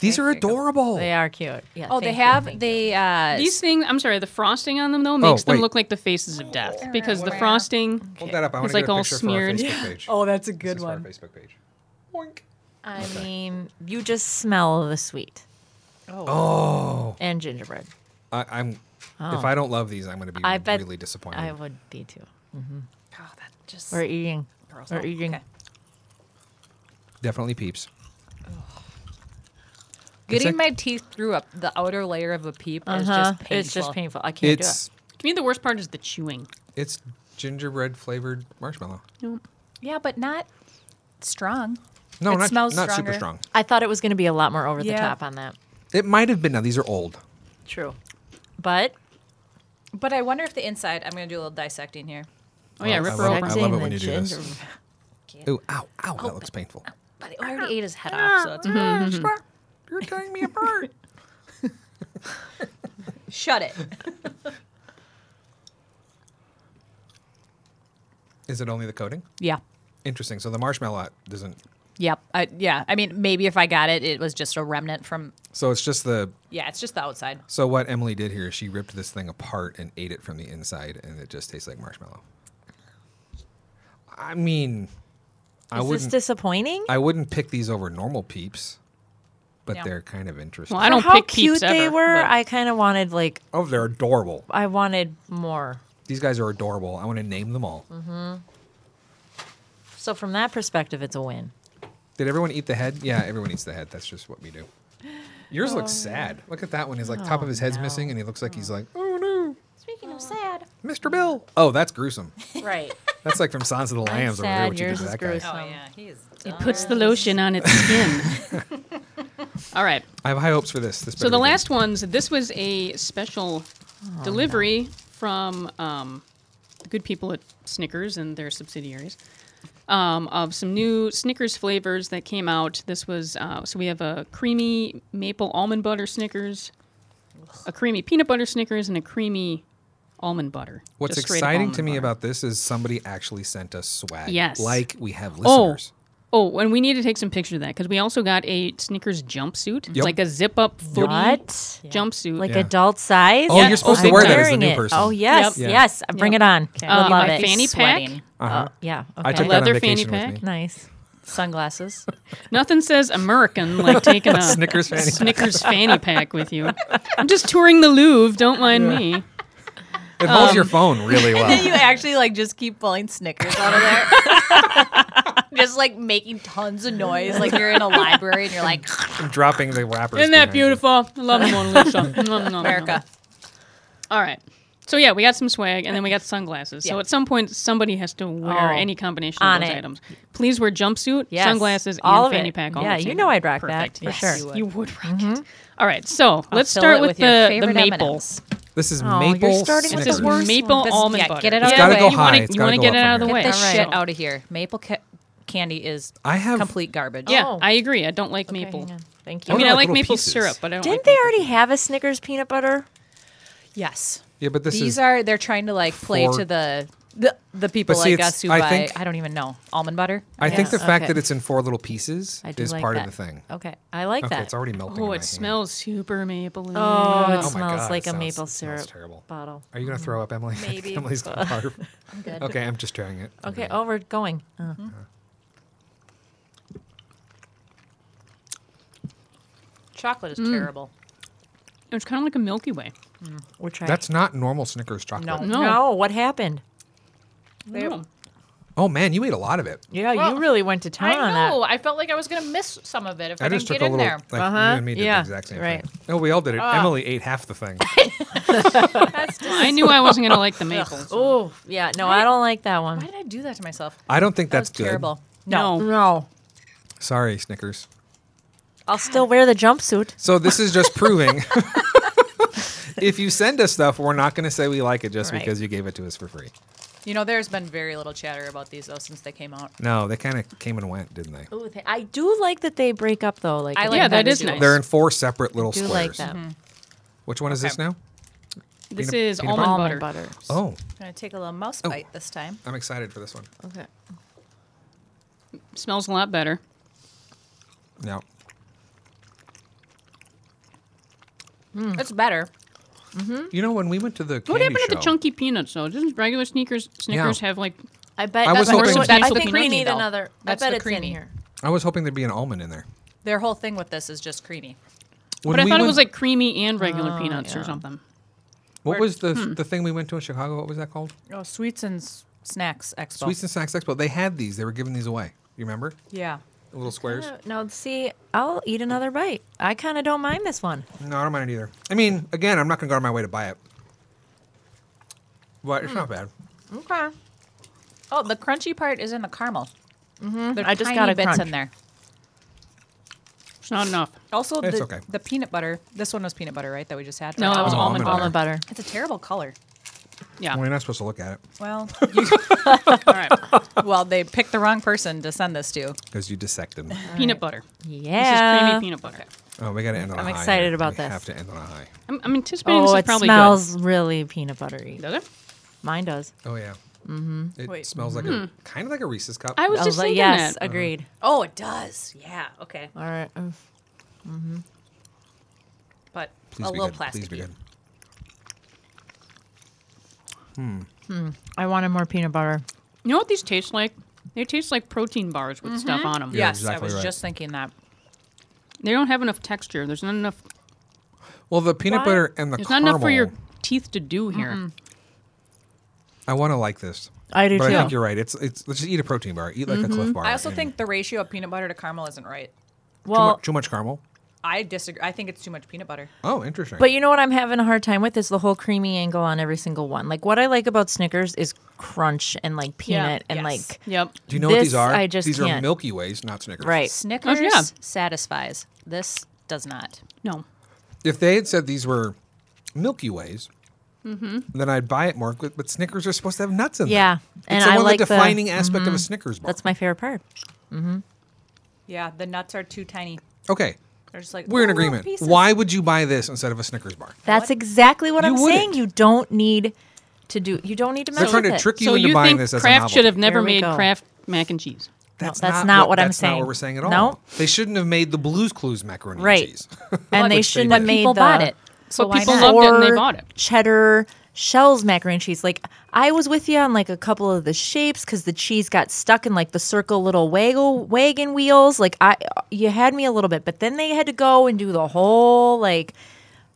[SPEAKER 2] These are
[SPEAKER 3] very cool.
[SPEAKER 2] adorable.
[SPEAKER 4] They are cute. Yeah.
[SPEAKER 3] Oh, they
[SPEAKER 4] thank you,
[SPEAKER 3] have
[SPEAKER 4] thank you.
[SPEAKER 3] they uh
[SPEAKER 5] These things, I'm sorry, the frosting on them though makes them
[SPEAKER 2] Oh, wait.
[SPEAKER 5] look like the faces of death because the frosting.
[SPEAKER 2] Hold that up. I want
[SPEAKER 5] It's
[SPEAKER 2] to
[SPEAKER 5] like
[SPEAKER 2] get a
[SPEAKER 5] all
[SPEAKER 2] picture
[SPEAKER 5] smeared.
[SPEAKER 2] for our Facebook page.
[SPEAKER 3] that's a
[SPEAKER 2] This is for our Facebook page. Boink.
[SPEAKER 4] I mean, you just smell the sweet
[SPEAKER 2] Oh,
[SPEAKER 4] and gingerbread.
[SPEAKER 2] I, I'm. If I don't love these, I'm going to be
[SPEAKER 4] I bet
[SPEAKER 2] really disappointed.
[SPEAKER 4] I would be too. Mm-hmm.
[SPEAKER 3] Oh, that just
[SPEAKER 4] We're eating.
[SPEAKER 3] Gross.
[SPEAKER 4] We're eating.
[SPEAKER 3] Okay.
[SPEAKER 2] Definitely peeps.
[SPEAKER 3] getting
[SPEAKER 2] like-
[SPEAKER 3] my teeth through up the outer layer of a peep is
[SPEAKER 4] Uh-huh.
[SPEAKER 3] just painful.
[SPEAKER 4] It's just painful. I can't
[SPEAKER 2] It's
[SPEAKER 5] To me, the worst part is the chewing. Oh,
[SPEAKER 2] it's gingerbread flavored marshmallow.
[SPEAKER 3] Yeah, but not strong.
[SPEAKER 2] No,
[SPEAKER 3] It
[SPEAKER 2] not
[SPEAKER 3] smells
[SPEAKER 2] not super
[SPEAKER 3] stronger.
[SPEAKER 2] strong.
[SPEAKER 4] do it. I thought it was going to be a lot more over the
[SPEAKER 3] Yeah.
[SPEAKER 4] top on that.
[SPEAKER 2] It might have been. Now these are old.
[SPEAKER 4] True. But
[SPEAKER 3] But I wonder if the inside. I'm gonna do a little dissecting here.
[SPEAKER 5] Oh yeah,
[SPEAKER 2] Oh,
[SPEAKER 5] rip
[SPEAKER 2] I
[SPEAKER 5] her
[SPEAKER 2] love
[SPEAKER 5] open.
[SPEAKER 2] it.
[SPEAKER 4] protecting
[SPEAKER 2] it when
[SPEAKER 4] the
[SPEAKER 2] you do this.
[SPEAKER 4] gingerbread-
[SPEAKER 2] Ooh, ow, ow, that looks painful.
[SPEAKER 3] But I already ate his head off, so it's
[SPEAKER 2] Mm-hmm. You're tearing me apart.
[SPEAKER 3] shut it.
[SPEAKER 2] Is it only the coating?
[SPEAKER 3] Yeah.
[SPEAKER 2] Interesting. So the marshmallow doesn't.
[SPEAKER 3] Yep. I, yeah. I mean, maybe if I got it, it was just a remnant from.
[SPEAKER 2] So it's just the.
[SPEAKER 3] Yeah, it's just the outside.
[SPEAKER 2] So what Emily did here is she ripped this thing apart and ate it from the inside, and it just tastes like marshmallow. I mean, I
[SPEAKER 4] Is this
[SPEAKER 2] wouldn't.
[SPEAKER 4] disappointing?
[SPEAKER 2] I wouldn't pick these over normal peeps, but
[SPEAKER 3] Yeah.
[SPEAKER 2] they're kind of interesting.
[SPEAKER 5] Well, I don't
[SPEAKER 4] For how
[SPEAKER 5] pick
[SPEAKER 4] cute
[SPEAKER 5] peeps
[SPEAKER 4] they
[SPEAKER 5] ever,
[SPEAKER 4] were,
[SPEAKER 5] but-
[SPEAKER 4] I kind of wanted like
[SPEAKER 2] oh, they're adorable.
[SPEAKER 4] I wanted more.
[SPEAKER 2] These guys are adorable. I want to name them all.
[SPEAKER 4] Mm-hmm. So from that perspective, it's a win.
[SPEAKER 2] Did everyone eat the head? Yeah, everyone eats the head. That's just what we do. Yours looks sad. Look at that one. His like top of his head's
[SPEAKER 4] Oh. no.
[SPEAKER 2] missing, and he looks like he's like, oh no,
[SPEAKER 4] Speaking of sad,
[SPEAKER 2] Mr. Bill. Oh, that's gruesome.
[SPEAKER 4] right?
[SPEAKER 2] That's like from Sons of the Lambs over there.
[SPEAKER 4] sad,
[SPEAKER 2] What you did
[SPEAKER 4] yours
[SPEAKER 2] to
[SPEAKER 4] is
[SPEAKER 2] that guy.
[SPEAKER 4] gruesome.
[SPEAKER 3] Oh, he's.
[SPEAKER 5] It puts the lotion on its skin. All right.
[SPEAKER 2] I have high hopes for this. this
[SPEAKER 5] So the last ones, this was a special
[SPEAKER 2] Oh,
[SPEAKER 5] delivery from um, the good people at Snickers and their subsidiaries um, of some new Snickers flavors that came out. This was uh, so we have a creamy maple almond butter Snickers, a creamy peanut butter Snickers, and a creamy almond butter.
[SPEAKER 2] What's
[SPEAKER 5] Just straight up
[SPEAKER 2] exciting to
[SPEAKER 5] almond
[SPEAKER 2] me
[SPEAKER 5] butter.
[SPEAKER 2] about this is somebody actually sent us swag.
[SPEAKER 5] Yes.
[SPEAKER 2] Like we have
[SPEAKER 5] Oh.
[SPEAKER 2] listeners.
[SPEAKER 5] Oh, and we need to take some pictures of that because we also got a Snickers jumpsuit. It's
[SPEAKER 2] Yep.
[SPEAKER 5] like a zip up footy
[SPEAKER 4] What?
[SPEAKER 5] jumpsuit.
[SPEAKER 4] Like
[SPEAKER 2] Yeah.
[SPEAKER 4] adult size?
[SPEAKER 2] Oh, you're supposed to
[SPEAKER 4] I'm
[SPEAKER 2] wear that as a
[SPEAKER 4] wearing
[SPEAKER 2] new
[SPEAKER 4] it.
[SPEAKER 2] person.
[SPEAKER 4] Oh, yes,
[SPEAKER 2] Yep. Yeah.
[SPEAKER 4] yes. Bring it on.
[SPEAKER 3] Okay.
[SPEAKER 4] I
[SPEAKER 5] Um,
[SPEAKER 4] would
[SPEAKER 5] my
[SPEAKER 4] love it.
[SPEAKER 5] fanny
[SPEAKER 3] Sweating.
[SPEAKER 5] pack.
[SPEAKER 2] Uh-huh.
[SPEAKER 4] Oh, yeah, okay.
[SPEAKER 2] I took
[SPEAKER 5] A
[SPEAKER 2] that on
[SPEAKER 5] leather
[SPEAKER 2] vacation
[SPEAKER 5] fanny
[SPEAKER 2] with me.
[SPEAKER 4] nice.
[SPEAKER 3] Sunglasses.
[SPEAKER 5] Nothing says American like taking a
[SPEAKER 2] Snickers fanny pack.
[SPEAKER 5] Snickers fanny pack with you. I'm just touring the Louvre. Don't mind me.
[SPEAKER 2] It
[SPEAKER 4] um,
[SPEAKER 2] holds your phone really well.
[SPEAKER 1] you actually like just keep pulling Snickers out of there. just like making tons of noise, like you're in a library and you're like
[SPEAKER 2] I'm dropping the wrappers.
[SPEAKER 5] Isn't that
[SPEAKER 2] behind you.
[SPEAKER 5] beautiful? I love Mona Lisa. Nom, nom, nom.
[SPEAKER 1] America.
[SPEAKER 5] All right. So yeah, we got some swag, and then we got sunglasses. So
[SPEAKER 1] Yeah.
[SPEAKER 5] at some point, somebody has to wear
[SPEAKER 4] Oh,
[SPEAKER 5] any combination
[SPEAKER 4] on
[SPEAKER 5] of those
[SPEAKER 4] it.
[SPEAKER 5] items. Please wear jumpsuit,
[SPEAKER 4] Yes.
[SPEAKER 5] sunglasses,
[SPEAKER 4] All
[SPEAKER 5] and
[SPEAKER 4] of
[SPEAKER 5] fanny
[SPEAKER 4] it.
[SPEAKER 5] pack. All
[SPEAKER 4] Yeah,
[SPEAKER 5] the
[SPEAKER 4] you
[SPEAKER 5] same.
[SPEAKER 4] know I'd rock
[SPEAKER 5] Perfect.
[SPEAKER 4] that for
[SPEAKER 5] Yes,
[SPEAKER 4] sure.
[SPEAKER 5] You would, rock it. All right. So let's
[SPEAKER 3] fill
[SPEAKER 5] start
[SPEAKER 3] it
[SPEAKER 5] with,
[SPEAKER 3] with your
[SPEAKER 5] the, the
[SPEAKER 3] favorite
[SPEAKER 5] maple.
[SPEAKER 3] M&Ms.
[SPEAKER 2] This is
[SPEAKER 4] Oh, you're
[SPEAKER 2] maple.
[SPEAKER 4] starting
[SPEAKER 5] This
[SPEAKER 4] with the
[SPEAKER 5] is
[SPEAKER 2] Snickers.
[SPEAKER 4] worst
[SPEAKER 5] maple
[SPEAKER 4] one.
[SPEAKER 3] This-
[SPEAKER 5] almond
[SPEAKER 3] yeah,
[SPEAKER 5] butter.
[SPEAKER 3] get it out
[SPEAKER 2] It's
[SPEAKER 3] of
[SPEAKER 2] gotta
[SPEAKER 3] the
[SPEAKER 2] go
[SPEAKER 3] way.
[SPEAKER 5] You wanna-
[SPEAKER 2] high. It's
[SPEAKER 5] you
[SPEAKER 2] gotta
[SPEAKER 5] wanna
[SPEAKER 2] go
[SPEAKER 5] get
[SPEAKER 2] up
[SPEAKER 5] it out
[SPEAKER 2] from
[SPEAKER 5] of the
[SPEAKER 2] here.
[SPEAKER 5] way.
[SPEAKER 3] Get this
[SPEAKER 4] All right.
[SPEAKER 3] shit out of here. Maple ca- candy is
[SPEAKER 2] I have.
[SPEAKER 3] complete garbage.
[SPEAKER 5] Yeah,
[SPEAKER 4] Oh.
[SPEAKER 5] I agree. I don't like maple.
[SPEAKER 4] hang on. Thank
[SPEAKER 5] I
[SPEAKER 2] What
[SPEAKER 5] mean,
[SPEAKER 4] you.
[SPEAKER 5] I
[SPEAKER 2] about
[SPEAKER 5] like
[SPEAKER 2] little
[SPEAKER 5] maple
[SPEAKER 2] pieces?
[SPEAKER 5] syrup, but I don't.
[SPEAKER 4] Didn't
[SPEAKER 5] like
[SPEAKER 4] they
[SPEAKER 5] maple.
[SPEAKER 4] already have a Snickers peanut butter?
[SPEAKER 3] Yes.
[SPEAKER 2] Yeah, but this
[SPEAKER 3] These
[SPEAKER 2] is.
[SPEAKER 3] are they're trying to like play
[SPEAKER 2] for-
[SPEAKER 3] to the the, the people
[SPEAKER 2] But see,
[SPEAKER 3] like
[SPEAKER 2] it's-
[SPEAKER 3] us who
[SPEAKER 2] I
[SPEAKER 3] buy
[SPEAKER 2] think-
[SPEAKER 3] I don't even know almond butter.
[SPEAKER 2] I think the
[SPEAKER 4] Yeah,
[SPEAKER 2] fact
[SPEAKER 4] okay.
[SPEAKER 2] that it's in four little pieces
[SPEAKER 4] I do
[SPEAKER 2] is
[SPEAKER 4] like
[SPEAKER 2] part
[SPEAKER 4] that.
[SPEAKER 2] of the thing.
[SPEAKER 4] Okay, I like
[SPEAKER 2] Okay,
[SPEAKER 4] that.
[SPEAKER 2] it's already melting. in
[SPEAKER 5] Oh,
[SPEAKER 2] my
[SPEAKER 5] it
[SPEAKER 2] hand.
[SPEAKER 5] smells super maple.
[SPEAKER 4] oh, it
[SPEAKER 2] Oh my
[SPEAKER 4] smells
[SPEAKER 2] God, it
[SPEAKER 4] like a
[SPEAKER 2] sounds-
[SPEAKER 4] maple
[SPEAKER 2] it smells
[SPEAKER 4] syrup
[SPEAKER 2] terrible.
[SPEAKER 4] bottle.
[SPEAKER 2] Are you gonna throw up, Emily? I think
[SPEAKER 4] Maybe.
[SPEAKER 2] Emily's gonna barf.
[SPEAKER 4] good.
[SPEAKER 2] Okay, I'm just trying it.
[SPEAKER 4] Okay, oh, we're going. Uh,
[SPEAKER 3] Chocolate is terrible.
[SPEAKER 5] it's kind of like a Milky Way.
[SPEAKER 4] we're trying.
[SPEAKER 2] That's not normal Snickers chocolate.
[SPEAKER 4] no,
[SPEAKER 5] No.
[SPEAKER 4] no, Oh, What happened?
[SPEAKER 5] No.
[SPEAKER 2] Oh man, you ate a lot of it.
[SPEAKER 4] Yeah,
[SPEAKER 3] Well,
[SPEAKER 4] you really went to town on that.
[SPEAKER 3] I felt like I was gonna miss some of it if
[SPEAKER 2] I just took a little. Like, you and me did the
[SPEAKER 4] yeah,
[SPEAKER 2] exact same
[SPEAKER 4] right.
[SPEAKER 2] thing. No, we all did it. Emily ate half the thing.
[SPEAKER 5] I knew I wasn't gonna like the maple.
[SPEAKER 4] Oh, yeah. No, I don't like that
[SPEAKER 3] Why
[SPEAKER 4] one.
[SPEAKER 3] did I do that to myself?
[SPEAKER 2] I don't think
[SPEAKER 3] That
[SPEAKER 2] that's
[SPEAKER 3] was terrible.
[SPEAKER 5] No.
[SPEAKER 4] No.
[SPEAKER 2] good. Sorry, Snickers.
[SPEAKER 4] I'll still wear the jumpsuit.
[SPEAKER 2] So this is just proving. if you send us stuff, we're not going to say we like it just
[SPEAKER 4] Right.
[SPEAKER 2] because you gave it to us for free.
[SPEAKER 3] You know, there's been very little chatter about these though since they came out.
[SPEAKER 2] No, they kind of came and went, didn't they?
[SPEAKER 4] Ooh, they- I do like that they break up though. Like
[SPEAKER 3] I like
[SPEAKER 5] Yeah, that
[SPEAKER 3] individuals.
[SPEAKER 5] is nice.
[SPEAKER 2] They're in four separate little
[SPEAKER 4] I do
[SPEAKER 2] squares.
[SPEAKER 4] like them.
[SPEAKER 2] Which one is this now?
[SPEAKER 5] This
[SPEAKER 2] Peanut-
[SPEAKER 5] is
[SPEAKER 2] peanut
[SPEAKER 5] almond butter.
[SPEAKER 4] Almond butter.
[SPEAKER 2] Oh,
[SPEAKER 3] I'm gonna take a little mouse
[SPEAKER 2] Oh.
[SPEAKER 3] bite this time.
[SPEAKER 2] I'm excited for this one.
[SPEAKER 4] Okay.
[SPEAKER 5] Smells a lot better.
[SPEAKER 2] Yeah. Mm.
[SPEAKER 3] It's better.
[SPEAKER 2] You know when we went to the candy
[SPEAKER 5] What happened
[SPEAKER 2] show,
[SPEAKER 5] to the chunky peanuts though? Doesn't regular sneakers Snickers have like?
[SPEAKER 4] I bet
[SPEAKER 2] I was
[SPEAKER 4] that's
[SPEAKER 2] hoping-
[SPEAKER 4] what-
[SPEAKER 5] That's
[SPEAKER 4] I
[SPEAKER 5] the
[SPEAKER 4] think
[SPEAKER 5] creamy,
[SPEAKER 4] we need
[SPEAKER 3] though.
[SPEAKER 4] another.
[SPEAKER 3] That's
[SPEAKER 4] I bet
[SPEAKER 3] the
[SPEAKER 4] it's
[SPEAKER 3] creamy.
[SPEAKER 4] in here.
[SPEAKER 2] I was hoping there'd be an almond in there.
[SPEAKER 3] Their whole thing with this is just creamy.
[SPEAKER 2] When
[SPEAKER 5] but I
[SPEAKER 2] we
[SPEAKER 5] thought it
[SPEAKER 2] went-
[SPEAKER 5] was like creamy and regular peanuts or something.
[SPEAKER 2] What was the the thing we went to in Chicago? What was that called?
[SPEAKER 3] Oh, sweets and s- snacks expo.
[SPEAKER 2] Sweets and Snacks Expo. They had these. They were giving these away. You remember?
[SPEAKER 3] Oh. yeah.
[SPEAKER 2] The little squares.
[SPEAKER 4] No, No, see, I'll eat another bite. I kind of don't mind this one.
[SPEAKER 2] No, I don't mind it either. I mean, again, I'm not gonna go out of my way to buy it. But it's not bad.
[SPEAKER 4] Okay.
[SPEAKER 3] Oh, the crunchy part is in the caramel. Mm-hmm.
[SPEAKER 4] I just got
[SPEAKER 3] tiny
[SPEAKER 4] a
[SPEAKER 3] bits
[SPEAKER 4] crunch.
[SPEAKER 3] in there.
[SPEAKER 5] It's not enough.
[SPEAKER 3] Also,
[SPEAKER 2] It's
[SPEAKER 3] the,
[SPEAKER 2] okay.
[SPEAKER 3] the peanut butter. This one was peanut butter, right? That we just had.
[SPEAKER 5] No, that was
[SPEAKER 2] Oh,
[SPEAKER 5] almond
[SPEAKER 2] almond
[SPEAKER 5] butter.
[SPEAKER 4] Almond butter.
[SPEAKER 3] It's a terrible color.
[SPEAKER 5] Yeah.
[SPEAKER 2] Well, you're not supposed to look at it
[SPEAKER 3] Well, you,
[SPEAKER 5] All right.
[SPEAKER 3] well, they picked the wrong person to send this to.
[SPEAKER 2] because you dissected them.
[SPEAKER 5] Peanut butter. This is
[SPEAKER 4] Uh, Yeah.
[SPEAKER 5] creamy peanut butter.
[SPEAKER 2] Oh, we gotta end on a
[SPEAKER 4] I'm
[SPEAKER 2] high.
[SPEAKER 4] excited
[SPEAKER 2] here.
[SPEAKER 4] about
[SPEAKER 2] we
[SPEAKER 4] this.
[SPEAKER 2] Have to end on a high.
[SPEAKER 5] I'm, I'm anticipating
[SPEAKER 4] Oh,
[SPEAKER 5] this is
[SPEAKER 4] it
[SPEAKER 5] probably
[SPEAKER 4] smells really peanut buttery.
[SPEAKER 5] good. Does it?
[SPEAKER 4] Mine does.
[SPEAKER 2] Oh yeah. Mm-hmm. It
[SPEAKER 3] Wait.
[SPEAKER 2] smells like a kind of like a Reese's cup.
[SPEAKER 5] I was
[SPEAKER 4] I
[SPEAKER 5] just
[SPEAKER 4] was like,
[SPEAKER 5] thinking
[SPEAKER 4] Oh, yes,
[SPEAKER 5] that.
[SPEAKER 4] agreed.
[SPEAKER 3] Oh, it does. Yeah. Okay.
[SPEAKER 4] All right. mm.
[SPEAKER 3] But
[SPEAKER 2] Please
[SPEAKER 3] a
[SPEAKER 2] be
[SPEAKER 3] little
[SPEAKER 2] good. Please be
[SPEAKER 3] plasticky.
[SPEAKER 2] good.
[SPEAKER 4] I wanted more peanut butter.
[SPEAKER 5] You know what these taste like? They taste like protein bars
[SPEAKER 4] Mm-hmm.
[SPEAKER 5] with stuff on them.
[SPEAKER 2] Yeah.
[SPEAKER 3] Yes,
[SPEAKER 2] exactly
[SPEAKER 3] I was
[SPEAKER 2] right.
[SPEAKER 3] just thinking that.
[SPEAKER 5] They don't have enough texture. There's not enough.
[SPEAKER 2] Well, the peanut
[SPEAKER 4] Why?
[SPEAKER 2] butter and the
[SPEAKER 5] There's not
[SPEAKER 2] caramel.
[SPEAKER 5] enough for your teeth to do here.
[SPEAKER 2] I want to like this.
[SPEAKER 4] I do
[SPEAKER 2] but I think
[SPEAKER 4] too.
[SPEAKER 2] you're right. It's it's let's just eat a protein bar. Eat like a Cliff Bar.
[SPEAKER 3] I also
[SPEAKER 2] and
[SPEAKER 3] think the ratio of peanut butter to caramel isn't right.
[SPEAKER 2] too,
[SPEAKER 4] Well,
[SPEAKER 2] much, too much caramel.
[SPEAKER 3] I disagree. I think it's too much peanut butter.
[SPEAKER 2] Oh, interesting.
[SPEAKER 4] But you know what I'm having a hard time with is the whole creamy angle on every single one. Like what I like about Snickers is crunch and like peanut and
[SPEAKER 3] yes.
[SPEAKER 4] like
[SPEAKER 5] Yep.
[SPEAKER 2] Do you know what
[SPEAKER 4] This
[SPEAKER 2] these are?
[SPEAKER 4] I just
[SPEAKER 2] these are
[SPEAKER 4] can't.
[SPEAKER 2] Milky Ways, not Snickers.
[SPEAKER 4] right.
[SPEAKER 3] Snickers
[SPEAKER 5] yeah.
[SPEAKER 3] satisfies. This does not.
[SPEAKER 5] No.
[SPEAKER 2] If they had said these were Milky Ways, then I'd buy it more. But, but Snickers are supposed to have nuts in
[SPEAKER 4] Mm-hmm. Yeah,
[SPEAKER 2] them.
[SPEAKER 4] and
[SPEAKER 2] it's the
[SPEAKER 4] I
[SPEAKER 2] one
[SPEAKER 4] like
[SPEAKER 2] the
[SPEAKER 4] the- mm-hmm.
[SPEAKER 2] defining aspect of a Snickers bar.
[SPEAKER 4] That's my favorite part.
[SPEAKER 3] Yeah, the nuts are too tiny.
[SPEAKER 2] okay,
[SPEAKER 3] They're just like
[SPEAKER 2] we're in
[SPEAKER 3] "Oh, little
[SPEAKER 2] agreement.
[SPEAKER 3] pieces."
[SPEAKER 2] Why would you buy this instead of a Snickers bar?
[SPEAKER 4] That's exactly what
[SPEAKER 2] You
[SPEAKER 4] I'm saying.
[SPEAKER 2] wouldn't.
[SPEAKER 4] You don't need to do. You don't need to
[SPEAKER 2] They're
[SPEAKER 4] mess
[SPEAKER 2] trying
[SPEAKER 4] with
[SPEAKER 2] to
[SPEAKER 4] it.
[SPEAKER 2] trick you
[SPEAKER 5] so
[SPEAKER 2] into
[SPEAKER 5] you
[SPEAKER 2] buying
[SPEAKER 5] think
[SPEAKER 2] this as a
[SPEAKER 5] Kraft
[SPEAKER 2] novelty.
[SPEAKER 5] should have never
[SPEAKER 4] There we
[SPEAKER 5] made
[SPEAKER 4] go.
[SPEAKER 5] Kraft mac and cheese?
[SPEAKER 2] That's,
[SPEAKER 4] that's not what I'm
[SPEAKER 2] that's Not
[SPEAKER 4] saying.
[SPEAKER 2] what we're saying at all.
[SPEAKER 4] No.
[SPEAKER 2] They shouldn't have made the Blue's Clues macaroni
[SPEAKER 4] Right.
[SPEAKER 2] and cheese.
[SPEAKER 4] and they
[SPEAKER 2] Which
[SPEAKER 4] shouldn't
[SPEAKER 2] they
[SPEAKER 4] have
[SPEAKER 2] did.
[SPEAKER 4] made
[SPEAKER 3] People
[SPEAKER 4] the
[SPEAKER 3] bought it, so
[SPEAKER 5] But
[SPEAKER 3] why
[SPEAKER 5] people
[SPEAKER 3] not?
[SPEAKER 5] loved it and they
[SPEAKER 4] four
[SPEAKER 5] bought it.
[SPEAKER 4] Cheddar shells macaroni and cheese. Like I was with you on like a couple of the shapes because the cheese got stuck in like the circle little wagon wagon wheels. Like I, you had me a little bit, but then they had to go and do the whole like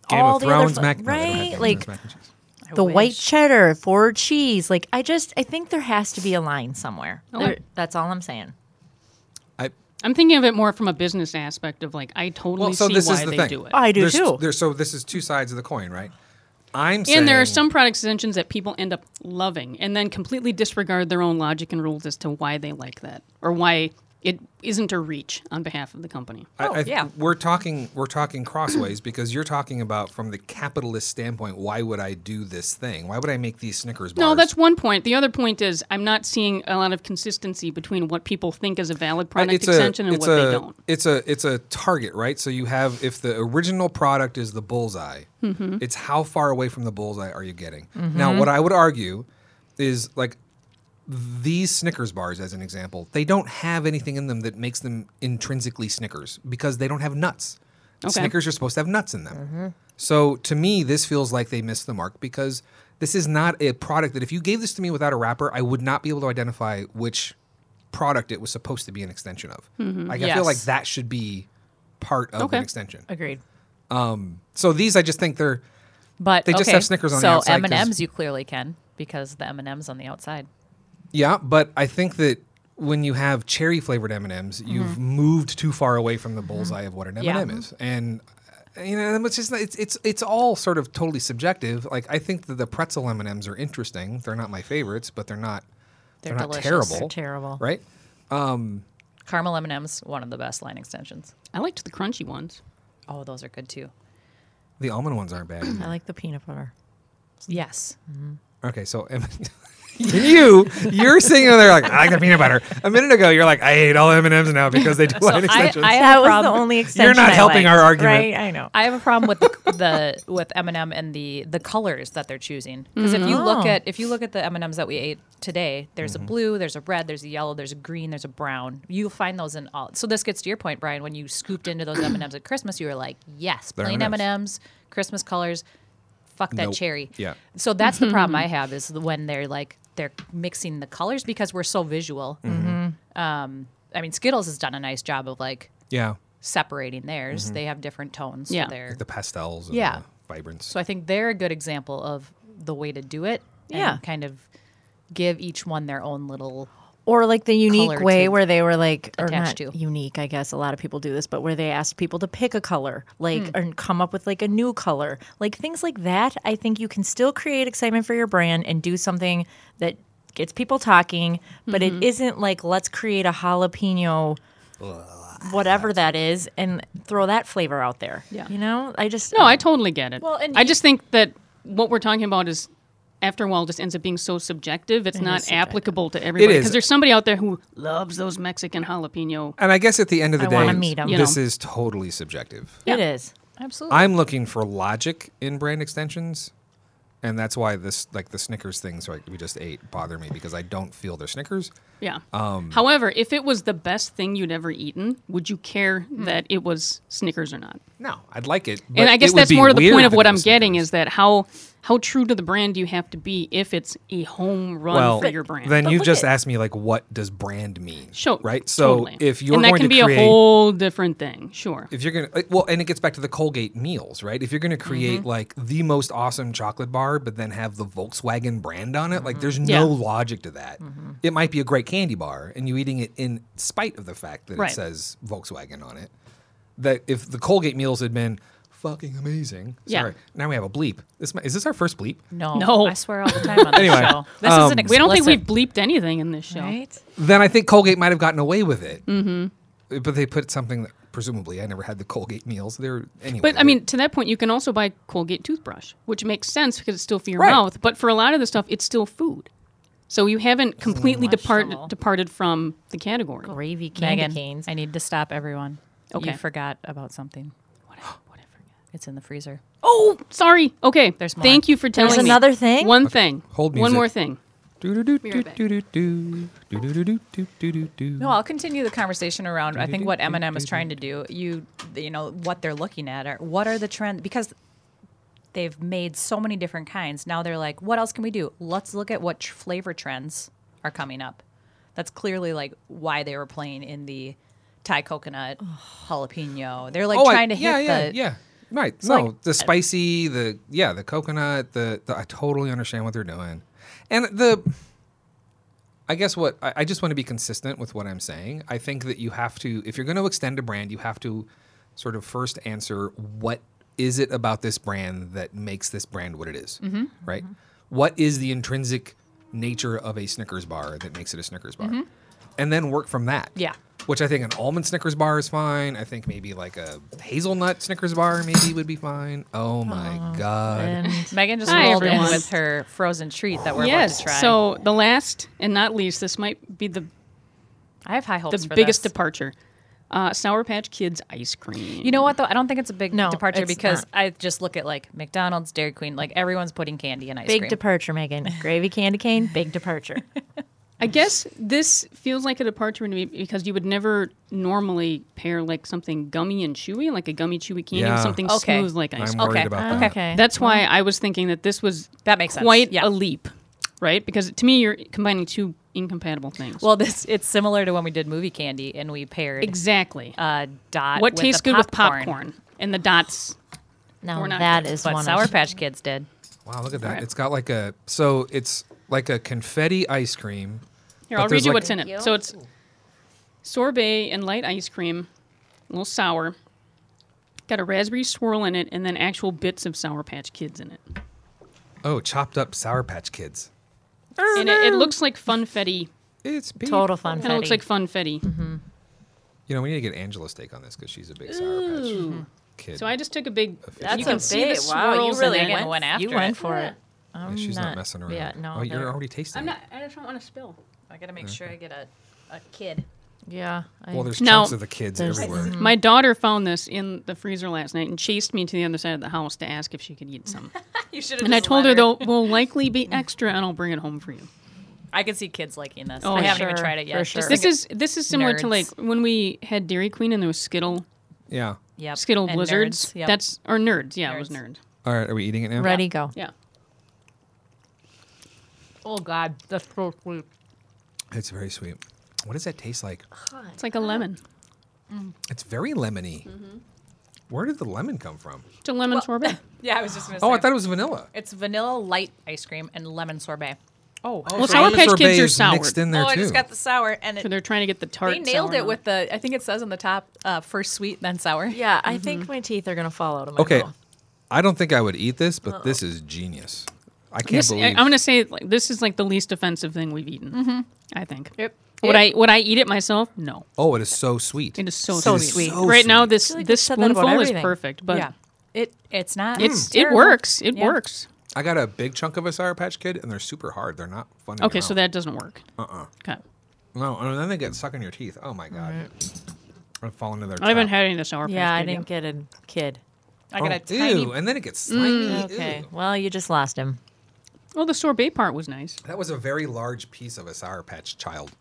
[SPEAKER 2] Game
[SPEAKER 4] all
[SPEAKER 2] of
[SPEAKER 4] the other
[SPEAKER 2] Thrones
[SPEAKER 4] fu-
[SPEAKER 2] mac- no, they don't have Game
[SPEAKER 4] right
[SPEAKER 2] of
[SPEAKER 4] like
[SPEAKER 2] Thrones mac and cheese.
[SPEAKER 4] the
[SPEAKER 3] wish.
[SPEAKER 4] white cheddar for cheese. Like I just I think there has to be a line somewhere. There- that's all I'm saying.
[SPEAKER 2] I,
[SPEAKER 5] I'm thinking of it more from a business aspect of like I totally
[SPEAKER 2] well, so
[SPEAKER 5] see
[SPEAKER 2] this
[SPEAKER 5] why
[SPEAKER 2] is the
[SPEAKER 5] they
[SPEAKER 2] thing.
[SPEAKER 5] do it.
[SPEAKER 4] I do
[SPEAKER 2] There's-
[SPEAKER 4] too.
[SPEAKER 2] There's, so this is two sides of the coin, right? I'm saying,
[SPEAKER 5] and there are some product extensions that people end up loving and then completely disregard their own logic and rules as to why they like that or why it isn't a reach on behalf of the company.
[SPEAKER 2] I, I,
[SPEAKER 3] yeah.
[SPEAKER 2] We're talking we're talking crossways because you're talking about from the capitalist standpoint. Why would I do this thing? Why would I make these Snickers bars?
[SPEAKER 5] No, that's one point. The other point is I'm not seeing a lot of consistency between what people think is a valid product
[SPEAKER 2] it's
[SPEAKER 5] extension
[SPEAKER 2] a,
[SPEAKER 5] and
[SPEAKER 2] it's
[SPEAKER 5] what
[SPEAKER 2] a,
[SPEAKER 5] they don't.
[SPEAKER 2] It's a it's a target, right? So you have if the original product is the bullseye,
[SPEAKER 5] Mm-hmm.
[SPEAKER 2] it's how far away from the bullseye are you getting? Now, what I would argue is like these Snickers bars, as an example, they don't have anything in them that makes them intrinsically Snickers because they don't have nuts. Snickers are supposed to have nuts in them. So to me, this feels like they missed the mark because this is not a product that if you gave this to me without a wrapper, I would not be able to identify which product it was supposed to be an extension of. Like I feel
[SPEAKER 3] Yes.
[SPEAKER 2] like that should be part of
[SPEAKER 5] Okay.
[SPEAKER 2] an extension.
[SPEAKER 4] Agreed.
[SPEAKER 2] So these, I just think they're
[SPEAKER 3] But
[SPEAKER 2] They just
[SPEAKER 3] okay,
[SPEAKER 2] have Snickers on the
[SPEAKER 3] so
[SPEAKER 2] outside 'cause-
[SPEAKER 3] M and M's you clearly can because the M and M's on the outside.
[SPEAKER 2] yeah, but I think that when you have cherry flavored M and M's, you've moved too far away from the bullseye of what an M
[SPEAKER 3] Mm-hmm. Yeah.
[SPEAKER 2] and M is, and uh, you know it's just not- it's it's it's all sort of totally subjective. Like I think that the pretzel M and M's are interesting. They're not my favorites, but they're not they're,
[SPEAKER 3] They're
[SPEAKER 2] not
[SPEAKER 3] delicious.
[SPEAKER 2] terrible.
[SPEAKER 4] They're terrible.
[SPEAKER 2] right?
[SPEAKER 3] Caramel M and M's, one of the best line extensions.
[SPEAKER 5] I liked the crunchy ones.
[SPEAKER 3] Oh, those are good too.
[SPEAKER 2] The almond ones aren't bad.
[SPEAKER 4] I like the peanut butter.
[SPEAKER 3] Yes,
[SPEAKER 2] Okay, so M- you you're sitting there like I like the peanut butter. A minute ago, you're like I hate all M and M's now because they do line extensions.
[SPEAKER 3] I
[SPEAKER 4] That
[SPEAKER 3] have a
[SPEAKER 4] was
[SPEAKER 3] problem.
[SPEAKER 4] the only extension.
[SPEAKER 2] you're not
[SPEAKER 4] I
[SPEAKER 2] helping
[SPEAKER 4] liked,
[SPEAKER 2] our argument.
[SPEAKER 4] Right? I know.
[SPEAKER 3] I have a problem with the, the with M and m and the the colors that they're choosing because if you look
[SPEAKER 4] Oh.
[SPEAKER 3] at if you look at the M and M's that we ate today, there's a blue, there's a red, there's a yellow, there's a green, there's a brown. You'll find those in all. So this gets to your point, Brian. When you scooped into those M and M's at Christmas, you were like, yes,
[SPEAKER 2] They're
[SPEAKER 3] plain M
[SPEAKER 2] M&Ms.
[SPEAKER 3] and M's, Christmas colors. Fuck that
[SPEAKER 2] Nope.
[SPEAKER 3] cherry.
[SPEAKER 2] Yeah.
[SPEAKER 3] So that's the problem I have is the- when they're like they're mixing the colors because we're so visual. Um, I mean, Skittles has done a nice job of like
[SPEAKER 2] Yeah,
[SPEAKER 3] separating theirs. They have different tones.
[SPEAKER 5] Yeah.
[SPEAKER 3] Yeah. Their,
[SPEAKER 2] the pastels. And
[SPEAKER 3] Yeah.
[SPEAKER 2] the vibrance.
[SPEAKER 3] so I think they're a good example of the way to do it. and
[SPEAKER 4] Yeah.
[SPEAKER 3] kind of give each one their own little.
[SPEAKER 4] or like the unique
[SPEAKER 3] color
[SPEAKER 4] way
[SPEAKER 3] to
[SPEAKER 4] where they were like or
[SPEAKER 3] attach
[SPEAKER 4] not
[SPEAKER 3] to.
[SPEAKER 4] unique i guess a lot of people do this but where they asked people to pick a color like
[SPEAKER 3] Hmm.
[SPEAKER 4] and come up with like a new color like things like that i think you can still create excitement for your brand and do something that gets people talking but it
[SPEAKER 3] Mm-hmm.
[SPEAKER 4] isn't like let's create a jalapeno whatever that is and throw that flavor out there
[SPEAKER 5] Yeah.
[SPEAKER 4] you know i just
[SPEAKER 5] No, I totally get it.
[SPEAKER 3] Well, and
[SPEAKER 5] I
[SPEAKER 3] you-
[SPEAKER 5] just think that what we're talking about is after a while just ends up being so subjective. It's not
[SPEAKER 4] subjective.
[SPEAKER 5] applicable to everybody
[SPEAKER 2] is.
[SPEAKER 5] because there's somebody out there who loves those Mexican jalapeno.
[SPEAKER 2] and I guess at the end of the
[SPEAKER 4] I
[SPEAKER 2] day,
[SPEAKER 4] wanna meet 'em.
[SPEAKER 5] You
[SPEAKER 2] this
[SPEAKER 5] know.
[SPEAKER 2] is totally subjective.
[SPEAKER 4] it is
[SPEAKER 3] Absolutely.
[SPEAKER 2] I'm looking for logic in brand extensions, and that's why this like the Snickers things like we just ate bother me because I don't feel they're Snickers.
[SPEAKER 5] Yeah.
[SPEAKER 2] Um,
[SPEAKER 5] However, if it was the best thing you'd ever eaten, would you care
[SPEAKER 3] Hmm.
[SPEAKER 5] that it was Snickers or not?
[SPEAKER 2] No, I'd like it. but
[SPEAKER 5] and I
[SPEAKER 2] it
[SPEAKER 5] guess
[SPEAKER 2] would
[SPEAKER 5] that's
[SPEAKER 2] be
[SPEAKER 5] more to the
[SPEAKER 2] weird
[SPEAKER 5] point of
[SPEAKER 2] if it
[SPEAKER 5] what I'm
[SPEAKER 2] was
[SPEAKER 5] getting
[SPEAKER 2] Snickers.
[SPEAKER 5] is that how how true to the brand do you have to be if it's a home run
[SPEAKER 2] well,
[SPEAKER 5] for your brand?
[SPEAKER 2] Then
[SPEAKER 4] But
[SPEAKER 2] you've
[SPEAKER 4] look
[SPEAKER 2] just
[SPEAKER 4] at-
[SPEAKER 2] asked me like, what does brand mean?
[SPEAKER 5] sure,
[SPEAKER 2] Right. So
[SPEAKER 5] totally.
[SPEAKER 2] if you're
[SPEAKER 5] and that
[SPEAKER 2] going
[SPEAKER 5] can
[SPEAKER 2] to
[SPEAKER 5] be
[SPEAKER 2] create,
[SPEAKER 5] a whole different thing. Sure.
[SPEAKER 2] if you're gonna like, well, and it gets back to the Colgate meals, right? If you're gonna create
[SPEAKER 5] Mm-hmm.
[SPEAKER 2] like the most awesome chocolate bar, but then have the Volkswagen brand on it, like there's no
[SPEAKER 5] Mm-hmm. Yeah. Mm-hmm.
[SPEAKER 2] logic to that. It might be a great candy bar, and you eating it in spite of the fact that
[SPEAKER 5] Right.
[SPEAKER 2] it says Volkswagen on it. That if the Colgate meals had been fucking amazing,
[SPEAKER 5] Yeah.
[SPEAKER 2] sorry, now we have a bleep. This mi- is this our first bleep?
[SPEAKER 3] no,
[SPEAKER 5] No.
[SPEAKER 3] I swear all the time on
[SPEAKER 2] Anyway, um,
[SPEAKER 3] this show. This isn't explicit.
[SPEAKER 5] we don't think we've bleeped anything in this show.
[SPEAKER 4] right
[SPEAKER 2] then I think Colgate might have gotten away with it. Mm-hmm. But they put something that presumably I never had the Colgate meals. They're anyway.
[SPEAKER 5] But I mean, to that point, you can also buy Colgate toothbrush, which makes sense because it's still for your
[SPEAKER 2] Right.
[SPEAKER 5] mouth. But for a lot of the stuff, it's still food. So you haven't completely
[SPEAKER 3] Questionable.
[SPEAKER 5] depart- departed from the category.
[SPEAKER 4] gravy candy
[SPEAKER 3] Megan,
[SPEAKER 4] canes
[SPEAKER 3] I need to stop everyone.
[SPEAKER 5] Okay.
[SPEAKER 3] You forgot about something.
[SPEAKER 5] What I- what I forget.
[SPEAKER 3] It's in the freezer.
[SPEAKER 5] Oh, sorry. Okay.
[SPEAKER 3] There's more.
[SPEAKER 5] Thank you for telling
[SPEAKER 4] There's
[SPEAKER 5] me.
[SPEAKER 4] another thing?
[SPEAKER 5] One thing.
[SPEAKER 2] Hold
[SPEAKER 5] One
[SPEAKER 2] music.
[SPEAKER 5] more thing.
[SPEAKER 2] Do do do
[SPEAKER 5] Be right
[SPEAKER 2] do
[SPEAKER 5] back.
[SPEAKER 2] do do do do do do do do do do.
[SPEAKER 3] No, I'll continue the conversation around. I think what Eminem is trying to do, you you know what they're looking at are what are the trends because they've made so many different kinds. Now they're like, what else can we do? Let's look at what tr- flavor trends are coming up. That's clearly like why they were playing in the Thai coconut jalapeno. They're like
[SPEAKER 2] Oh, I-
[SPEAKER 3] trying to
[SPEAKER 2] yeah,
[SPEAKER 3] hit
[SPEAKER 2] yeah,
[SPEAKER 3] the
[SPEAKER 2] yeah. Right.
[SPEAKER 3] So,
[SPEAKER 2] no,
[SPEAKER 3] like-
[SPEAKER 2] the spicy, the yeah, the coconut, the, the I totally understand what they're doing, and the. I guess what I, I just want to be consistent with what I'm saying. I think that you have to, if you're going to extend a brand, you have to sort of first answer what is it about this brand that makes this brand what it is,
[SPEAKER 3] Mm-hmm.
[SPEAKER 2] right? What is the intrinsic nature of a Snickers bar that makes it a Snickers bar, and then work from that.
[SPEAKER 3] Mm-hmm. Yeah.
[SPEAKER 2] Which I think an almond Snickers bar is fine. I think maybe like a hazelnut Snickers bar maybe would be fine. Oh my god.
[SPEAKER 3] Megan just
[SPEAKER 5] Hi,
[SPEAKER 3] rolled
[SPEAKER 5] everyone.
[SPEAKER 3] in with her frozen treat that we're about to try.
[SPEAKER 5] Yes. So the last and not least, this might be the
[SPEAKER 3] I have high
[SPEAKER 5] the
[SPEAKER 3] hopes for
[SPEAKER 5] biggest
[SPEAKER 3] this.
[SPEAKER 5] departure. Uh, Sour Patch Kids ice cream.
[SPEAKER 3] You know what though? I don't think it's a big
[SPEAKER 4] No,
[SPEAKER 3] departure
[SPEAKER 4] it's
[SPEAKER 3] because
[SPEAKER 4] not.
[SPEAKER 3] I just look at like McDonald's, Dairy Queen, like everyone's putting candy in ice
[SPEAKER 4] Big
[SPEAKER 3] cream.
[SPEAKER 4] departure, Megan. Gravy candy cane, big departure.
[SPEAKER 5] I guess this feels like a departure to me because you would never normally pair like something gummy and chewy, like a gummy chewy candy,
[SPEAKER 2] Yeah.
[SPEAKER 5] with something
[SPEAKER 3] Okay.
[SPEAKER 5] smooth like ice
[SPEAKER 2] I'm
[SPEAKER 5] cream.
[SPEAKER 2] worried
[SPEAKER 3] Okay,
[SPEAKER 2] about that.
[SPEAKER 4] okay.
[SPEAKER 5] That's why I was thinking that this was
[SPEAKER 3] That makes sense.
[SPEAKER 5] quite
[SPEAKER 3] Yeah.
[SPEAKER 5] a leap, right? Because to me, you're combining two incompatible things.
[SPEAKER 3] well, this it's similar to when we did movie candy and we paired
[SPEAKER 5] exactly.
[SPEAKER 3] uh, dot.
[SPEAKER 5] what
[SPEAKER 3] with
[SPEAKER 5] tastes
[SPEAKER 3] the
[SPEAKER 5] good with popcorn and the dots?
[SPEAKER 4] Now
[SPEAKER 5] We're not
[SPEAKER 4] that
[SPEAKER 5] kids,
[SPEAKER 4] is
[SPEAKER 3] But
[SPEAKER 4] one
[SPEAKER 3] Sour
[SPEAKER 4] of
[SPEAKER 3] Patch Kids did.
[SPEAKER 2] Wow, look at that. It's got like a so it's like a confetti ice cream.
[SPEAKER 5] Here,
[SPEAKER 2] but
[SPEAKER 5] I'll
[SPEAKER 2] there's
[SPEAKER 5] read you
[SPEAKER 2] like-
[SPEAKER 5] what's in it. So it's sorbet and light ice cream, a little sour. Got a raspberry swirl in it, and then actual bits of Sour Patch Kids in it.
[SPEAKER 2] Oh, chopped up Sour Patch Kids.
[SPEAKER 5] And it, it looks like funfetti.
[SPEAKER 2] It's peak.
[SPEAKER 4] total fun.
[SPEAKER 5] Kind of looks like funfetti.
[SPEAKER 3] Mm-hmm.
[SPEAKER 2] You know, we need to get Angela's take on this because she's a big Sour Patch Kid.
[SPEAKER 5] So I just took a big.
[SPEAKER 2] That's
[SPEAKER 5] you can
[SPEAKER 2] a
[SPEAKER 5] see the swirls in it.
[SPEAKER 3] went after
[SPEAKER 4] You went
[SPEAKER 3] it.
[SPEAKER 4] for
[SPEAKER 2] Yeah,
[SPEAKER 4] it.
[SPEAKER 2] Oh, she's not,
[SPEAKER 4] not-
[SPEAKER 2] messing around.
[SPEAKER 4] yeah, no,
[SPEAKER 2] Oh, you're
[SPEAKER 4] they're-
[SPEAKER 2] already tasting.
[SPEAKER 5] I'm
[SPEAKER 2] it.
[SPEAKER 5] not. I just don't want to spill.
[SPEAKER 3] I gotta
[SPEAKER 4] Mm.
[SPEAKER 3] make sure I get a, a kid.
[SPEAKER 4] Yeah. I-
[SPEAKER 2] Well, there's
[SPEAKER 5] No.
[SPEAKER 2] chunks of the kids
[SPEAKER 4] There's-
[SPEAKER 2] everywhere.
[SPEAKER 3] Hmm.
[SPEAKER 5] My daughter found this in the freezer last night and chased me to the other side of the house to ask if she could eat some.
[SPEAKER 3] You should have.
[SPEAKER 5] and I told her though will likely be extra, and I'll bring it home for you.
[SPEAKER 3] I could see kids liking this.
[SPEAKER 5] Oh,
[SPEAKER 3] I haven't
[SPEAKER 5] sure,
[SPEAKER 3] even tried it yet.
[SPEAKER 4] for
[SPEAKER 3] Just
[SPEAKER 4] sure.
[SPEAKER 3] think
[SPEAKER 5] This is this is similar to
[SPEAKER 3] nerds.
[SPEAKER 5] like when we had Dairy Queen and there was Skittle
[SPEAKER 2] Yeah.
[SPEAKER 3] Yep.
[SPEAKER 5] Skittle
[SPEAKER 3] And
[SPEAKER 5] Blizzards.
[SPEAKER 3] nerds, yep.
[SPEAKER 5] That's or nerds. Yeah, it was
[SPEAKER 3] Nerds.
[SPEAKER 5] nerd.
[SPEAKER 2] All right, are we eating it now?
[SPEAKER 4] Ready, go.
[SPEAKER 5] Yeah.
[SPEAKER 3] oh god, that's so sweet.
[SPEAKER 2] It's very sweet. What does that taste like?
[SPEAKER 5] It's like a lemon.
[SPEAKER 2] It's very lemony. Where did the lemon come from?
[SPEAKER 5] It's a lemon sorbet.
[SPEAKER 3] Yeah, I was just gonna say.
[SPEAKER 2] Oh, I thought it was vanilla.
[SPEAKER 3] it's vanilla light ice cream and lemon sorbet.
[SPEAKER 2] Oh,
[SPEAKER 5] Well, Sour
[SPEAKER 2] the
[SPEAKER 5] Patch
[SPEAKER 2] sorbet
[SPEAKER 5] Kids are
[SPEAKER 2] is
[SPEAKER 5] sour.
[SPEAKER 2] mixed in there
[SPEAKER 3] oh, I
[SPEAKER 2] too.
[SPEAKER 3] just got the sour and it
[SPEAKER 5] So they're trying to get the tart.
[SPEAKER 3] They nailed
[SPEAKER 5] sour
[SPEAKER 3] it
[SPEAKER 5] on
[SPEAKER 3] with the. I think it says on the top, uh, first sweet, then sour.
[SPEAKER 4] Yeah, I
[SPEAKER 5] Mm-hmm.
[SPEAKER 4] think my teeth are gonna fall out of my
[SPEAKER 2] okay,
[SPEAKER 4] mouth.
[SPEAKER 2] I don't think I would eat this, but this is genius. I can't
[SPEAKER 5] This, I,
[SPEAKER 2] believe.
[SPEAKER 5] am gonna say like, this is like the least offensive thing we've eaten.
[SPEAKER 4] Mm-hmm.
[SPEAKER 5] I think.
[SPEAKER 3] Yep.
[SPEAKER 5] Would I would I eat it myself? No.
[SPEAKER 2] oh, it is so sweet.
[SPEAKER 5] It is so,
[SPEAKER 4] So
[SPEAKER 5] sweet.
[SPEAKER 4] sweet.
[SPEAKER 2] So
[SPEAKER 5] right now,
[SPEAKER 2] sweet.
[SPEAKER 5] this
[SPEAKER 4] like
[SPEAKER 5] this
[SPEAKER 4] I've said that about
[SPEAKER 5] spoonful is
[SPEAKER 4] everything.
[SPEAKER 5] perfect, but
[SPEAKER 3] yeah. It it's not.
[SPEAKER 2] Mm.
[SPEAKER 5] it's Hmm. it
[SPEAKER 3] terrible.
[SPEAKER 5] works. It
[SPEAKER 3] Yeah.
[SPEAKER 5] works.
[SPEAKER 2] I got a big chunk of a Sour Patch Kid, and they're super hard. They're not fun. in your
[SPEAKER 5] Okay, so
[SPEAKER 2] mouth.
[SPEAKER 5] that doesn't work.
[SPEAKER 2] uh-uh.
[SPEAKER 5] Okay.
[SPEAKER 2] no, and then they get stuck in your teeth. Oh my god, I'm falling to their.
[SPEAKER 5] I haven't
[SPEAKER 2] trap.
[SPEAKER 5] had any of the sour.
[SPEAKER 4] Yeah, I
[SPEAKER 5] Patch Kid
[SPEAKER 4] didn't get a kid.
[SPEAKER 3] I got
[SPEAKER 2] oh,
[SPEAKER 3] a tiny.
[SPEAKER 2] Ew, and then it gets
[SPEAKER 5] Mm,
[SPEAKER 2] slimy.
[SPEAKER 4] Okay.
[SPEAKER 2] ew.
[SPEAKER 4] Well, you just lost him.
[SPEAKER 5] yet. Well, the sorbet part was nice.
[SPEAKER 2] That was a very large piece of a Sour Patch Child.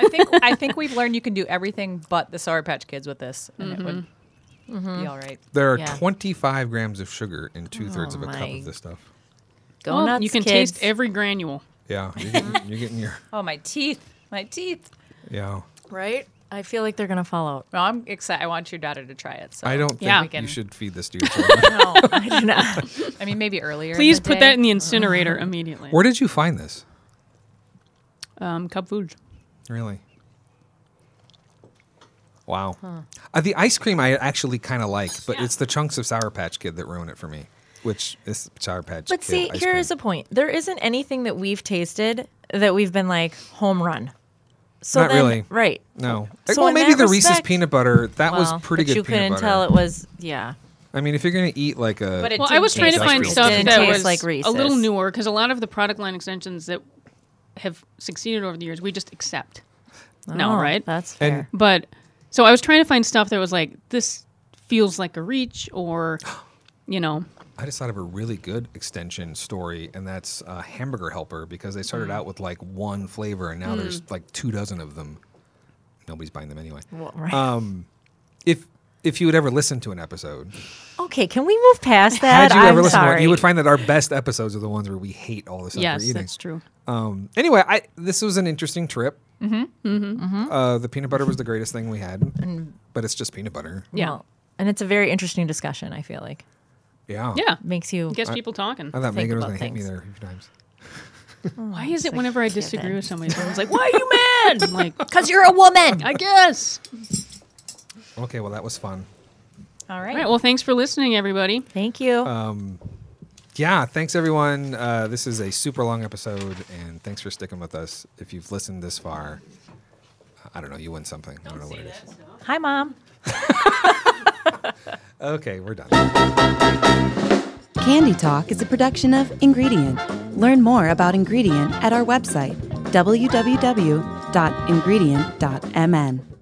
[SPEAKER 3] I think I think we've learned you can do everything but the Sour Patch Kids with this, and it would
[SPEAKER 5] Mm-hmm.
[SPEAKER 3] be all right.
[SPEAKER 2] There are
[SPEAKER 4] Yeah.
[SPEAKER 2] 25 grams of sugar in two thirds
[SPEAKER 4] Oh
[SPEAKER 2] of a cup
[SPEAKER 4] my-
[SPEAKER 2] of this stuff.
[SPEAKER 4] Go
[SPEAKER 5] Well,
[SPEAKER 4] nuts,
[SPEAKER 5] you can
[SPEAKER 4] kids.
[SPEAKER 5] taste every granule.
[SPEAKER 2] Yeah, you're getting, you're getting your
[SPEAKER 3] Oh my teeth, my teeth.
[SPEAKER 2] yeah.
[SPEAKER 4] right. I feel like they're gonna fall out.
[SPEAKER 3] Well, I'm excited. I want your daughter to try it. So
[SPEAKER 2] I don't think
[SPEAKER 5] Yeah.
[SPEAKER 2] you should feed this to your children.
[SPEAKER 4] No, I do not.
[SPEAKER 3] I mean, maybe earlier. in
[SPEAKER 5] Please
[SPEAKER 3] the
[SPEAKER 5] put
[SPEAKER 3] day.
[SPEAKER 5] that in
[SPEAKER 4] Uh-huh.
[SPEAKER 5] the incinerator immediately.
[SPEAKER 2] Where did you find this?
[SPEAKER 5] um, cup food.
[SPEAKER 2] Really? Wow. Uh, the ice cream I actually kind of like, but it's the chunks of Sour Patch Kid that ruin it for me. Which is Sour Patch
[SPEAKER 4] But
[SPEAKER 2] Kid.
[SPEAKER 4] see,
[SPEAKER 2] ice
[SPEAKER 4] here
[SPEAKER 2] cream.
[SPEAKER 4] is a point. There isn't anything that we've tasted that we've been like home run. So
[SPEAKER 2] Not
[SPEAKER 4] then-
[SPEAKER 2] really.
[SPEAKER 4] Right.
[SPEAKER 2] no.
[SPEAKER 4] So
[SPEAKER 2] Uh, well,
[SPEAKER 4] in
[SPEAKER 2] maybe
[SPEAKER 4] that
[SPEAKER 2] the Reese's
[SPEAKER 4] respect-
[SPEAKER 2] peanut butter that
[SPEAKER 4] Well,
[SPEAKER 2] was pretty
[SPEAKER 4] but
[SPEAKER 2] good.
[SPEAKER 4] You
[SPEAKER 2] peanut
[SPEAKER 4] couldn't
[SPEAKER 2] butter.
[SPEAKER 4] tell it was. Yeah.
[SPEAKER 2] I mean, if you're gonna eat like a,
[SPEAKER 3] But it-
[SPEAKER 5] Well, I
[SPEAKER 3] didn't
[SPEAKER 5] was trying to
[SPEAKER 2] taste
[SPEAKER 5] find
[SPEAKER 2] like
[SPEAKER 5] stuff
[SPEAKER 2] Reese's. It
[SPEAKER 5] that
[SPEAKER 4] didn't
[SPEAKER 5] was
[SPEAKER 4] taste like
[SPEAKER 5] a little
[SPEAKER 4] Reese's.
[SPEAKER 5] newer because a lot of the product line extensions that have succeeded over the years, we just accept now,
[SPEAKER 4] Oh,
[SPEAKER 5] right?
[SPEAKER 4] That's fair.
[SPEAKER 2] And-
[SPEAKER 5] But so I was trying to find stuff that was like this feels like a reach or you know,
[SPEAKER 2] I just thought of a really good extension story, and that's uh, Hamburger Helper because they started out with like one flavor, and now there's like two dozen of them. Nobody's buying them anyway. Um,
[SPEAKER 4] Well, right.
[SPEAKER 2] If if you would ever listen to an episode,
[SPEAKER 4] okay, can we move past that?
[SPEAKER 2] had you
[SPEAKER 4] I'm
[SPEAKER 2] ever listened to one,
[SPEAKER 4] sorry.
[SPEAKER 2] you would find that our best episodes are the ones where we hate all the stuff
[SPEAKER 5] yes,
[SPEAKER 2] we're eating.
[SPEAKER 5] that's true.
[SPEAKER 4] Oh,
[SPEAKER 2] Um, anyway, I this was an interesting trip. Mm-hmm. Mm-hmm. Uh, the peanut butter was the greatest thing we had, but it's just peanut butter.
[SPEAKER 5] Yeah.
[SPEAKER 4] Well, and it's a very interesting discussion. I feel like
[SPEAKER 2] Yeah.
[SPEAKER 5] Yeah.
[SPEAKER 4] makes you.
[SPEAKER 5] Gets people talking.
[SPEAKER 2] I thought
[SPEAKER 4] Think
[SPEAKER 2] Megan was
[SPEAKER 4] about
[SPEAKER 2] going to hit me
[SPEAKER 4] things.
[SPEAKER 2] there a few times.
[SPEAKER 5] Why is it
[SPEAKER 4] like,
[SPEAKER 5] whenever I
[SPEAKER 4] give
[SPEAKER 5] disagree
[SPEAKER 4] in.
[SPEAKER 5] with somebody, someone's like, why are you mad? I'm like,
[SPEAKER 1] Because you're a woman.
[SPEAKER 5] I guess.
[SPEAKER 2] Okay, well, that was fun.
[SPEAKER 4] All
[SPEAKER 5] All
[SPEAKER 4] right.
[SPEAKER 5] right. Well, thanks for listening, everybody.
[SPEAKER 4] Thank
[SPEAKER 2] Uh,
[SPEAKER 4] you.
[SPEAKER 2] Yeah, thanks everyone. Uh, this is a super long episode, and thanks for sticking with us. If you've listened this far, I don't know, you win something. I don't know what it is.
[SPEAKER 4] Hi, mom.
[SPEAKER 2] Okay, we're done.
[SPEAKER 6] Candy Talk is a production of Ingredient. Learn more about Ingredient at our website, www.ingredient.mn.